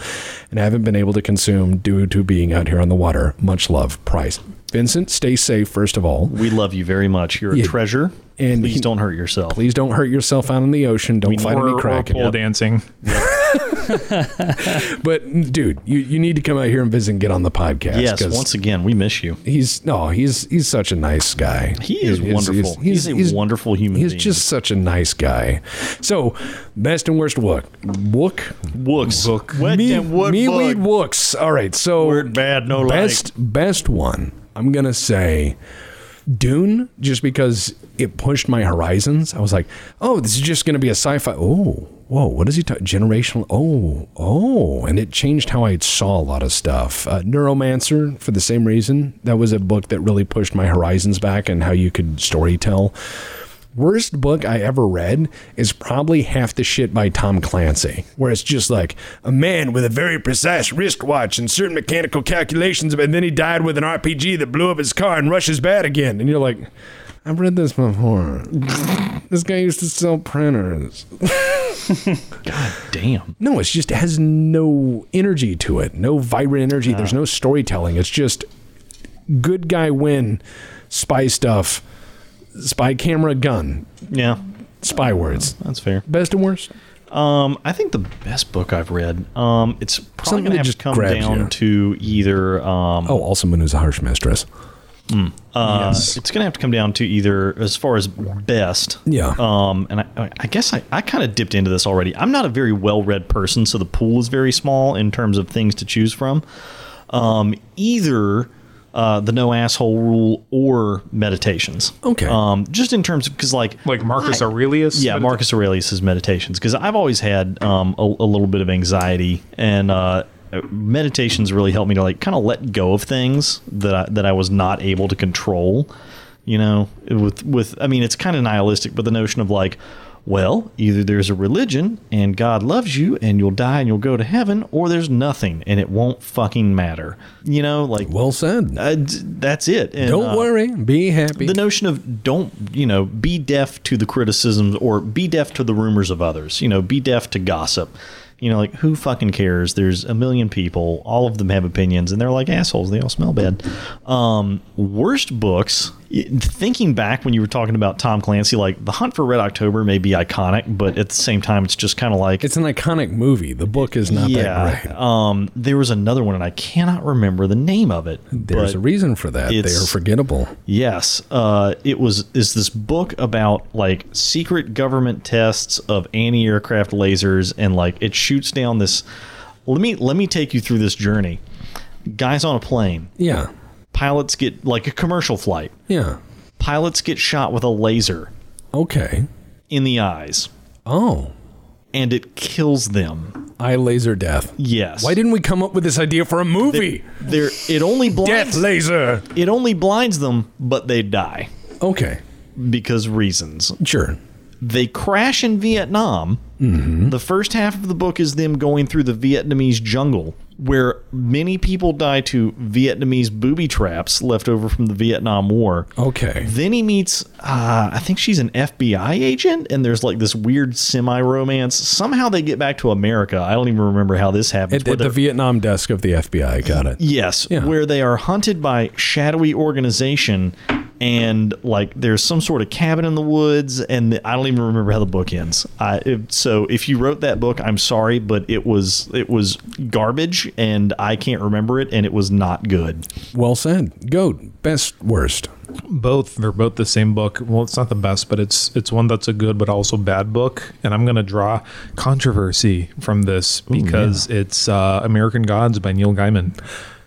[SPEAKER 1] and haven't been able to consume due to being out here on the water. Much love, Price. Vincent, stay safe, first of all.
[SPEAKER 2] We love you very much. You're a
[SPEAKER 1] Yeah.
[SPEAKER 2] treasure.
[SPEAKER 1] And
[SPEAKER 2] please
[SPEAKER 1] he-
[SPEAKER 2] don't hurt yourself.
[SPEAKER 1] Please don't hurt yourself out in the ocean. Don't fight
[SPEAKER 4] Or,
[SPEAKER 1] any
[SPEAKER 4] or
[SPEAKER 1] kraken.
[SPEAKER 4] pole dancing.
[SPEAKER 1] But, dude, you, you need to come out here and visit and get on the podcast.
[SPEAKER 2] Yes,
[SPEAKER 1] 'cause
[SPEAKER 2] once again, we miss you.
[SPEAKER 1] he's no, he's he's such a nice guy.
[SPEAKER 2] He is wonderful. He's a wonderful human
[SPEAKER 1] He's
[SPEAKER 2] being.
[SPEAKER 1] just such a nice guy. So, best and worst wook wook
[SPEAKER 2] Wooks. Wook.
[SPEAKER 1] me me weed wooks. All right, so
[SPEAKER 2] Word bad, no
[SPEAKER 1] best best one. I'm gonna say Dune, just because it pushed my horizons. I was like, oh, this is just gonna be a sci-fi. Oh, whoa, what is he talking? Generational. Oh, oh, and it changed how I saw a lot of stuff. Uh, Neuromancer, for the same reason, that was a book that really pushed my horizons back and how you could storytell. Worst book I ever read is probably Half the Shit by Tom Clancy, where it's just like a man with a very precise wristwatch and certain mechanical calculations, and then he died with an RPG that blew up his car and Russia's bad again. And you're like, I've read this before. this guy used to sell printers.
[SPEAKER 2] Damn.
[SPEAKER 1] No, it's just it has no energy to it, no vibrant energy. There's no storytelling. It's just good guy win, spy stuff, spy camera gun,
[SPEAKER 2] Yeah,
[SPEAKER 1] spy words.
[SPEAKER 2] that's fair.
[SPEAKER 1] Best and worst.
[SPEAKER 2] Um, I think the best book I've read. Um, it's probably
[SPEAKER 1] Something that
[SPEAKER 2] gonna have
[SPEAKER 1] just
[SPEAKER 2] to come
[SPEAKER 1] grabs
[SPEAKER 2] down
[SPEAKER 1] you.
[SPEAKER 2] to either. Um,
[SPEAKER 1] Oh, also Moon is a harsh mistress.
[SPEAKER 2] uh, it's gonna have to come down to either as far as best.
[SPEAKER 1] Yeah.
[SPEAKER 2] Um, and I, I guess I, I kind of dipped into this already. I'm not a very well-read person, so the pool is very small in terms of things to choose from. Um, either uh, the no asshole rule or meditations.
[SPEAKER 1] Okay.
[SPEAKER 2] Um, just in terms of because like
[SPEAKER 6] Like Marcus Aurelius?
[SPEAKER 2] yeah,
[SPEAKER 6] Medita-
[SPEAKER 2] Marcus Aurelius's meditations because I've always had um, a, a little bit of anxiety, and uh, meditations really helped me to like kind of let go of things that I, that I was not able to control. You know, with with I mean, it's kind of nihilistic, but the notion of like, well, either there's a religion and God loves you and you'll die and you'll go to heaven, or there's nothing and it won't fucking matter. You know, like
[SPEAKER 1] Well said.
[SPEAKER 2] uh, d- that's it. And,
[SPEAKER 1] Don't
[SPEAKER 2] uh,
[SPEAKER 1] worry. Be happy.
[SPEAKER 2] the notion of don't you know be deaf to the criticisms or be deaf to the rumors of others you know be deaf to gossip you know like who fucking cares there's a million people all of them have opinions and they're like assholes they all smell bad um, worst books y- thinking back when you were talking about tom clancy like the hunt for red october may be iconic but at the same time it's just kind of like
[SPEAKER 1] it's an iconic movie. The book is not that great.
[SPEAKER 2] um, there was another one and i cannot remember the name of it
[SPEAKER 1] There's
[SPEAKER 2] but-
[SPEAKER 1] a reason for that. They are
[SPEAKER 2] it's-
[SPEAKER 1] forgettable.
[SPEAKER 2] Yes, uh, it was. Is this book about like secret government tests of anti-aircraft lasers and like it shoots down this? Let me let me take you through this journey. Guys on a plane,
[SPEAKER 1] Yeah.
[SPEAKER 2] pilots get like a commercial flight.
[SPEAKER 1] Yeah.
[SPEAKER 2] Pilots get shot with a laser
[SPEAKER 1] Okay.
[SPEAKER 2] in the eyes,
[SPEAKER 1] Oh.
[SPEAKER 2] and it kills them.
[SPEAKER 1] Eye laser death.
[SPEAKER 2] Yes.
[SPEAKER 1] Why didn't we come up with this idea for a movie?
[SPEAKER 2] there? It only
[SPEAKER 1] Death
[SPEAKER 2] blinds.
[SPEAKER 1] laser.
[SPEAKER 2] it only blinds them, but they die
[SPEAKER 1] Okay.
[SPEAKER 2] because reasons.
[SPEAKER 1] Sure.
[SPEAKER 2] they crash in Vietnam.
[SPEAKER 1] Mm-hmm.
[SPEAKER 2] The first half of the book is them going through the Vietnamese jungle, where many people die to Vietnamese booby traps left over from the Vietnam War.
[SPEAKER 1] Okay.
[SPEAKER 2] Then he meets, uh, I think she's an FBI agent, and there's like this weird semi romance. Somehow they get back to America. I don't even remember how this happens.
[SPEAKER 1] At, at
[SPEAKER 2] but
[SPEAKER 1] the
[SPEAKER 2] they're-
[SPEAKER 1] Vietnam desk of the FBI. Got it.
[SPEAKER 2] Yes,
[SPEAKER 1] Yeah.
[SPEAKER 2] where they are hunted by shadowy organization, and like there's some sort of cabin in the woods, and the, I don't even remember how the book ends. I if, so if you wrote that book, I'm sorry, but it was it was garbage, and I can't remember it, and it was not good.
[SPEAKER 1] Well said. Goat. Best. Worst.
[SPEAKER 4] Both. They're both the same book. Well, it's not the best, but it's it's one that's a good but also bad book. And I'm gonna draw controversy from this because it's uh, American Gods by Neil Gaiman.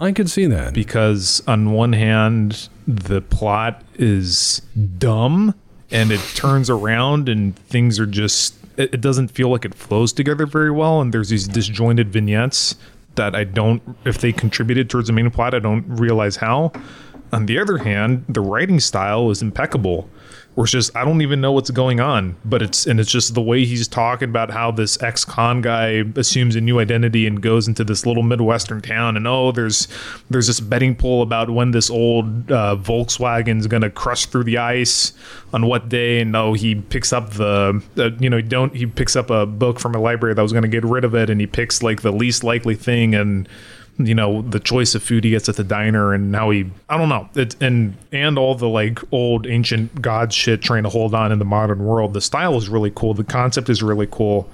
[SPEAKER 1] I could see that.
[SPEAKER 4] Because on one hand, the plot is dumb and it turns around and things are just it, it doesn't feel like it flows together very well and there's these disjointed vignettes that I don't if they contributed towards the main plot, I don't realize how. On the other hand, the writing style is impeccable. Where it's just I don't even know what's going on, but it's and it's just the way he's talking about how this ex-con guy assumes a new identity and goes into this little midwestern town, and oh, there's there's this betting pool about when this old uh, Volkswagen's gonna crush through the ice on what day, and oh, he picks up the uh, you know he don't he picks up a book from a library that was gonna get rid of it, and he picks like the least likely thing, and you know the choice of food he gets at the diner and how he i don't know it and and all the like old ancient god shit trying to hold on in the modern world the style is really cool the concept is really cool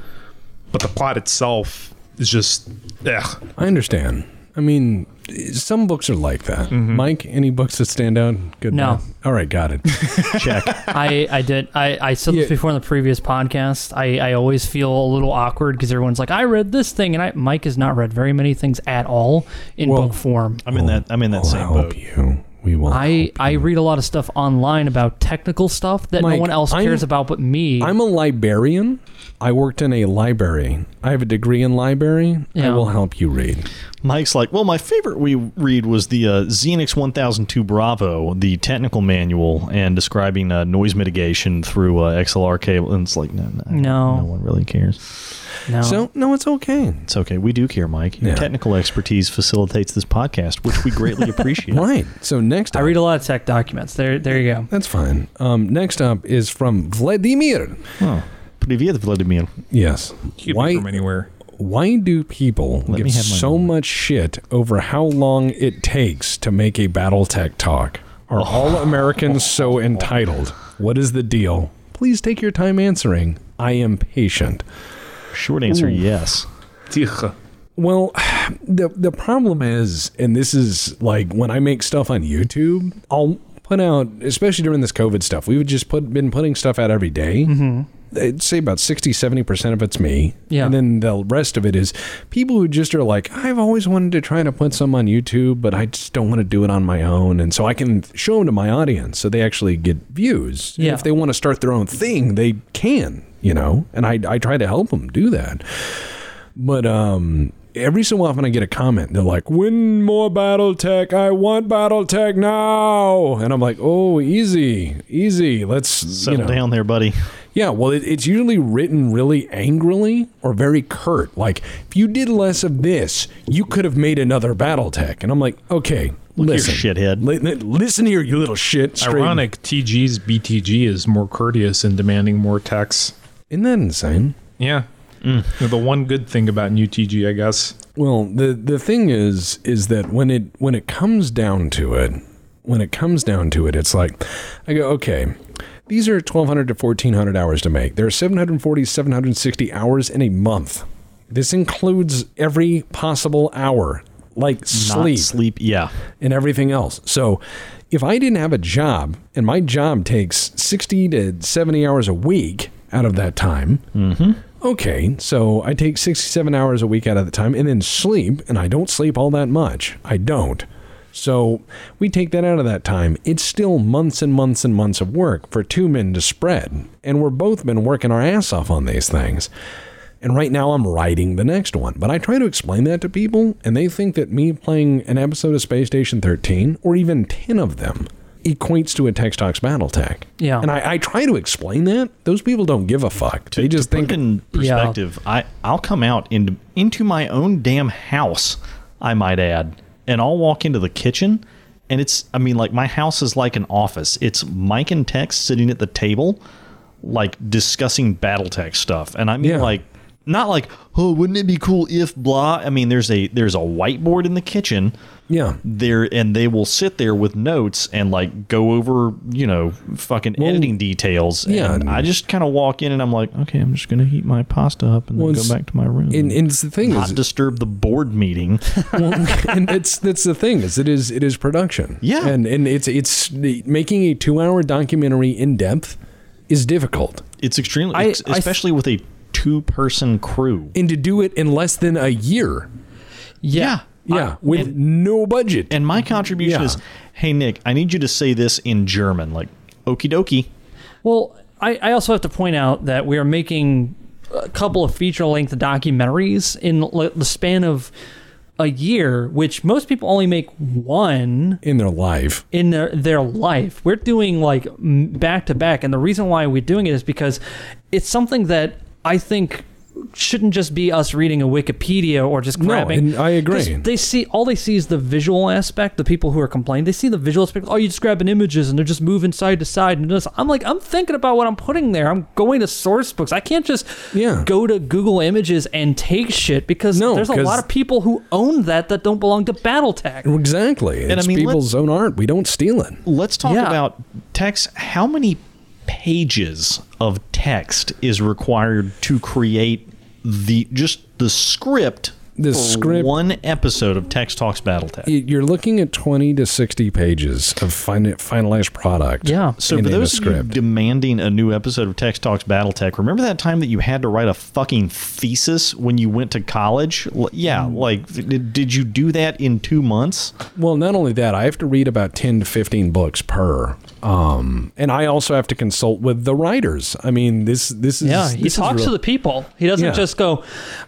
[SPEAKER 4] but the plot itself is just ugh.
[SPEAKER 1] I understand. I mean, some books are like that.
[SPEAKER 4] Mm-hmm.
[SPEAKER 1] Mike, any books that stand out? Good.
[SPEAKER 3] No.
[SPEAKER 1] man. All right. Got it.
[SPEAKER 3] I, I did I, I said
[SPEAKER 1] Yeah.
[SPEAKER 3] this before in the previous podcast. I, I always feel a little awkward because everyone's like, I read this thing, and I Mike has not read very many things at all in
[SPEAKER 1] Well-
[SPEAKER 3] book form.
[SPEAKER 2] I'm in that I'm in that
[SPEAKER 1] I'll
[SPEAKER 2] same
[SPEAKER 1] help
[SPEAKER 2] boat.
[SPEAKER 1] you. We will.
[SPEAKER 3] I, I read a lot of stuff online about technical stuff that
[SPEAKER 1] Mike,
[SPEAKER 3] no one else
[SPEAKER 1] I'm-
[SPEAKER 3] cares about but me.
[SPEAKER 1] I'm a librarian. I worked in a library. I have a degree in library. I
[SPEAKER 3] Yeah.
[SPEAKER 1] will help you read.
[SPEAKER 2] Mike's like, well, my favorite we read was the uh, Xenix 1002 Bravo, the technical manual, and describing uh, noise mitigation through uh, XLR cable. And it's like, no, no,
[SPEAKER 3] No.
[SPEAKER 2] no one really cares.
[SPEAKER 3] no.
[SPEAKER 1] So no, it's okay.
[SPEAKER 2] It's okay. We do care, Mike. Your
[SPEAKER 1] Yeah.
[SPEAKER 2] technical expertise facilitates this podcast, which we greatly appreciate.
[SPEAKER 1] Right. So next,
[SPEAKER 3] I
[SPEAKER 1] up-
[SPEAKER 3] read a lot of tech documents. There there you go.
[SPEAKER 1] That's fine. Um, next up is from Vladimir.
[SPEAKER 2] Oh, Привет, Vladimir.
[SPEAKER 1] Yes.
[SPEAKER 4] Keep it from anywhere
[SPEAKER 1] Why do people
[SPEAKER 2] Let me
[SPEAKER 1] give
[SPEAKER 2] have my
[SPEAKER 1] so much shit over how long it takes to make a BattleTech talk?
[SPEAKER 2] Oh.
[SPEAKER 1] Are all Americans so entitled? What is the deal? Please take your time answering. I am patient.
[SPEAKER 2] Short answer, yes.
[SPEAKER 4] Ugh.
[SPEAKER 1] Well, the the problem is, and this is like when I make stuff on YouTube, I'll put out, especially during this COVID stuff, we've just put been putting stuff out every day. I'd say about 60, 70% of it's me.
[SPEAKER 3] Mm-hmm. Yeah.
[SPEAKER 1] And then the rest of it is people who just are like, I've always wanted to try to put some on YouTube, but I just don't want to do it on my own. And so I can show them to my audience so they actually get views. And
[SPEAKER 3] Yeah.
[SPEAKER 1] if they want to start their own thing, they can, you know? And I, I try to help them do that. But um every so often I get a comment. They're like, "Win more BattleTech. I want BattleTech now." And I'm like, "Oh, easy, easy. Let's
[SPEAKER 2] Settle
[SPEAKER 1] you know.
[SPEAKER 2] down there, buddy.
[SPEAKER 1] Yeah. Well, it, it's usually written really angrily or very curt. Like, if you did less of this, you could have made another BattleTech. And I'm like, "Okay,
[SPEAKER 2] here,
[SPEAKER 1] listen,
[SPEAKER 2] shithead.
[SPEAKER 1] Li- li- listen here, you little shit." Straight-
[SPEAKER 7] Ironic, TG's BTG is more courteous in demanding more tax.
[SPEAKER 1] Isn't that insane?
[SPEAKER 7] Yeah.
[SPEAKER 4] Mm.
[SPEAKER 7] The one good thing about new TG, I guess.
[SPEAKER 1] Well, the the thing is is that when it when it comes down to it, when it comes down to it, it's like I go, okay, these are 1200 to 1400 hours to make. There are 740 760 hours in a month. This includes every possible hour, like sleep
[SPEAKER 2] Not sleep. Yeah.
[SPEAKER 1] and everything else. So, if I didn't have a job and my job takes 60 to 70 hours a week out of that time, okay, so I take 67 hours a week out of the time and then sleep, and I don't sleep all that much. I don't. So, we take that out of that time. It's still months and months and months of work for two men to spread. And we're both been working our ass off on these things. And right now I'm writing the next one. But I try to explain that to people, and they think that me playing an episode of Space Station 13, or even 10 of them, equates to a Tex Talks battle tech.
[SPEAKER 3] Yeah.
[SPEAKER 1] And I, I try to explain that. Those people don't give a fuck. They just think,
[SPEAKER 2] Put it in
[SPEAKER 3] Yeah.
[SPEAKER 2] perspective, I I'll come out into into my own damn house. I might add, and I'll walk into the kitchen, and it's I mean like my house is like an office. It's Mike and Tex sitting at the table, like discussing BattleTech stuff, and I mean
[SPEAKER 1] Yeah.
[SPEAKER 2] like not like oh wouldn't it be cool if blah. I mean there's a there's a whiteboard in the kitchen
[SPEAKER 1] yeah.
[SPEAKER 2] there and they will sit there with notes and like go over you know fucking editing details
[SPEAKER 1] yeah,
[SPEAKER 2] and
[SPEAKER 1] and-
[SPEAKER 2] i just kind of walk in and i'm like okay i'm just gonna heat my pasta up and
[SPEAKER 1] Well,
[SPEAKER 2] then go
[SPEAKER 1] it's-
[SPEAKER 2] back to my room
[SPEAKER 1] And, and it's the thing
[SPEAKER 2] not
[SPEAKER 1] is,
[SPEAKER 2] disturb the board meeting
[SPEAKER 1] well, and that's that's the thing is it is it is production.
[SPEAKER 2] Yeah.
[SPEAKER 1] and and it's it's the- making a two-hour documentary in depth is difficult,
[SPEAKER 2] it's extremely
[SPEAKER 3] I-
[SPEAKER 2] ex-
[SPEAKER 3] I-
[SPEAKER 2] especially with a two person crew
[SPEAKER 1] and to do it in less than a year,
[SPEAKER 2] yeah
[SPEAKER 1] yeah, with no budget.
[SPEAKER 2] and my contribution
[SPEAKER 1] Yeah.
[SPEAKER 2] is hey nick i need you to say this in german like okie dokie
[SPEAKER 3] Well, I, I also have to point out that we are making a couple of feature length documentaries in l- the span of a year, which most people only make one
[SPEAKER 1] in their life.
[SPEAKER 3] in their, their life. We're doing like m- back to back. And the reason why we're doing it is because it's something that I think shouldn't just be us reading a Wikipedia or just grabbing.
[SPEAKER 1] and I agree.
[SPEAKER 3] 'Cause They see all they see is the visual aspect. The people who are complaining, they see the visual aspect. Oh, you just grabbing images and they're just moving side to side. And this. I'm like, I'm thinking about what I'm putting there. I'm going to source books. I can't just
[SPEAKER 1] Yeah.
[SPEAKER 3] go to Google Images and take shit because
[SPEAKER 1] No,
[SPEAKER 3] there's a
[SPEAKER 1] 'cause-
[SPEAKER 3] lot of people who own that that don't belong to BattleTech.
[SPEAKER 1] Exactly. It's
[SPEAKER 2] I mean,
[SPEAKER 1] people's own art. We don't steal it.
[SPEAKER 2] let's talk
[SPEAKER 3] Yeah.
[SPEAKER 2] about text. How many pages of text is required to create the just the script?
[SPEAKER 1] The
[SPEAKER 2] for
[SPEAKER 1] script-
[SPEAKER 2] One episode of Text Talks Battle Tech.
[SPEAKER 1] Y- You're looking at 20 to 60 pages of fin- finalized product.
[SPEAKER 3] Yeah.
[SPEAKER 2] So
[SPEAKER 1] in-
[SPEAKER 2] for
[SPEAKER 1] in a
[SPEAKER 2] those of you
[SPEAKER 1] script.
[SPEAKER 2] demanding a new episode of Text Talks Battle Tech, remember that time that you had to write a fucking thesis when you went to college? L- Yeah,
[SPEAKER 3] Mm.
[SPEAKER 2] like th- did, did you do that in two months?
[SPEAKER 1] Well, not only that, I have to read about 10 to 15 books per. Um, and I also have to consult with the writers. I mean, this this is
[SPEAKER 3] Yeah, he
[SPEAKER 1] this is
[SPEAKER 3] talks
[SPEAKER 1] real-
[SPEAKER 3] to the people. He doesn't
[SPEAKER 1] Yeah.
[SPEAKER 3] just go,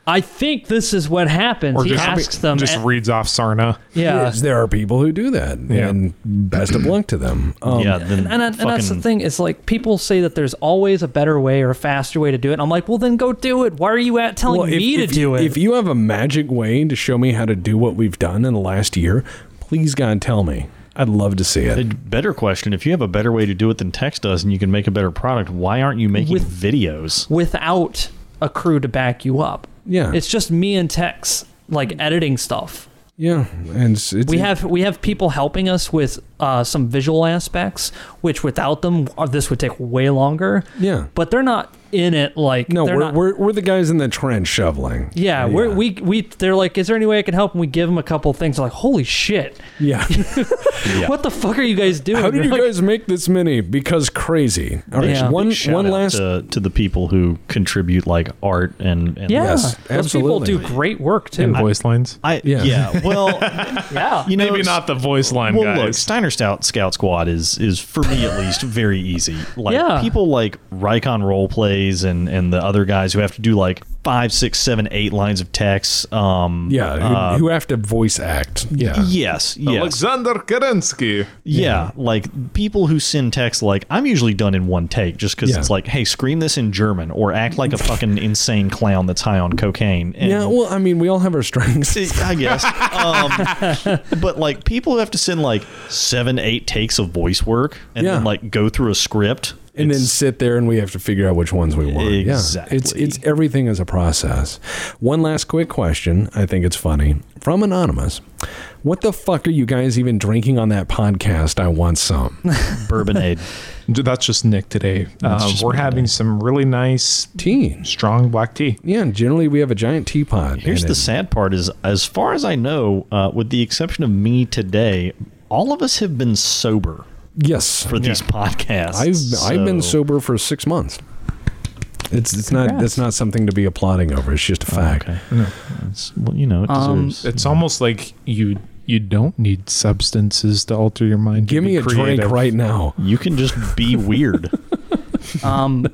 [SPEAKER 3] "I think this is what happens."
[SPEAKER 7] Or
[SPEAKER 3] he
[SPEAKER 7] just,
[SPEAKER 3] asks them.
[SPEAKER 7] just
[SPEAKER 3] and-
[SPEAKER 7] reads off Sarna.
[SPEAKER 3] yeah,
[SPEAKER 1] Yes, there are people who do that,
[SPEAKER 7] Yeah.
[SPEAKER 1] and best of luck to them. Um,
[SPEAKER 2] yeah, then
[SPEAKER 3] and, that- and that's the
[SPEAKER 2] fucking-
[SPEAKER 3] thing. It's like people say that there's always a better way or a faster way to do it. And I'm like, well, then go do it. Why are you at telling
[SPEAKER 1] Well, if,
[SPEAKER 3] me to
[SPEAKER 1] if you-
[SPEAKER 3] do it?
[SPEAKER 1] If you have a magic way to show me how to do what we've done in the last year, please God tell me. I'd love to see
[SPEAKER 2] A
[SPEAKER 1] it.
[SPEAKER 2] better question: If you have a better way to do it than text does, and you can make a better product, why aren't you making
[SPEAKER 3] With-
[SPEAKER 2] videos?
[SPEAKER 3] Without a crew to back you up,
[SPEAKER 1] Yeah.
[SPEAKER 3] it's just me and Tex like editing stuff.
[SPEAKER 1] Yeah, and it's, it's
[SPEAKER 3] We have we have people helping us with uh, some visual aspects. which without them, uh, this would take way longer.
[SPEAKER 1] Yeah.
[SPEAKER 3] But they're not in it like
[SPEAKER 1] No,
[SPEAKER 3] they're
[SPEAKER 1] we're,
[SPEAKER 3] not-
[SPEAKER 1] we're we're the guys in the trench shoveling.
[SPEAKER 3] yeah, We're, we we they're like, is there any way I can help? And we give them a couple things. They're like, holy shit,
[SPEAKER 1] yeah.
[SPEAKER 3] what the fuck are you guys doing?
[SPEAKER 1] How did
[SPEAKER 3] You're
[SPEAKER 1] you
[SPEAKER 3] like,
[SPEAKER 1] guys make this many? Because crazy. All right,
[SPEAKER 3] Yeah.
[SPEAKER 1] one
[SPEAKER 2] Big shout
[SPEAKER 1] one
[SPEAKER 2] out
[SPEAKER 1] last.
[SPEAKER 2] to, to the people who contribute like art and, and
[SPEAKER 3] yeah,
[SPEAKER 1] Yes,
[SPEAKER 3] those people
[SPEAKER 1] absolutely.
[SPEAKER 3] do great work too.
[SPEAKER 7] and voice lines.
[SPEAKER 2] I
[SPEAKER 1] Yeah.
[SPEAKER 2] yeah. Well,
[SPEAKER 3] yeah,
[SPEAKER 2] you know,
[SPEAKER 7] Maybe not the voice line
[SPEAKER 2] Well, look,
[SPEAKER 7] guys.
[SPEAKER 2] Steiner Stout Scout Squad is is for me at least very easy. Like
[SPEAKER 3] Yeah.
[SPEAKER 2] people like Rikon role plays and and the other guys who have to do like five, six, seven, eight lines of text. Um,
[SPEAKER 1] yeah, who,
[SPEAKER 2] uh,
[SPEAKER 1] who have to voice act? Yeah,
[SPEAKER 2] yes, yes.
[SPEAKER 7] Alexander Kerensky.
[SPEAKER 2] Yeah, like people who send text like I'm usually done in one take just because
[SPEAKER 1] Yeah.
[SPEAKER 2] it's like, hey, scream this in German or act like a fucking insane clown that's high on cocaine. And
[SPEAKER 1] yeah. Well, I mean, we all have our strengths.
[SPEAKER 2] I guess. Um, but like people have to send like seven, eight takes of voice work and
[SPEAKER 1] Yeah.
[SPEAKER 2] then like go through a script.
[SPEAKER 1] and then
[SPEAKER 2] It's-
[SPEAKER 1] sit there and we have to figure out which ones we want.
[SPEAKER 2] Exactly.
[SPEAKER 1] Yeah. It's it's everything is a process. One last quick question. I think it's funny. From Anonymous. What the fuck are you guys even drinking on that podcast? I want some.
[SPEAKER 2] bourbonade.
[SPEAKER 7] That's just Nick today. Uh,
[SPEAKER 2] just
[SPEAKER 7] we're
[SPEAKER 2] me
[SPEAKER 7] having some really nice,
[SPEAKER 1] Tea.
[SPEAKER 7] strong black tea.
[SPEAKER 1] Yeah, generally we have a giant teapot.
[SPEAKER 2] Here's
[SPEAKER 1] and
[SPEAKER 2] the
[SPEAKER 1] it-
[SPEAKER 2] sad part: is as far as I know, uh, with the exception of me today, all of us have been sober
[SPEAKER 1] Yes.
[SPEAKER 2] for these podcasts.
[SPEAKER 1] I've I've been sober for six months. It's it's not that's not something to be applauding over. It's just a fact.
[SPEAKER 2] Okay. It's- well, you know, it deserves.
[SPEAKER 7] It's almost like you you don't need substances to alter your mind. to
[SPEAKER 1] Give
[SPEAKER 7] be
[SPEAKER 1] me a
[SPEAKER 7] creative.
[SPEAKER 1] drink right now.
[SPEAKER 2] you can just be weird.
[SPEAKER 3] um,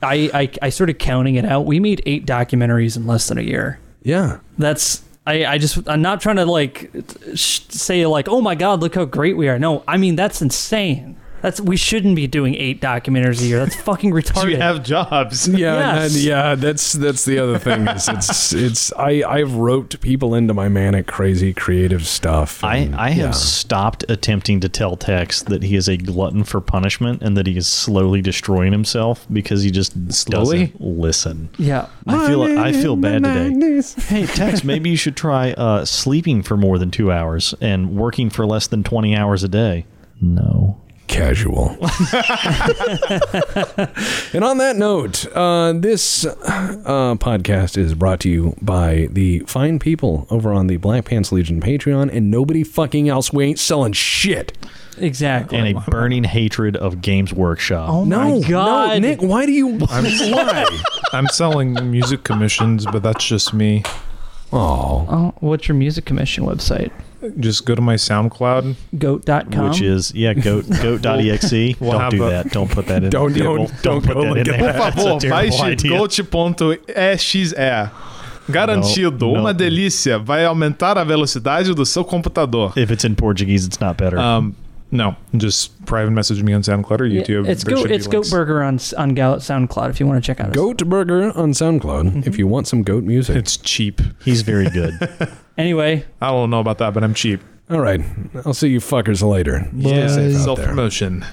[SPEAKER 3] I, I I started counting it out. We made eight documentaries in less than a year.
[SPEAKER 1] Yeah.
[SPEAKER 3] That's I, I just I'm not trying to like sh- say like oh my god look how great we are. No, I mean that's insane. That's we shouldn't be doing eight documentaries a year. That's fucking retarded.
[SPEAKER 4] You have jobs.
[SPEAKER 1] Yeah, and
[SPEAKER 3] Yes.
[SPEAKER 1] then- yeah, that's that's the other thing is it's it's I I've roped people into my manic crazy creative stuff.
[SPEAKER 2] I,
[SPEAKER 1] and-
[SPEAKER 2] I have stopped attempting to tell Tex that he is a glutton for punishment and that he is slowly destroying himself because he just
[SPEAKER 7] Slowly?
[SPEAKER 2] doesn't listen.
[SPEAKER 3] yeah.
[SPEAKER 2] I feel I feel bad today.
[SPEAKER 1] Nineties.
[SPEAKER 2] Hey Tex, maybe you should try uh, sleeping for more than two hours and working for less than twenty hours a day. No.
[SPEAKER 1] Casual. and on that note, uh, this uh, podcast is brought to you by the fine people over on the Black Pants Legion Patreon, and nobody fucking else. We ain't selling shit.
[SPEAKER 3] Exactly.
[SPEAKER 2] And a burning hatred of Games Workshop.
[SPEAKER 3] oh my
[SPEAKER 1] no,
[SPEAKER 3] god.
[SPEAKER 1] no, Nick, why do you? Why?
[SPEAKER 7] I'm selling music commissions, but that's just me.
[SPEAKER 1] Oh,
[SPEAKER 3] Oh, what's your music commission website?
[SPEAKER 7] Just go to my SoundCloud.
[SPEAKER 3] Goat.com.
[SPEAKER 2] Which is yeah, goat goat.exe. don't
[SPEAKER 7] have
[SPEAKER 2] do
[SPEAKER 7] a-
[SPEAKER 2] that. Don't put that in.
[SPEAKER 1] Don't-
[SPEAKER 2] yeah,
[SPEAKER 1] don't- don't
[SPEAKER 2] put
[SPEAKER 1] go
[SPEAKER 2] that in
[SPEAKER 1] look at
[SPEAKER 2] there.
[SPEAKER 1] that.
[SPEAKER 2] That's a terrible idea.
[SPEAKER 7] E,
[SPEAKER 4] Goat.exe. Garantido,
[SPEAKER 2] Não, não.
[SPEAKER 4] uma delícia. Vai aumentar a velocidade do seu computador.
[SPEAKER 2] If it's in Portuguese, it's not better.
[SPEAKER 7] Um, no, just private message me on SoundCloud or
[SPEAKER 3] Yeah,
[SPEAKER 7] YouTube.
[SPEAKER 3] it's
[SPEAKER 7] There
[SPEAKER 3] Goat.
[SPEAKER 7] should be
[SPEAKER 3] It's Goat
[SPEAKER 7] links.
[SPEAKER 3] Burger on s- on Gal- SoundCloud if you want to check out. Us.
[SPEAKER 1] Goat Burger on SoundCloud. If you want some goat music,
[SPEAKER 7] It's cheap.
[SPEAKER 2] He's very good.
[SPEAKER 3] Anyway,
[SPEAKER 7] I don't know about that, but I'm cheap.
[SPEAKER 1] All right. I'll see you fuckers later.
[SPEAKER 7] Yeah,
[SPEAKER 1] Stay safe out
[SPEAKER 7] self
[SPEAKER 1] there.
[SPEAKER 7] promotion.